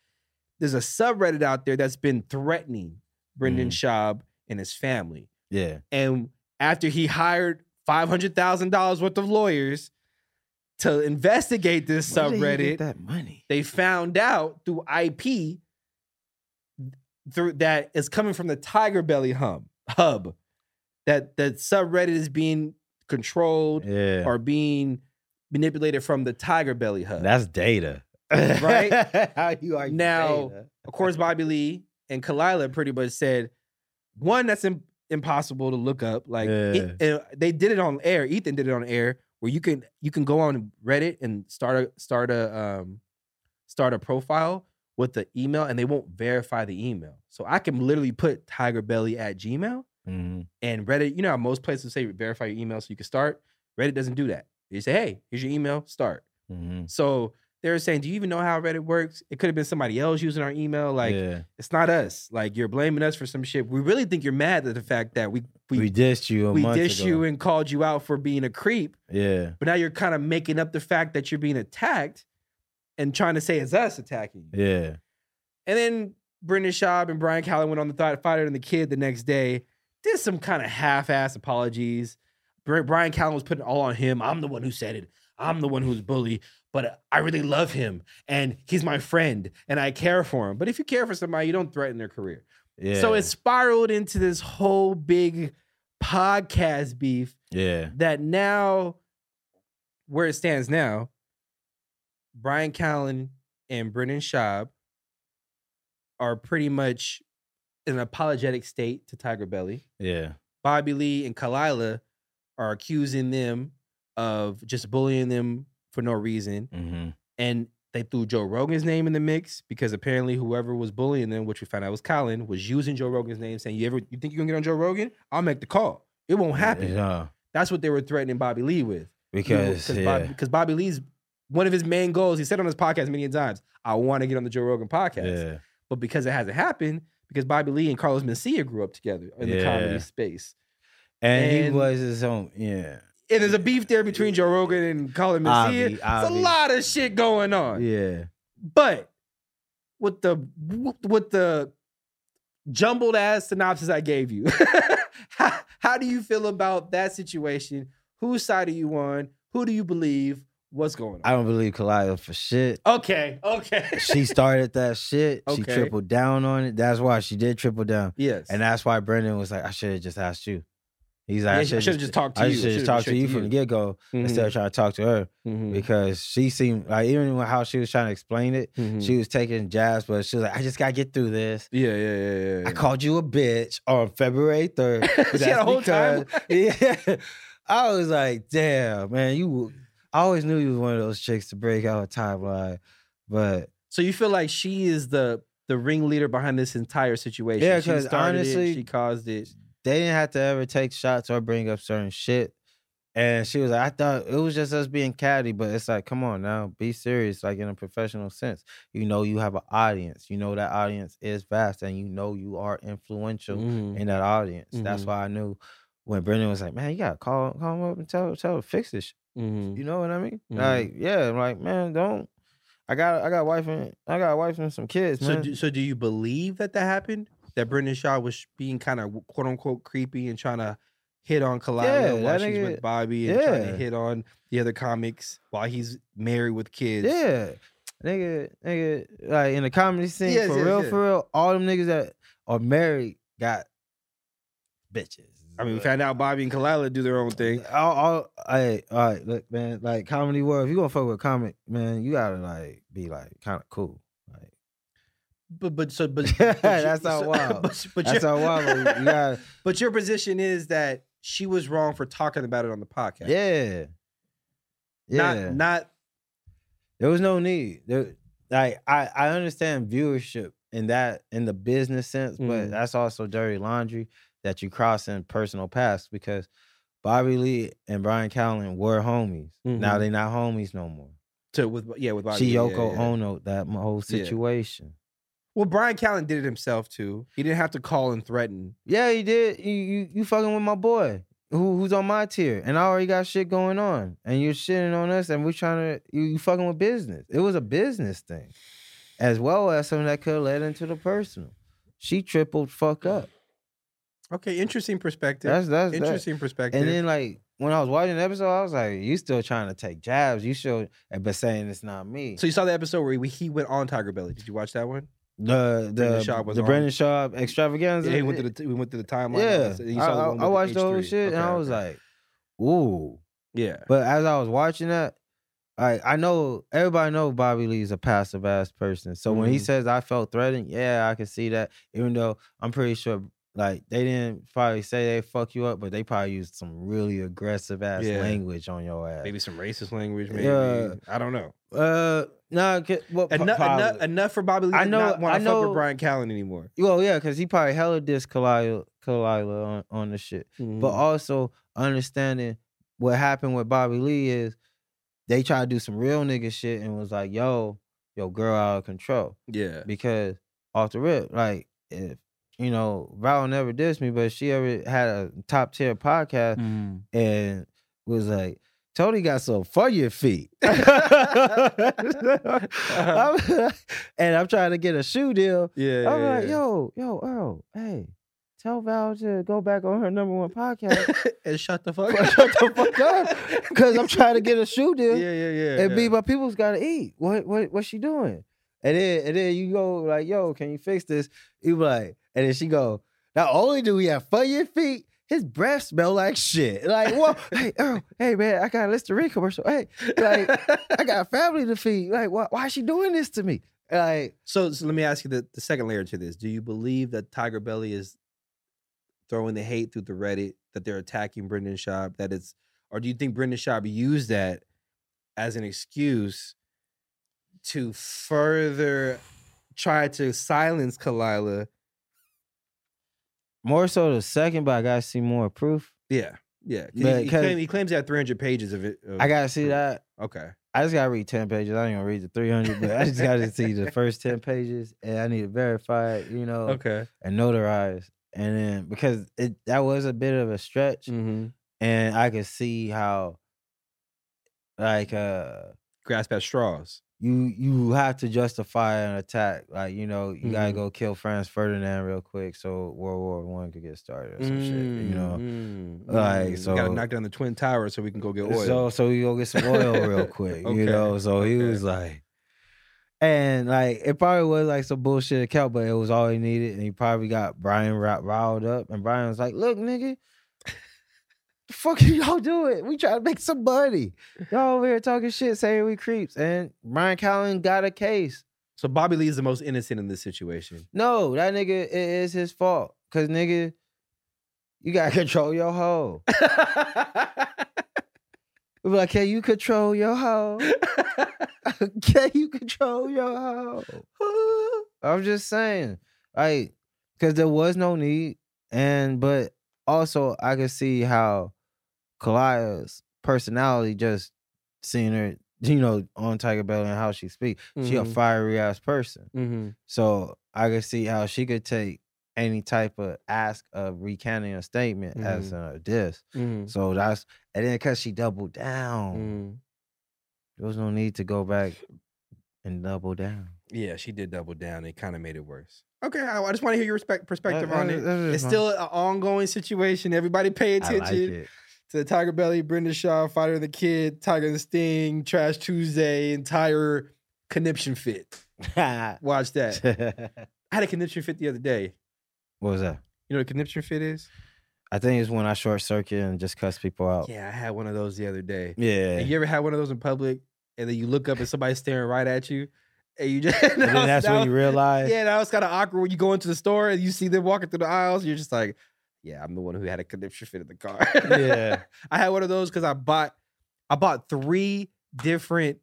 [SPEAKER 2] there's a subreddit out there that's been threatening Brendan
[SPEAKER 1] Mm.
[SPEAKER 2] Schaub and his family.
[SPEAKER 1] Yeah.
[SPEAKER 2] And after he hired five hundred thousand dollars worth of lawyers to investigate this
[SPEAKER 1] Where did he get
[SPEAKER 2] subreddit,
[SPEAKER 1] that money.
[SPEAKER 2] they found out through IP through that is coming from the Tiger Belly hum, hub that that subreddit is being controlled
[SPEAKER 1] Yeah.
[SPEAKER 2] or being manipulated from the Tiger Belly hub.
[SPEAKER 1] That's data.
[SPEAKER 2] Right?
[SPEAKER 1] How you argue
[SPEAKER 2] Now-
[SPEAKER 1] data?
[SPEAKER 2] of course, Bobby Lee and Kalila pretty much said one that's im- impossible to look up. Like it- uh, they did it on air. Ethan did it on air where you can you can go on Reddit and start a start a um, start a profile with the email and they won't verify the email. So I can literally put tigerbelly at Gmail
[SPEAKER 1] Mhm.
[SPEAKER 2] and Reddit. You know how most places say verify your email so you can start. Reddit doesn't do that. They say, hey, here's your email, start.
[SPEAKER 1] Mhm.
[SPEAKER 2] So they were saying, do you even know how Reddit works? It could have been somebody else using our email. Like
[SPEAKER 1] yeah.
[SPEAKER 2] it's not us. Like you're blaming us for some shit. We really think you're mad at the fact that we
[SPEAKER 1] we,
[SPEAKER 2] we
[SPEAKER 1] dissed you a
[SPEAKER 2] we
[SPEAKER 1] month
[SPEAKER 2] dissed
[SPEAKER 1] ago.
[SPEAKER 2] you and called you out for being a creep,
[SPEAKER 1] yeah.
[SPEAKER 2] but now you're kind of making up the fact that you're being attacked and trying to say it's us attacking you.
[SPEAKER 1] Yeah.
[SPEAKER 2] And then Brendan Schaub and Brian Callen went on the th- fighter and the kid the next day, did some kind of half-ass apologies. Bri- Brian Callen was putting it all on him. I'm the one who said it. I'm the one who's bully, but I really love him and he's my friend and I care for him. But if you care for somebody, you don't threaten their career.
[SPEAKER 1] Yeah.
[SPEAKER 2] So it spiraled into this whole big podcast beef
[SPEAKER 1] yeah.
[SPEAKER 2] that now, where it stands now, Brian Callen and Brendan Schaub are pretty much in an apologetic state to Tiger Belly.
[SPEAKER 1] Yeah.
[SPEAKER 2] Bobby Lee and Kalila are accusing them of just bullying them for no reason.
[SPEAKER 1] Mm-hmm.
[SPEAKER 2] And they threw Joe Rogan's name in the mix because apparently whoever was bullying them, which we found out was Colin, was using Joe Rogan's name, saying, "You ever you think you can get on Joe Rogan? I'll make the call. It won't happen."
[SPEAKER 1] Yeah.
[SPEAKER 2] That's what they were threatening Bobby Lee with
[SPEAKER 1] Because
[SPEAKER 2] because
[SPEAKER 1] yeah.
[SPEAKER 2] Bob- because Bobby Lee's one of his main goals. He said on his podcast many times, "I want to get on the Joe Rogan podcast,"
[SPEAKER 1] yeah.
[SPEAKER 2] but because it hasn't happened, because Bobby Lee and Carlos Mencia grew up together in the
[SPEAKER 1] Yeah.
[SPEAKER 2] comedy space,
[SPEAKER 1] And, he
[SPEAKER 2] And-
[SPEAKER 1] was his own. Yeah.
[SPEAKER 2] and there's a beef there between Joe Rogan and Carlos Mencia.
[SPEAKER 1] Obvi-
[SPEAKER 2] It's a
[SPEAKER 1] obvi.
[SPEAKER 2] lot of shit going on.
[SPEAKER 1] Yeah.
[SPEAKER 2] But with the with the jumbled ass synopsis I gave you, how, how do you feel about that situation? Whose side are you on? Who do you believe? What's going
[SPEAKER 1] I
[SPEAKER 2] on?
[SPEAKER 1] don't believe Kalila for shit.
[SPEAKER 2] okay, okay.
[SPEAKER 1] She started that shit. She
[SPEAKER 2] Okay.
[SPEAKER 1] tripled down on it. That's why she did triple down.
[SPEAKER 2] yes.
[SPEAKER 1] And that's why Brendan was like, I should have just asked you. He's like,
[SPEAKER 2] Yeah,
[SPEAKER 1] I
[SPEAKER 2] I should
[SPEAKER 1] should
[SPEAKER 2] have just talked to
[SPEAKER 1] I
[SPEAKER 2] you.
[SPEAKER 1] should have
[SPEAKER 2] Should've
[SPEAKER 1] talked
[SPEAKER 2] been
[SPEAKER 1] to you
[SPEAKER 2] straight
[SPEAKER 1] from the get go
[SPEAKER 2] Mhm,
[SPEAKER 1] instead of trying to talk to her
[SPEAKER 2] mhm,
[SPEAKER 1] because she seemed like even when- how she was trying to explain it,
[SPEAKER 2] mhm.
[SPEAKER 1] she was taking jabs, but she was like, I just gotta get through this.
[SPEAKER 2] Mm-hmm. yeah, yeah, yeah, yeah. yeah.
[SPEAKER 1] I called you a bitch on February 3rd.
[SPEAKER 2] She had a whole time.
[SPEAKER 1] Yeah. I was like, damn, man, you I always knew you was one of those chicks to break out a timeline. But
[SPEAKER 2] So you feel like she is the the ringleader behind this entire situation?
[SPEAKER 1] Yeah,
[SPEAKER 2] She
[SPEAKER 1] 'cause
[SPEAKER 2] started it,
[SPEAKER 1] honestly-
[SPEAKER 2] she caused it.
[SPEAKER 1] they didn't have to ever take shots or bring up certain shit. And she was like, I thought it was just us being catty, but it's like, come on now, be serious, like in a professional sense. You know, you have an audience. You know that audience is vast and you know you are influential
[SPEAKER 2] Mhm.
[SPEAKER 1] in that audience. That's
[SPEAKER 2] Mhm.
[SPEAKER 1] why I knew when Brendan was like, Man, you gotta call call him up and tell tell him to fix this shit.
[SPEAKER 2] Mhm.
[SPEAKER 1] You know what I mean?
[SPEAKER 2] Mhm.
[SPEAKER 1] Like, yeah, I'm like, man, don't I got I got a wife and I got a wife and some kids,
[SPEAKER 2] So,
[SPEAKER 1] man.
[SPEAKER 2] do, so do you believe that that happened? That Brendan Shaw was being kind of quote unquote creepy and trying to hit on Kalila
[SPEAKER 1] Yeah,
[SPEAKER 2] while
[SPEAKER 1] that
[SPEAKER 2] she's
[SPEAKER 1] nigga-
[SPEAKER 2] with Bobby and trying
[SPEAKER 1] yeah.
[SPEAKER 2] to hit on the other comics while he's married with kids.
[SPEAKER 1] yeah. Nigga, nigga, like in the comedy scene,
[SPEAKER 2] Yes,
[SPEAKER 1] for
[SPEAKER 2] yes,
[SPEAKER 1] real,
[SPEAKER 2] yes.
[SPEAKER 1] for real, all them niggas that are married got bitches.
[SPEAKER 2] I mean, we found out Bobby and Kalila do their own thing.
[SPEAKER 1] all, all, hey, all right, look, man, like comedy world, if you gonna fuck with comic, man, you gotta like be like kind of cool. Like,
[SPEAKER 2] But but so but,
[SPEAKER 1] Yeah,
[SPEAKER 2] but you-
[SPEAKER 1] that's not
[SPEAKER 2] so-
[SPEAKER 1] wild.
[SPEAKER 2] But, but
[SPEAKER 1] that's
[SPEAKER 2] your-
[SPEAKER 1] how wild. You gotta,
[SPEAKER 2] But your position is that she was wrong for talking about it on the podcast.
[SPEAKER 1] yeah, yeah.
[SPEAKER 2] Not not
[SPEAKER 1] There was no need. There, like I, I understand viewership in that in the business sense, but
[SPEAKER 2] Mhm.
[SPEAKER 1] that's also dirty laundry that you cross in personal paths because Bobby Lee and Brian Callen were homies. Now
[SPEAKER 2] Mhm.
[SPEAKER 1] they're not homies no more.
[SPEAKER 2] to with yeah with Bobby.
[SPEAKER 1] she
[SPEAKER 2] yeah,
[SPEAKER 1] Yoko
[SPEAKER 2] yeah, yeah.
[SPEAKER 1] Ono that m- whole
[SPEAKER 2] Yeah.
[SPEAKER 1] situation.
[SPEAKER 2] Well, Brian Callen did it himself too. He didn't have to call and threaten.
[SPEAKER 1] Yeah, he did. You, you you fucking with my boy who who's on my tier, and I already got shit going on, and you're shitting on us, and we're trying to you, you fucking with business. It was a business thing, as well as something that could have led into the personal. She tripled fuck up.
[SPEAKER 2] Okay, interesting perspective.
[SPEAKER 1] That's that's interesting.
[SPEAKER 2] interesting perspective.
[SPEAKER 1] And then like when I was watching the episode, I was like, you still trying to take jabs? You should, but saying it's not me.
[SPEAKER 2] so you saw the episode where he- he went on Tiger Belly. Did you watch that one?
[SPEAKER 1] the the
[SPEAKER 2] Brendan Schaub was
[SPEAKER 1] the
[SPEAKER 2] on.
[SPEAKER 1] Brendan Schaub extravaganza.
[SPEAKER 2] Yeah, he went to the we went through the timeline.
[SPEAKER 1] yeah.
[SPEAKER 2] and you
[SPEAKER 1] I,
[SPEAKER 2] saw the
[SPEAKER 1] I-
[SPEAKER 2] one
[SPEAKER 1] I
[SPEAKER 2] with
[SPEAKER 1] watched the whole
[SPEAKER 2] H3.
[SPEAKER 1] shit, and
[SPEAKER 2] Okay,
[SPEAKER 1] I was
[SPEAKER 2] okay.
[SPEAKER 1] like, ooh.
[SPEAKER 2] yeah,
[SPEAKER 1] But as I was watching that, I I know everybody know Bobby Lee's a passive ass person. So when he
[SPEAKER 2] Mhm.
[SPEAKER 1] says I felt threatened, yeah, I can see that. Even though I'm pretty sure like they didn't probably say they fuck you up, but they probably used some really aggressive ass
[SPEAKER 2] Yeah.
[SPEAKER 1] language on your ass.
[SPEAKER 2] maybe some racist language. Maybe
[SPEAKER 1] Yeah.
[SPEAKER 2] I don't know.
[SPEAKER 1] Uh, nah, 'cause- well, pro-
[SPEAKER 2] Enough,
[SPEAKER 1] probably.
[SPEAKER 2] enough, enough for Bobby Lee.
[SPEAKER 1] I
[SPEAKER 2] to
[SPEAKER 1] know-
[SPEAKER 2] Not want
[SPEAKER 1] I
[SPEAKER 2] to fuck
[SPEAKER 1] know-
[SPEAKER 2] with Brian Callen anymore.
[SPEAKER 1] well, yeah, because he probably hella dissed Kalila, Kalila on on the shit. but
[SPEAKER 2] Mm-hmm.
[SPEAKER 1] also understanding what happened with Bobby Lee is they tried to do some real nigga shit and was like, yo, yo, girl out of control.
[SPEAKER 2] yeah,
[SPEAKER 1] Because off the rip, like, if, you know, Val never
[SPEAKER 2] Mm. Mm-hmm.
[SPEAKER 1] dissed me, but if she ever had a top tier podcast and was like, Tony got some fire feet. I'm- and I'm trying to get a shoe deal.
[SPEAKER 2] Yeah.
[SPEAKER 1] I'm
[SPEAKER 2] yeah,
[SPEAKER 1] like, yo, yo, Earl, hey, tell Val to go back on her number one podcast.
[SPEAKER 2] yeah. and shut the fuck up.
[SPEAKER 1] Shut the fuck up. Because I'm trying to get a shoe
[SPEAKER 2] Yeah,
[SPEAKER 1] deal.
[SPEAKER 2] yeah, yeah.
[SPEAKER 1] and
[SPEAKER 2] yeah.
[SPEAKER 1] B, my people's gotta eat. What what what's she doing? And then and then you go like, yo, can you fix this? You be like, and then she go, not only do we have fun your feet, his breath smell like shit. Like, whoa, hey, Earl, hey man, I got a Listerine commercial. Hey, like, I got family to feed. Like, why why is she doing this to me? Like,
[SPEAKER 2] so, so let me ask you the, the second layer to this. Do you believe that Tiger Belly is throwing the hate through the Reddit, that they're attacking Brendan Schaub, that it's or do you think Brendan Schaub used that as an excuse to further try to silence Kalila?
[SPEAKER 1] more so the second, but I gotta see more proof.
[SPEAKER 2] Yeah. Yeah. 'cause
[SPEAKER 1] Man,
[SPEAKER 2] He, he,
[SPEAKER 1] 'cause-
[SPEAKER 2] claim- he claims he had 300 pages of it. of-
[SPEAKER 1] I gotta see that.
[SPEAKER 2] Okay.
[SPEAKER 1] I just gotta read ten pages. I ain't gonna read the three hundred, but I just gotta see the first ten pages, and I need to verify it, you know,
[SPEAKER 2] Okay.
[SPEAKER 1] and notarize, and then because it that was a bit of a stretch,
[SPEAKER 2] Mm-hmm.
[SPEAKER 1] and I could see how, like, uh,
[SPEAKER 2] Grasp at straws.
[SPEAKER 1] you you have to justify an attack, like you know, you gotta
[SPEAKER 2] Mhm.
[SPEAKER 1] go kill Franz Ferdinand real quick so World War One could get started or some shit, you know.
[SPEAKER 2] Mm,
[SPEAKER 1] Like,
[SPEAKER 2] mm. we gotta
[SPEAKER 1] so-
[SPEAKER 2] knock down the twin towers so we can go get oil.
[SPEAKER 1] So so we go get some oil real quick,
[SPEAKER 2] Okay,
[SPEAKER 1] you know. So he
[SPEAKER 2] okay.
[SPEAKER 1] was like, and like it probably was like some bullshit account, but it was all he needed, and he probably got Brian ri- riled up, and Brian was like, "Look, nigga." The fuck y'all do it? We try to make some money. Y'all over here talking shit, saying we creeps. And Brian Callen got a case.
[SPEAKER 2] So Bobby Lee is the most innocent in this situation.
[SPEAKER 1] No, that nigga it is his fault. Cause nigga, you gotta control your hoe. We be like, can you control your hoe? Can you control your hoe? Oh, I'm just saying, like, because there was no need, and but also I could see how Kalaya's personality just seeing her, you know, on Tiger Belly and how she speaks. She a
[SPEAKER 2] Mhm.
[SPEAKER 1] fiery ass person,
[SPEAKER 2] mm-hmm.
[SPEAKER 1] so I could see how she could take any type of ask of recanting a statement as a diss.
[SPEAKER 2] Mm-hmm.
[SPEAKER 1] So that's and then because she doubled down, there was no need to go back and double down.
[SPEAKER 2] Yeah, she did double down. It kind of made it worse. Okay, I, I just want to hear your respect, perspective
[SPEAKER 1] that
[SPEAKER 2] on
[SPEAKER 1] is-
[SPEAKER 2] it.
[SPEAKER 1] that is
[SPEAKER 2] It's
[SPEAKER 1] my-
[SPEAKER 2] still an ongoing situation. Everybody pay
[SPEAKER 1] I like
[SPEAKER 2] attention
[SPEAKER 1] it.
[SPEAKER 2] to the Tiger Belly, Brenda Shaw, Fighter the Kid, Tiger and the Sting, Trash Tuesday, entire conniption fit. Watch that. I had a conniption fit the other day.
[SPEAKER 1] what was that?
[SPEAKER 2] You know what a conniption fit is?
[SPEAKER 1] I think it's when I short circuit and just cuss people out.
[SPEAKER 2] Yeah, I had one of those the other day.
[SPEAKER 1] Yeah.
[SPEAKER 2] And you ever had one of those in public, and then you look up and somebody's staring right at you, and you just
[SPEAKER 1] and then that's when you realize.
[SPEAKER 2] yeah, that was kind of awkward when you go into the store and you see them walking through the aisles. You're just like, yeah, I'm the one who had a conniption fit in the car.
[SPEAKER 1] Yeah.
[SPEAKER 2] I had one of those because I bought I bought three different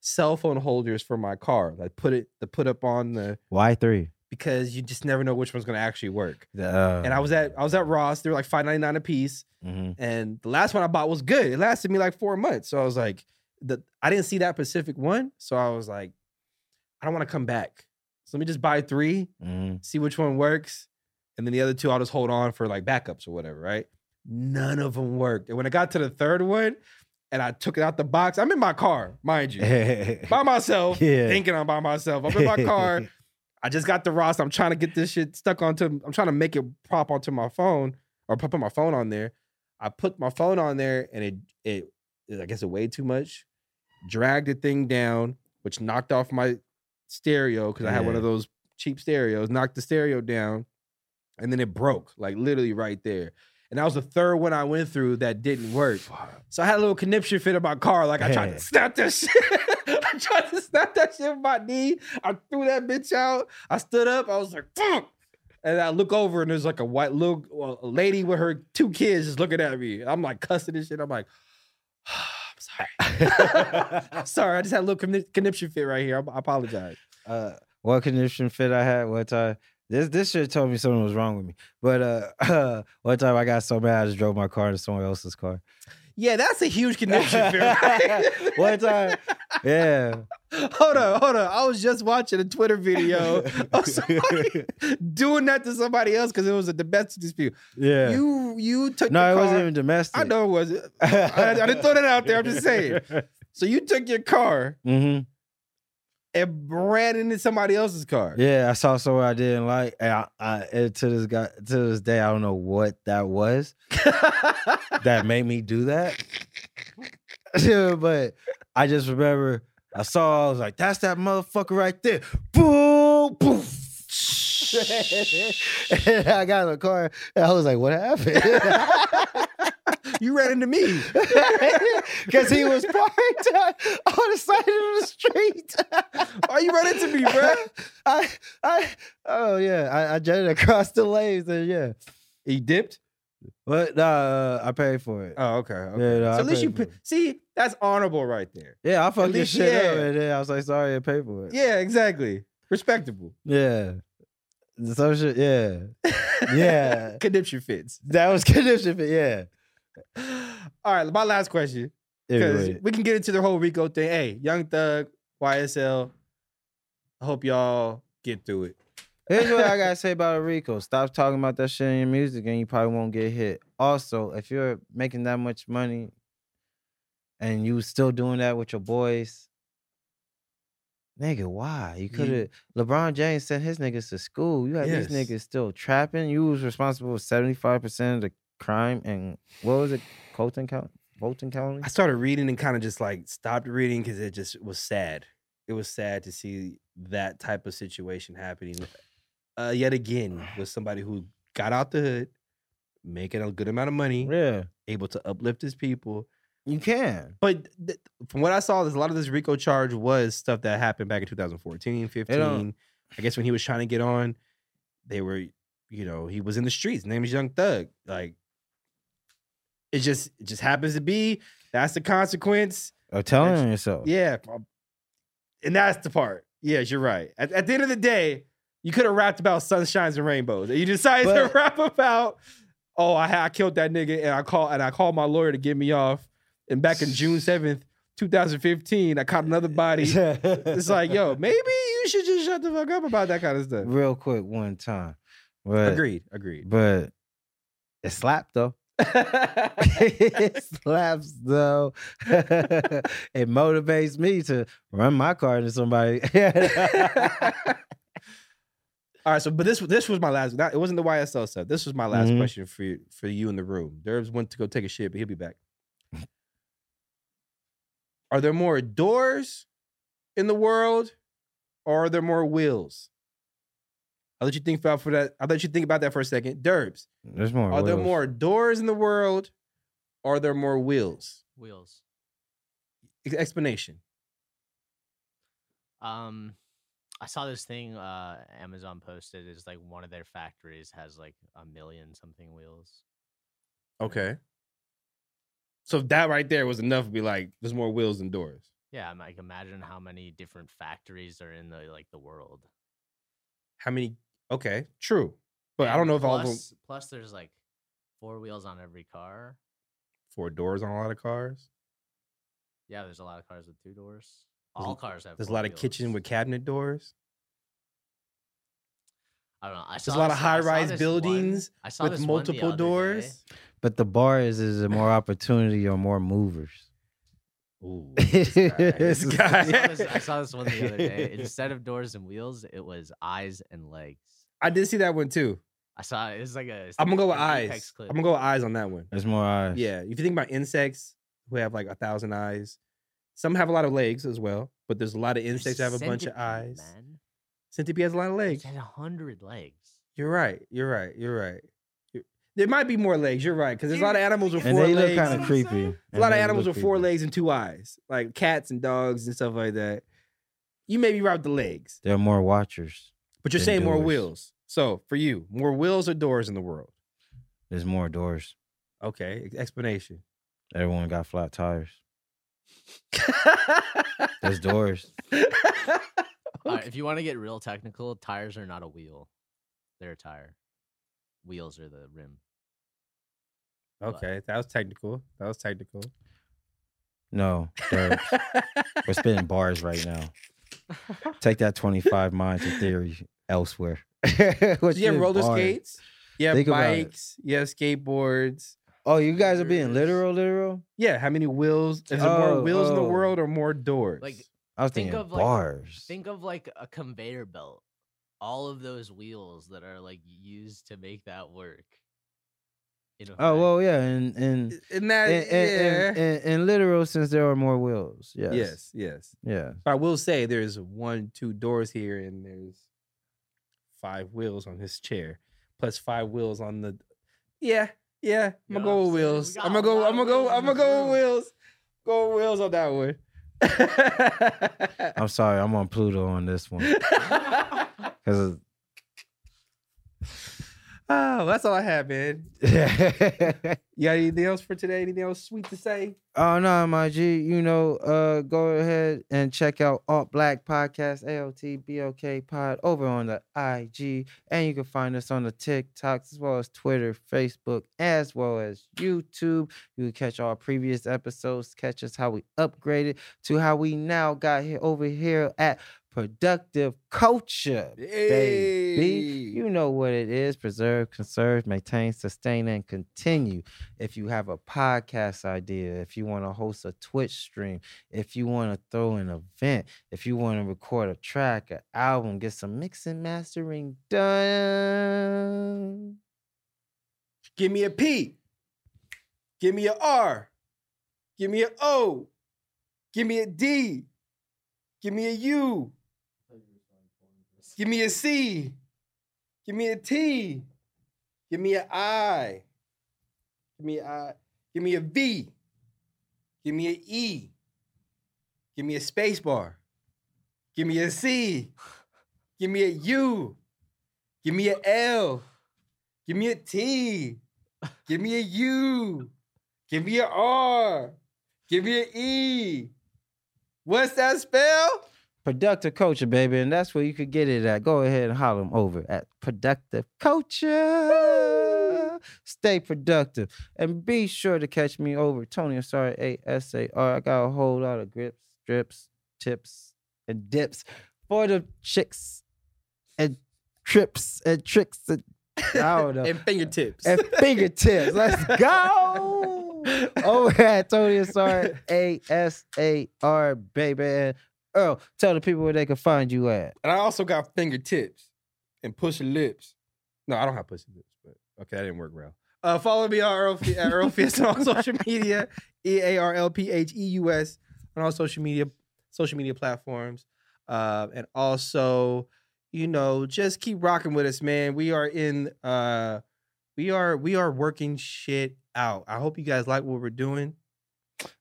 [SPEAKER 2] cell phone holders for my car. Like put it the put up on the
[SPEAKER 1] Why three?
[SPEAKER 2] because you just never know which one's gonna actually work.
[SPEAKER 1] The, uh,
[SPEAKER 2] And I was at I was at Ross. They were like five ninety nine a piece.
[SPEAKER 1] mhm.
[SPEAKER 2] And the last one I bought was good. It lasted me like four months. So I was like, the I didn't see that Pacific one. So I was like, I don't want to come back. So let me just buy three,
[SPEAKER 1] Mhm.
[SPEAKER 2] see which one works. And then the other two, I'll just hold on for like backups or whatever, right? None of them worked. And when I got to the third one and I took it out the box, I'm in my car, mind you, by myself,
[SPEAKER 1] Yeah.
[SPEAKER 2] thinking I'm by myself. I'm in my car. I just got the Ross. I'm trying to get this shit stuck onto. I'm trying to make it pop onto my phone or pop my phone on there. I put my phone on there and it it, it- I guess it weighed too much. Dragged the thing down, which knocked off my stereo because I had one
[SPEAKER 1] Yeah.
[SPEAKER 2] of those cheap stereos. Knocked the stereo down, and then it broke like literally right there. And that was the third one I went through that didn't work. So I had a little conniption fit in my car. Like I tried
[SPEAKER 1] Yeah.
[SPEAKER 2] to snap that shit. I tried to snap that shit with my knee. I threw that bitch out. I stood up. I was like, fuck. And I look over and there's like a white little well, a lady with her two kids just looking at me. I'm like cussing and shit. I'm like, I'm sorry. I'm sorry. I just had a little connip- conniption fit right here. I, I apologize.
[SPEAKER 1] uh, what condition fit I had one time. This this shit told me something was wrong with me. But uh, one time I got so mad I just drove my car into someone else's car.
[SPEAKER 2] Yeah, that's a huge connection. Farrakhan.
[SPEAKER 1] One time, yeah.
[SPEAKER 2] Hold on, hold on. I was just watching a Twitter video of oh, somebody doing that to somebody else because it was a domestic dispute.
[SPEAKER 1] Yeah.
[SPEAKER 2] You you took
[SPEAKER 1] no,
[SPEAKER 2] your
[SPEAKER 1] it
[SPEAKER 2] car.
[SPEAKER 1] wasn't even domestic.
[SPEAKER 2] I know it wasn't. I, I didn't throw that out there. I'm just saying. So you took your car
[SPEAKER 1] Mm-hmm.
[SPEAKER 2] and ran into somebody else's car.
[SPEAKER 1] Yeah, I saw someone I didn't like, and I, I and to this guy to this day I don't know what that was that made me do that. Yeah, but I just remember I saw I was like, "That's that motherfucker right there!" Boom, poof. and I got in the car and I was like, "What happened?"
[SPEAKER 2] you ran into me.
[SPEAKER 1] Because he was parked uh, on the side of the street.
[SPEAKER 2] Why you run into me, bro?
[SPEAKER 1] I, I, oh yeah, I, I jetted across the lanes and yeah.
[SPEAKER 2] He dipped.
[SPEAKER 1] But nah, uh, I paid for it.
[SPEAKER 2] Oh, okay. okay.
[SPEAKER 1] Yeah, no, I
[SPEAKER 2] so at least
[SPEAKER 1] paid
[SPEAKER 2] you
[SPEAKER 1] for it.
[SPEAKER 2] pi- see that's honorable right there.
[SPEAKER 1] Yeah, I fucked this
[SPEAKER 2] least-
[SPEAKER 1] shit up,
[SPEAKER 2] yeah.
[SPEAKER 1] and then I was like, sorry, I paid for it.
[SPEAKER 2] Yeah, exactly. Respectable.
[SPEAKER 1] Yeah, yeah. Some shit. Yeah, yeah.
[SPEAKER 2] Condition fits.
[SPEAKER 1] that was condition. But yeah,
[SPEAKER 2] All right, my last question. Because
[SPEAKER 1] anyway.
[SPEAKER 2] we can get into the whole Rico thing. Hey, Young Thug, YSL. I hope y'all get through it.
[SPEAKER 1] Here's what I gotta say about Rico. Stop talking about that shit in your music, and you probably won't get hit. Also, if you're making that much money, and you still doing that with your boys, nigga, why? You could have. LeBron James sent his niggas to school. You had
[SPEAKER 2] Yes.
[SPEAKER 1] these niggas still trapping. You was responsible for seventy five percent of the crime, and what was it, Colton County? Bolton County.
[SPEAKER 2] I started reading and kind of just like stopped reading because it just was sad. It was sad to see that type of situation happening uh, yet again with somebody who got out the hood, making a good amount of money,
[SPEAKER 1] Yeah,
[SPEAKER 2] able to uplift his people.
[SPEAKER 1] you can.
[SPEAKER 2] But th- from what I saw, there's a lot of this Rico charge was stuff that happened back in 2014, 15. I guess when he was trying to get on, they were, you know, he was in the streets. His name is Young Thug. Like, it just it just happens to be that's the consequence.
[SPEAKER 1] I'm telling yourself.
[SPEAKER 2] Yeah, um, and that's the part. Yes, you're right. At, at the end of the day, you could have rapped about sunshines and rainbows. You decided
[SPEAKER 1] But-
[SPEAKER 2] to rap about, oh, I, ha- I killed that nigga, and I call and I called my lawyer to get me off. And back in June seventh, two thousand fifteen, I caught another body. It's
[SPEAKER 1] it's
[SPEAKER 2] like, yo, maybe you should just shut the fuck up about that kind of stuff.
[SPEAKER 1] real quick one time. But,
[SPEAKER 2] Agreed, agreed.
[SPEAKER 1] But it slapped though. it slaps though. it motivates me to run my car into somebody.
[SPEAKER 2] All right, so but this this was my last. Not, it wasn't the YSL stuff. This was my last
[SPEAKER 1] Mhm.
[SPEAKER 2] question for you, for you in the room. Derbs went to go take a shit, but he'll be back. Are there more doors in the world, or are there more wheels? I'll let you think about for that. I'll let you think about that for a second. Derbs,
[SPEAKER 1] There's more.
[SPEAKER 2] are there
[SPEAKER 1] wheels.
[SPEAKER 2] Oh, more doors in the world, or are there more wheels?
[SPEAKER 3] Wheels.
[SPEAKER 2] Ex- Explanation.
[SPEAKER 3] Um, I saw this thing uh, Amazon posted. Is like one of their factories has like a million something wheels.
[SPEAKER 2] Okay. So that right there was enough to be like, there's more wheels than doors.
[SPEAKER 3] Yeah, I'm like imagine how many different factories are in the like the world.
[SPEAKER 2] How many? Okay, true. But I don't
[SPEAKER 3] And
[SPEAKER 2] know if all of them
[SPEAKER 3] plus, Plus, there's like four wheels on every car.
[SPEAKER 2] four doors on a lot of cars.
[SPEAKER 3] Yeah, there's a lot of cars with two doors.
[SPEAKER 2] There's a-
[SPEAKER 3] All cars have.
[SPEAKER 2] There's a
[SPEAKER 3] four
[SPEAKER 2] lot of
[SPEAKER 3] wheels.
[SPEAKER 2] kitchen with cabinet doors.
[SPEAKER 3] I don't know. I
[SPEAKER 2] There's a
[SPEAKER 3] saw
[SPEAKER 2] lot
[SPEAKER 3] this-
[SPEAKER 2] of
[SPEAKER 3] I saw
[SPEAKER 2] high-rise
[SPEAKER 3] this one-
[SPEAKER 2] buildings
[SPEAKER 3] I saw
[SPEAKER 2] with
[SPEAKER 3] this one the
[SPEAKER 2] multiple
[SPEAKER 3] other day.
[SPEAKER 2] doors.
[SPEAKER 1] But the bar is is there more opportunity or more movers.
[SPEAKER 2] Ooh.
[SPEAKER 1] This
[SPEAKER 2] this
[SPEAKER 3] I saw, this, I
[SPEAKER 2] guy.
[SPEAKER 3] saw this one the other day. Instead of doors and wheels, it was eyes and legs.
[SPEAKER 2] I did see that one too.
[SPEAKER 3] I saw it. It's like a. it's
[SPEAKER 2] I'm gonna go with
[SPEAKER 3] an
[SPEAKER 2] eyes.
[SPEAKER 3] Apex
[SPEAKER 2] I'm
[SPEAKER 3] clip.
[SPEAKER 2] gonna go with eyes on that one.
[SPEAKER 1] There's more eyes.
[SPEAKER 2] Yeah. If you think about insects who have like a thousand eyes, some have a lot of legs as well, but there's a lot of
[SPEAKER 3] There's
[SPEAKER 2] insects that have a bunch of
[SPEAKER 3] centipede,
[SPEAKER 2] eyes.
[SPEAKER 3] Man.
[SPEAKER 2] Centipede has a lot of legs.
[SPEAKER 3] It had a hundred legs.
[SPEAKER 2] You're right. You're right. You're right. You're- There might be more legs. You're right. Because there's a lot of
[SPEAKER 3] Dude,
[SPEAKER 2] animals with
[SPEAKER 1] And
[SPEAKER 2] four
[SPEAKER 1] they
[SPEAKER 2] legs.
[SPEAKER 1] look kind of
[SPEAKER 3] That's what I'm
[SPEAKER 1] creepy.
[SPEAKER 3] saying.
[SPEAKER 2] a lot
[SPEAKER 1] And
[SPEAKER 2] of
[SPEAKER 1] they
[SPEAKER 2] animals
[SPEAKER 1] look
[SPEAKER 2] with four
[SPEAKER 1] creepy.
[SPEAKER 2] legs and two eyes, like cats and dogs and stuff like that. You maybe route the legs,
[SPEAKER 1] There are more watchers.
[SPEAKER 2] but you're
[SPEAKER 1] Than
[SPEAKER 2] saying more
[SPEAKER 1] doors.
[SPEAKER 2] wheels. So for you, more wheels or doors in the world?
[SPEAKER 1] There's more doors.
[SPEAKER 2] Okay, ex- explanation.
[SPEAKER 1] Everyone got flat tires. There's doors.
[SPEAKER 3] All right, if you want to get real technical, tires are not a wheel; they're a tire. Wheels are the rim.
[SPEAKER 2] Okay, that was technical. That was technical.
[SPEAKER 1] No, Derb, we're spinning bars right now. Take that 25 minds of theory elsewhere. What's
[SPEAKER 2] you have
[SPEAKER 1] your
[SPEAKER 2] roller
[SPEAKER 1] bar?
[SPEAKER 2] skates. You have
[SPEAKER 1] Think about it.
[SPEAKER 2] bikes. You have skateboards.
[SPEAKER 1] Oh, you guys are being
[SPEAKER 3] Doors.
[SPEAKER 1] literal, literal?
[SPEAKER 2] Yeah, how many wheels? Is there more
[SPEAKER 1] Oh,
[SPEAKER 2] wheels in the
[SPEAKER 1] oh.
[SPEAKER 2] world or more doors?
[SPEAKER 3] Like,
[SPEAKER 1] I was
[SPEAKER 3] Think
[SPEAKER 1] thinking
[SPEAKER 3] of, like-
[SPEAKER 1] bars.
[SPEAKER 3] Think of like a conveyor belt. All of those wheels that are like used to make that work. In a
[SPEAKER 1] oh,
[SPEAKER 3] fact.
[SPEAKER 1] well, yeah. And, and,
[SPEAKER 2] and that,
[SPEAKER 1] and, and, and,
[SPEAKER 2] yeah.
[SPEAKER 1] and- and literal, since there are more wheels. Yes.
[SPEAKER 2] yes, yes.
[SPEAKER 1] Yeah.
[SPEAKER 2] But I will say there's one, two doors here, and there's five wheels on his chair, plus five wheels on the. Yeah, yeah. I'm gonna
[SPEAKER 3] Yeah,
[SPEAKER 2] go
[SPEAKER 3] I'm
[SPEAKER 2] with
[SPEAKER 3] saying we
[SPEAKER 2] wheels.
[SPEAKER 3] got
[SPEAKER 2] I'm
[SPEAKER 3] a
[SPEAKER 2] gonna go.
[SPEAKER 3] lot
[SPEAKER 2] I'm gonna
[SPEAKER 3] of
[SPEAKER 2] go.
[SPEAKER 3] wheels in
[SPEAKER 2] I'm gonna
[SPEAKER 3] this
[SPEAKER 2] go
[SPEAKER 3] room.
[SPEAKER 2] with wheels. Go with wheels on that one.
[SPEAKER 1] I'm sorry. I'm on Pluto on this one. Because
[SPEAKER 2] oh, that's all I have, man. You got anything else for today? Anything else sweet to say?
[SPEAKER 1] Oh no, my G, you know, uh go ahead and check out Alt Black Podcast, A O T B O K Pod over on the IG. And you can find us on the TikToks as well as Twitter, Facebook, as well as YouTube. You can catch our previous episodes, catch us how we upgraded to how we now got here over here at Productive Culture.
[SPEAKER 2] Hey.
[SPEAKER 1] Baby, you know what it is. Preserve, conserve, maintain, sustain, and continue. If you have a podcast idea, if you want to host a Twitch stream, if you want to throw an event, if you want to record a track, an album, get some mixing, mastering done.
[SPEAKER 2] Give me a P. Give me a R. Give me a O. Give me a D. Give me a U. Give me a C. Give me a T. Give me a I. Give me a I. Give me a V. Give me a E. Give me a space bar. Give me a C. Give me a U. Give me a L. Give me a T. Give me a U. Give me a R. Give me an E. What's that spell?
[SPEAKER 1] Productive culture, baby, and that's where you could get it at. Go ahead and holler 'em over at Productive Culture. Stay productive and be sure to catch me over Tony. I'm sorry, A S A R. I got a whole lot of grips, strips, tips, and dips for the chicks and trips and tricks and I don't know
[SPEAKER 2] And fingertips.
[SPEAKER 1] and fingertips. Let's go. Over at Tony Asar, A S A R, baby. And Earl, tell the people where they can find you at.
[SPEAKER 2] And I also got fingertips and pushy lips. No, I don't have pushy lips, but okay, that didn't work well. Uh, follow me on Earl, Fi- at Earl Fiesta on social media, E A R L P H E U S on all social media social media platforms, uh, and also, you know, just keep rocking with us, man. We are in, uh, we are we are working shit out. I hope you guys like what we're doing.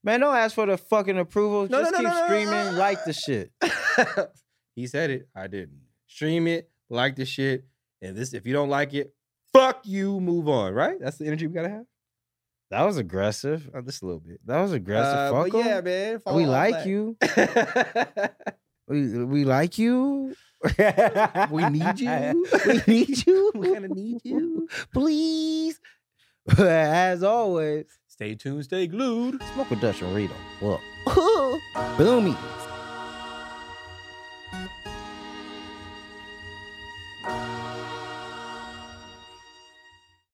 [SPEAKER 1] Man, don't ask for the fucking approval.
[SPEAKER 2] No,
[SPEAKER 1] Just
[SPEAKER 2] no, no,
[SPEAKER 1] keep
[SPEAKER 2] no, no, no,
[SPEAKER 1] streaming,
[SPEAKER 2] no, no.
[SPEAKER 1] like the shit.
[SPEAKER 2] he said it. I didn't. Stream it, like the shit. And this, if you don't like it, fuck you, move on, right? That's the energy we gotta have.
[SPEAKER 1] That was aggressive.
[SPEAKER 2] Oh, just a little bit.
[SPEAKER 1] That was aggressive.
[SPEAKER 2] Uh,
[SPEAKER 1] Fuck
[SPEAKER 2] but yeah,
[SPEAKER 1] 'em.
[SPEAKER 2] man. follow
[SPEAKER 1] we
[SPEAKER 2] all
[SPEAKER 1] like
[SPEAKER 2] black.
[SPEAKER 1] you. We, we like you.
[SPEAKER 2] we need you.
[SPEAKER 1] we need you.
[SPEAKER 2] we kinda need you.
[SPEAKER 1] Please. As always,
[SPEAKER 2] Stay tuned, stay glued.
[SPEAKER 1] smoke a Dutch and read 'em. Well, boomy.